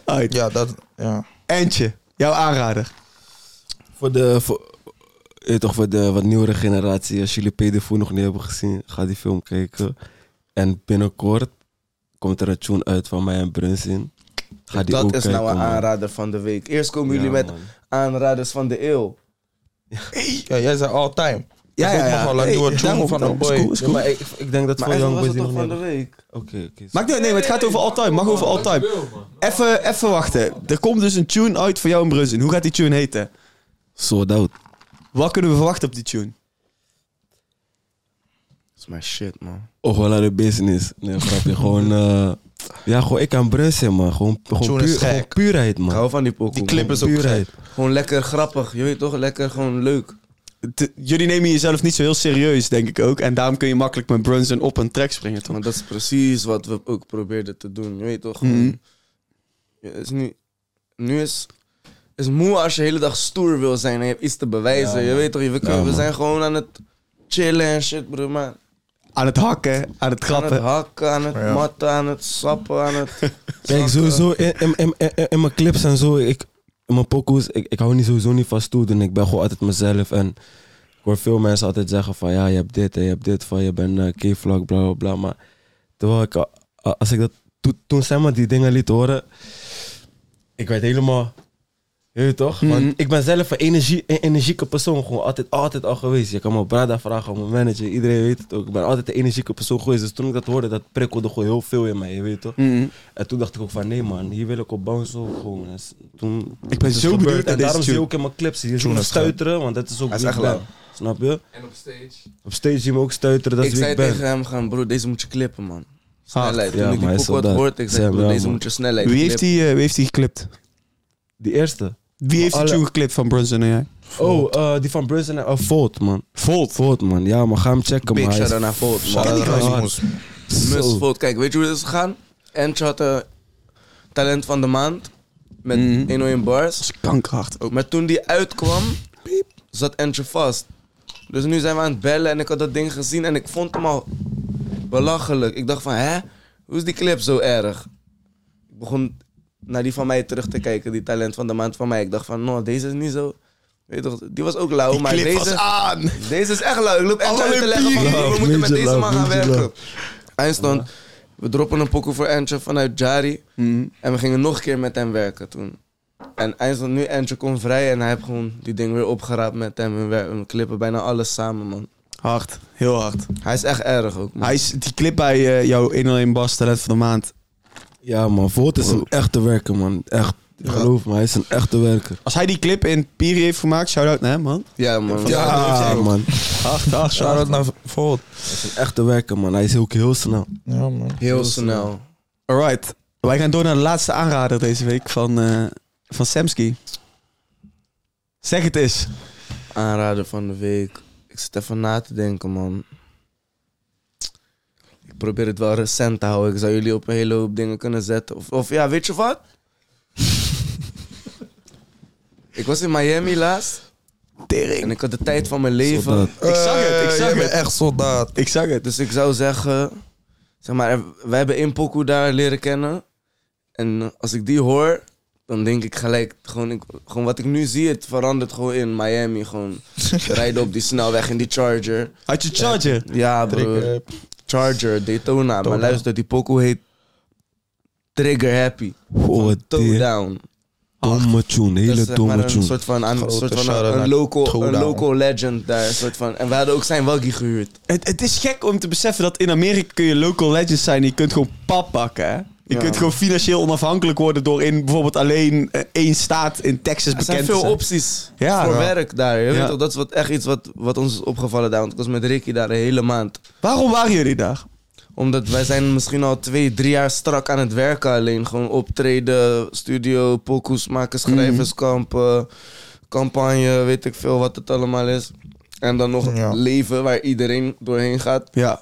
Uit.
Ja, dat. Ja.
Eentje, jouw aanrader.
Voor de... Voor, eh, toch voor de wat nieuwere generatie. Als jullie Pedofoe nog niet hebben gezien, ga die film kijken. En binnenkort komt er een tune uit van mij en Brunsin. Ga die ook
Dat is
kijken,
nou een
man.
aanrader van de week. Eerst komen jullie
Ja,
met
man.
aanraders van de eeuw.
ja jij zei all time.
Ja,
Ik mag wel een nieuwe tune van een boy.
Ja, maar ik, ik denk dat
Maar
voor
echt, was
Young
het
Boys
toch van de
Oké,
week?
oké.
Maakt niet uit, nee, maar het gaat over all time. Mag over all time. Even, even wachten. Er komt dus een tune uit voor jou en Brunsen. Hoe gaat die tune heten?
Sold out.
Wat kunnen we verwachten op die tune?
Dat is mijn shit, man.
Oh, wel aan de business. Nee, grapje. gewoon, eh, ja, gewoon ik aan Brunsen, man. Gewoon, gewoon,
Tune is
puur-
gek.
gewoon puurheid, man.
Ik hou van die pokoe.
Die clip is ook
puurheid.
gek.
Gewoon lekker grappig, je weet toch? Lekker gewoon leuk.
T- Jullie nemen jezelf niet zo heel serieus, denk ik ook. En daarom kun je makkelijk met Brunsen op een track springen, toch?
Want dat is precies wat we ook probeerden te doen. Je weet toch?
Mhm.
gewoon- Ja, het is nu nu is, is moe als je de hele dag stoer wil zijn en je hebt iets te bewijzen. je weet toch? Je- We, kunnen- we
man.
zijn gewoon aan het chillen en shit, bro. Maar
Aan het hakken, aan het
aan het
grappen.
hakken, aan het matten, aan het sappen, aan het...
Kijk, sowieso in, in, in, in- in mijn clips en zo, ik, in mijn pokoes, ik, ik hou niet sowieso niet van stoer doen. Ik ben gewoon altijd mezelf. En ik hoor veel mensen altijd zeggen van, ja, je hebt dit en je hebt dit van, je bent eh K-vlog, bla, bla, bla. Maar terwijl ik, a- a- als ik dat, to- toen Sam me die dingen liet horen, ik werd helemaal, je weet toch? Want ik ben zelf een, energie, een energieke persoon, gewoon altijd, altijd al geweest. Je kan me Brada vragen, mijn manager, iedereen weet het ook. Ik ben altijd een energieke persoon geweest. Dus toen ik dat hoorde, dat prikkelde gewoon heel veel in mij, je weet toch?
Mhm.
En toen dacht ik ook van nee man, hier wil ik op bouncen ook gewoon. En s- toen
Ik ben
is het
zo benieuwd
gebeurd.
naar
En
deze
daarom zie je
tune.
ook in mijn clips, je ziet me
is gek.
stuiteren, want dat is ook
Hij is
wie ik
echt
ben.
lauw.
Snap je?
En op stage.
Op stage zie je me ook stuiteren, dat is
ik
wie
zei
ik ben.
tegen hem gaan, bro, deze moet je klippen, man. Snelheid. Toen
Ja,
ik
maar hij
die
is
pokoe had
soldaat.
gehoord, ik zei,
Sam,
bro,
ja,
deze
man.
moet je snelheid
Wie heeft,
klippen.
die, eh, wie heeft die geklipt?
Die eerste.
Wie heeft die
Alle-
tune geklipt van Brunsen en jij?
Oh, eh, die van Brunson en uh, Volt man.
Volt.
Volt man, ja maar ga hem checken
Big
man. Hij is
shout-out naar Volt, man.
Shout-out
Ken die
naar
guy
niet.
Rasmus.
zo-
Musvold. Kijk, weet je hoe het is gegaan? Entje had eh, talent van de maand met
Mhm.
101 bars.
Dat is kankerhard. Ook.
Maar toen die uitkwam, zat Entje vast. Dus nu zijn we aan het bellen en ik had dat ding gezien en ik vond hem al belachelijk. Ik dacht van, hè? Hoe is die clip zo erg? Ik begon naar die van mij terug te kijken, die talent van de maand van mij. Ik dacht van, no, deze is niet zo... Weet je toch, die was ook lauw, maar
Clip was
deze,
aan.
deze is echt lauw. Ik loop Entje uit te leggen van,
pieren.
we moeten met
Love,
deze man gaan
major
werken. Eindstand, we droppen een pokoe voor Entje vanuit Jari.
Mm,
En we gingen nog een keer met hem werken toen. En eindstand nu Andrew kon vrij en hij heeft gewoon die ding weer opgeraapt met hem. En we, we klippen bijna alles samen, man.
Hard. Heel hard.
Hij is echt erg ook, man.
Hij is die clip bij eh, jouw 101 Bas Talent van de Maand.
Ja man, Volt is een echte werker man. Echt, Geloof me, hij is een echte werker.
Als hij die clip in Piri heeft gemaakt, shout-out naar hem, man.
Ja, man.
Ja.
Ja, man.
Ach, ach,
Shout out
shout-out.
naar Volt.
Een echte werker, man. Hij is ook heel snel.
Ja, man.
Heel snel.
Alright. Wij gaan door naar de laatste aanrader deze week van, eh, van Samsky. Zeg het eens.
Aanrader van de week. Ik zit even na te denken, man. Ik probeer het wel recent te houden. Ik zou jullie op een hele hoop dingen kunnen zetten. Of, of ja, weet je wat? ik was in Miami laatst. En ik had de tijd van mijn leven.
Soldaat.
Ik zag het, ik
Eh,
zag
jij
het.
bent echt soldaat.
Ik zag het.
Dus ik zou zeggen, zeg maar, wij hebben Impoku daar leren kennen. En als ik die hoor, dan denk ik gelijk, gewoon, ik, gewoon wat ik nu zie, het verandert gewoon in Miami. Gewoon rijden op die snelweg in die Charger.
Had je charger?
Ja, broer. Charger, Daytona. Maar luister, die pokoe heet Trigger Happy.
Oh,
Toe
die
Down.
domme tune.
Dat is
Hele
zeg maar
domme
een
tune.
soort van, een,
Grote
soort van
shout-out
een,
naar
een, local,
Toe
een
Down.
local legend daar. een Soort van. En we hadden ook zijn waggie gehuurd.
Het, het is gek om te beseffen dat in Amerika kun je local legends zijn. Je kunt gewoon pap pakken. Hè? Je
Ja.
kunt gewoon financieel onafhankelijk worden door in bijvoorbeeld alleen eh, één staat in Texas
Er
bekend
zijn
te
veel
zijn.
opties
Ja.
voor
Ja.
werk daar. Je weet
Ja.
toch, dat is wat, echt iets wat, wat ons is opgevallen daar. Want ik was met Ricky daar een hele maand.
Waarom waren jullie daar?
Omdat wij zijn misschien al twee, drie jaar strak aan het werken alleen. Gewoon optreden, studio, pokoes maken,
Mhm.
schrijverskampen, campagne, weet ik veel wat het allemaal is. En dan nog
Ja.
leven waar iedereen doorheen gaat.
Ja.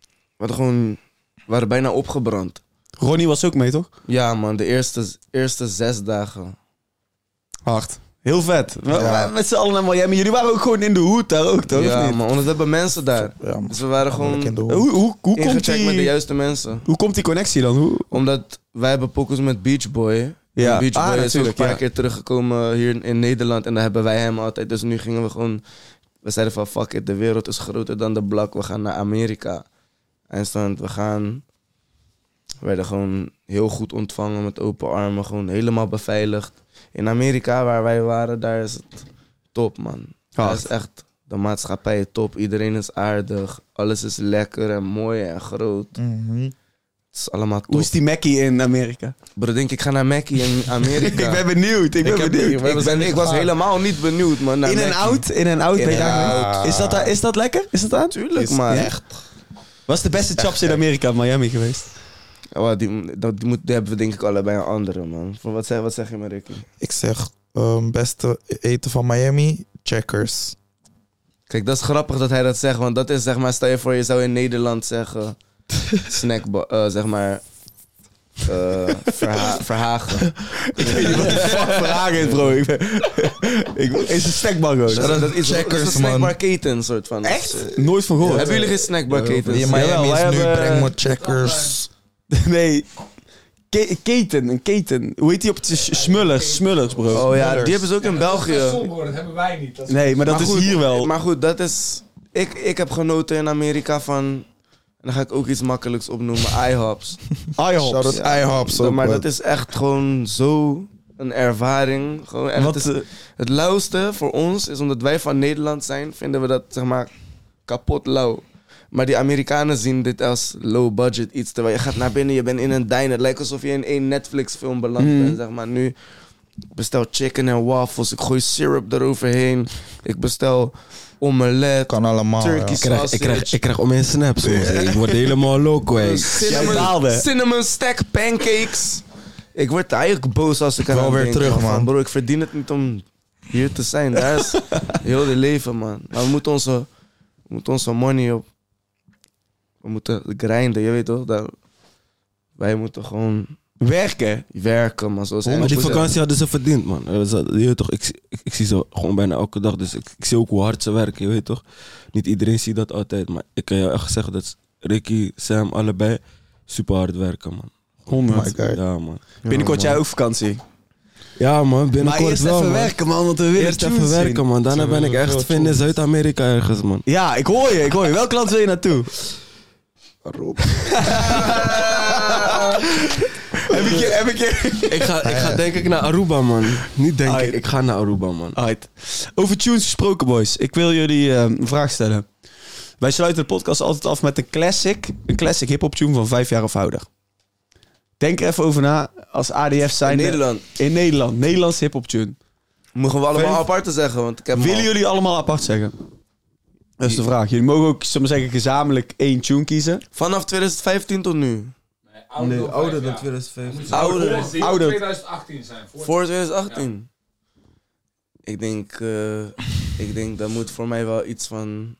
We hadden gewoon, we waren bijna opgebrand.
Ronnie was ook mee, toch?
Ja man, de eerste, eerste zes dagen.
Hard. Heel vet. We- we- Met z'n allen naar Miami. Jullie waren ook gewoon in de hoed daar ook, toch?
ja
Of niet?
man, want we hebben mensen daar.
Ja, man.
Dus we waren
Gewoon in
gewoon
de hoek.
Hoe, hoe, hoe, komt
ingecheckt met de
die,
juiste mensen.
hoe komt die connectie dan? Hoe,
Omdat wij hebben pokoes met Beach Boy.
Ja. Ah,
En Beach Boy is ook een
natuurlijk,
paar
ja.
keer teruggekomen hier in Nederland. En daar hebben wij hem altijd. Dus nu gingen we gewoon... We zeiden van, fuck it, de wereld is groter dan de blak. We gaan naar Amerika. En stond, we gaan... We werden gewoon heel goed ontvangen met open armen. Gewoon helemaal beveiligd. In Amerika, waar wij waren, daar is het top, man. Daar is echt de maatschappij top. Iedereen is aardig. Alles is lekker en mooi en groot.
Mhm.
Het is allemaal top.
hoe is die Mackie in Amerika?
Bro, denk ik ga naar Mackie in Amerika.
Ik ben benieuwd. Ik ben
heb-
benieuwd. Ah.
ik, ben- ik was helemaal niet benieuwd, man. naar
in en
Mackie.
out, in en out.
In
ben je
en
daar
out.
geweest? Is, dat, daar- is dat lekker? Is dat aan?
Tuurlijk, man.
Was de beste chaps in Amerika, Miami geweest?
Ja, maar die, dat, die, moet, die hebben we denk ik allebei een andere, man. Voor wat, zeg, wat zeg je, maar, Ricky?
Ik zeg, ehm, beste eten van Miami, checkers.
Kijk, dat is grappig dat hij dat zegt, want dat is zeg maar, stel je voor, je zou in Nederland zeggen: snack, zeg maar. eh, verha- verhagen.
Ik weet niet wat de fuck vraag is, bro. Ik ben, ik, is een snackbar gewoon.
Dat is- dat is
Checkers,
dat is een
man.
snackbar keten, soort van.
Echt? Nooit van gehoord.
Hebben jullie geen snackbar ketens?
Die in
dus- Jawel,
Miami
wij
is nu,
hebben-
breng me checkers.
Nee. Ke- keten, een keten. Hoe heet die op het... S- Smullers, Smullers, bro.
Oh ja, die hebben ze ook in België.
dat hebben wij niet. Dat
Nee, maar dat
Maar
is
goed, eh,
hier wel.
Maar goed, dat is. Ik, ik heb genoten in Amerika van. En dan ga ik ook iets makkelijks opnoemen: IHOPs.
IHOP.
Shout-out IHOPs ook,
maar
man.
dat is echt gewoon zo een ervaring. Gewoon, en
Wat,
het, is-
eh,
het lauwste voor ons is omdat wij van Nederland zijn, vinden we dat zeg maar kapot lauw. Maar die Amerikanen zien dit als low budget iets. Terwijl je gaat naar binnen, je bent in een diner. Het lijkt alsof je in één Netflix film belandt
Mhm.
bent. Zeg maar nu ik bestel chicken en waffles. Ik gooi syrup eroverheen. Ik bestel omelet.
kan allemaal. ja.
Turkey
Ik krijg, ik, krijg, ik krijg om mijn snaps. hoor. Ik word helemaal loco, hè.
Jij baalde.
Cinnamon, cinnamon stack pancakes. Ik word eigenlijk boos als ik aan
Wel weer terug, man.
Bro, ik verdien het niet om hier te zijn. Daar is heel de leven, man. Maar we moeten onze, we moeten onze money op. We moeten grinden, je weet toch? Dat, wij moeten gewoon
werken.
werken, man. Zoals
Maar
Engels
die
zegt.
vakantie hadden ze verdiend, man. Eh, ze- Je weet toch, ik, ik, ik zie ze gewoon bijna elke dag. Dus ik, ik zie ook hoe hard ze werken, je weet toch. Niet iedereen ziet dat altijd. Maar ik kan je echt zeggen dat Ricky, Sam, allebei super hard werken, man.
100.
my god.
Ja, man.
Binnenkort jij ook vakantie.
Ja, man.
Maar
Binnenkort
eerst
wel,
even
man.
werken, man, want we willen
Eerst
tunes
even
zien.
werken, man. Daarna ben ik echt vinden in Zuid-Amerika ergens, man.
Ja, ik hoor je, ik hoor je. Welk land wil je naartoe? heb ik je... Heb ik je...
Ik ga, ik ga denk ik naar Aruba, man. Niet denk
Ah,
ik, ik ga naar Aruba, man.
Alright. Over tunes gesproken, boys. Ik wil jullie eh, een vraag stellen. Wij sluiten de podcast altijd af met een classic. Een classic hip-hop tune van vijf jaar of ouder. Denk er even over na als ADF zijn.
Nederland.
In Nederland. Nederlands hip-hop tune.
Mogen we allemaal
Vijf-
apart te zeggen, want ik heb hem
Willen
al.
jullie allemaal apart zeggen? Dat is de vraag. Jullie mogen ook, zullen we zeggen, gezamenlijk één tune kiezen.
Vanaf 2015 tot nu.
Ouder, ouder dan 2015.
Ouder.
Ouder.
2018 zijn.
Voor 2018. Ik denk, eh, ik denk dat moet voor mij wel iets van.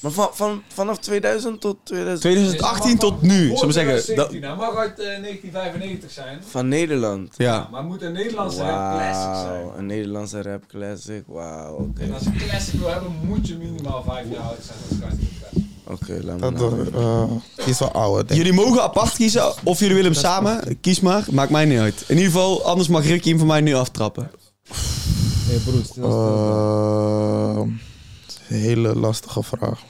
Maar van, van, vanaf 2000 tot 2000.
2018 tot nu, zullen we zeggen. Dat,
2017, hij mag uit eh, 1995 zijn.
Van Nederland.
ja.
Maar moet een Nederlandse rap classic zijn.
Wauw, een Nederlandse rap classic. Wauw, oké.
En als je classic wil hebben, moet je minimaal 5 jaar oud zijn als classic classic.
Oké, laat me
Dat
nou.
eh, is wel ouder, denk ik.
Jullie mogen apart kiezen of jullie willen hem samen. Kies maar, maakt mij niet uit. In ieder geval, anders mag Ricky hem van mij nu aftrappen.
Nee, broer, stil.
Eh, het is een hele lastige vraag.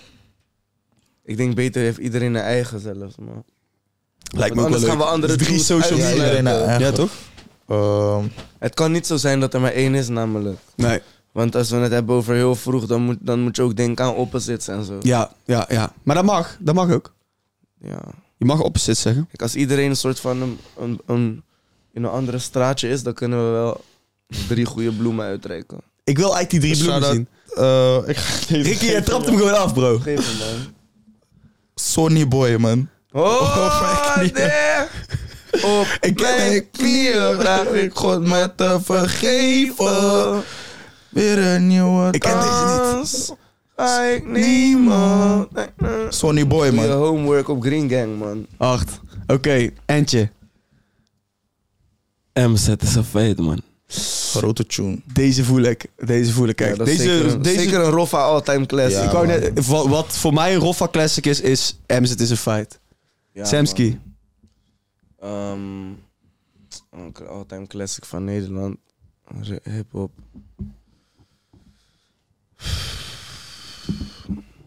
Ik denk beter heeft iedereen een eigen zelfs, man.
Lijkt me
Want
ook wel
anders
leuk.
gaan we andere
Drie
dudes
social
uitsluiten.
media.
Iedereen een eigen.
Ja, toch?
Ehm,
Het kan niet zo zijn dat er maar één is, namelijk.
Nee.
Want als we het hebben over heel vroeg, dan moet, dan moet je ook denken aan opposites en zo.
Ja, ja, ja. Maar dat mag. Dat mag ook.
Ja.
Je mag opposite zeggen.
Kijk, als iedereen een soort van een, een, een- in een andere straatje is, dan kunnen we wel drie goede bloemen uitreiken.
Ik wil eigenlijk die
Dus
drie bloemen
Shout-out.
zien.
eh, ik ga deze-
Ricky, jij trapt hem gewoon af, bro.
Geef hem, man.
Sonny Boy, man.
Oh, nee! Op
Ik ken
mijn
mijn knieën, vraag ik God me te vergeven. Weer een nieuwe
Ik ken deze niet.
kans ga ik niemand.
Sonny Boy,
Doe je
man.
homework op Green Gang, man.
Acht. Oké, Entje.
MZ is een feit, man.
Grote tune.
Deze voel ik. Deze voel ik
Ja,
echt.
dat is
deze,
zeker, een-
deze,
zeker een Roffa all-time classic.
Ja,
ik wou
man.
net, wa- wat voor mij een Roffa classic is, is Ems, het is een fight.
Ja,
Samsky.
man. Ehm, een k- all-time classic van Nederland. R- Hip-hop.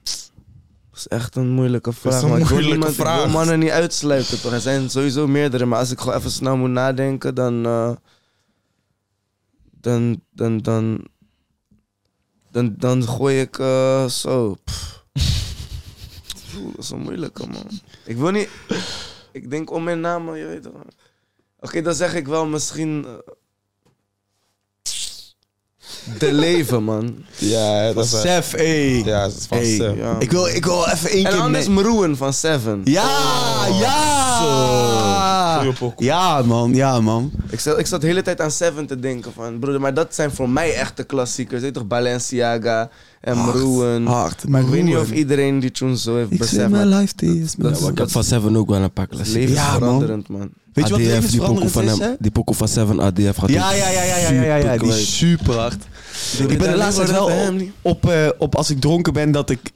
Dat is echt een moeilijke vraag.
een
man. Ik wil
moeilijke
niemand- Ik
vraag.
wil mannen niet uitsluiten, toch? Er zijn sowieso meerdere, maar als ik gewoon even snel moet nadenken, dan. eh, dan, dan, dan, dan, dan gooi ik eh, zo. pff. Oeh, dat is een moeilijke man. Ik wil niet. Ik denk om mijn naam, maar je weet het. man. Oké, dan zeg ik wel misschien. eh, de leven, man.
Ja, dat is
Sef, hey.
Ja, dat is van
Hey.
Sef.
Ja,
Ik, wil, ik wil even één
en
keer
anders Oh,
mee.
Mroen van Seven.
Ja, ja.
Goeie pokoe.
Ja, man. Ja, man.
Ik, zat, ik zat de hele tijd aan Seven te denken van, broeder, maar dat zijn voor mij echte klassiekers. Weet je toch, Balenciaga en
Ah,
Mroen.
Hard.
Maar ik weet niet of iedereen die tunes zo heeft beseft. maar
life is
Dat-
Ja, maar ik heb van Seven ook wel een paar
Het
klassiekers.
leven is
Ja, man.
veranderend, man.
Weet je wat
ADF, die pokoe
levensveranderend
van
is, hè?
hem, die pokoe van Seven ADF gaat
Ja,
ook
ja, ja, ja, ja, ja, ja, ja. Die
superkwijt.
is super hard. Ik ben de
daar
laatste tijd
niet
wel
bij hem
op,
niet?
op, eh, op als ik dronken ben dat ik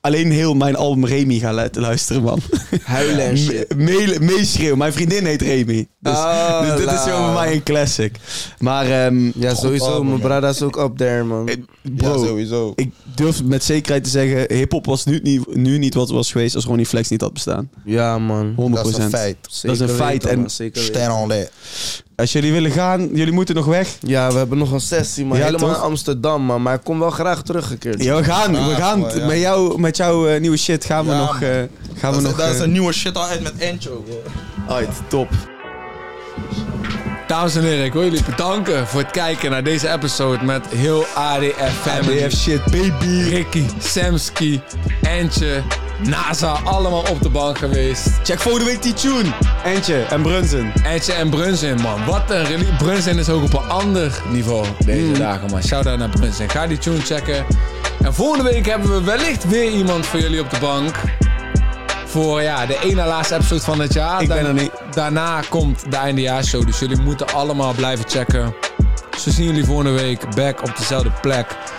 alleen heel mijn album Remy ga lu- luisteren, man.
Huilen en shit.
Me- Mailen, meeschreeuwen. Mijn vriendin heet Remy. Dus,
Oh,
dus dit is
la.
zo voor mij een classic. Maar ehm,
Ja, sowieso.
album,
Mijn
man.
brada is ook up there, man.
eh,
Ja,
bro,
sowieso.
ik durf met zekerheid te zeggen, hiphop was nu niet, nu niet wat het was geweest als Ronnie Flex niet had bestaan. 100%.
Ja, man.
Dat is een feit.
Zeker
is een
weten,
feit en
man, zeker weten.
Ster on lit.
Als jullie willen gaan, jullie moeten nog weg.
Ja, we hebben nog een sessie, man.
Ja,
Helemaal
toch?
in Amsterdam, man. Maar ik kom wel graag teruggekeerd.
Ja, we gaan, we
Ja,
gaan
gewoon, Ah, ja.
met, jou, met jouw eh, nieuwe shit gaan we
Ja,
nog... eh, gaan we
Dat is-
nog
Daar is
eh,
een nieuwe shit al uit met Encho. bro.
uit, top.
Dames en heren, ik wil jullie bedanken voor het kijken naar deze episode met heel ADF Family.
ADF shit, baby.
Ricky, Samski, Entje, NASA, allemaal op de bank geweest.
Check volgende week die tune. Eentje en Brunsen.
Entje en Brunzin, man. Wat een release. Brunzin is ook op een ander niveau deze
Hmm.
dagen, man. Shout-out naar Brunzin. Ga die tune checken. En volgende week hebben we wellicht weer iemand voor jullie op de bank. Voor ja, de ene laatste episode van het jaar.
Ik ben er niet.
Daarna komt de eindejaarsshow. Dus jullie moeten allemaal blijven checken. Zo zien jullie volgende week back op dezelfde plek.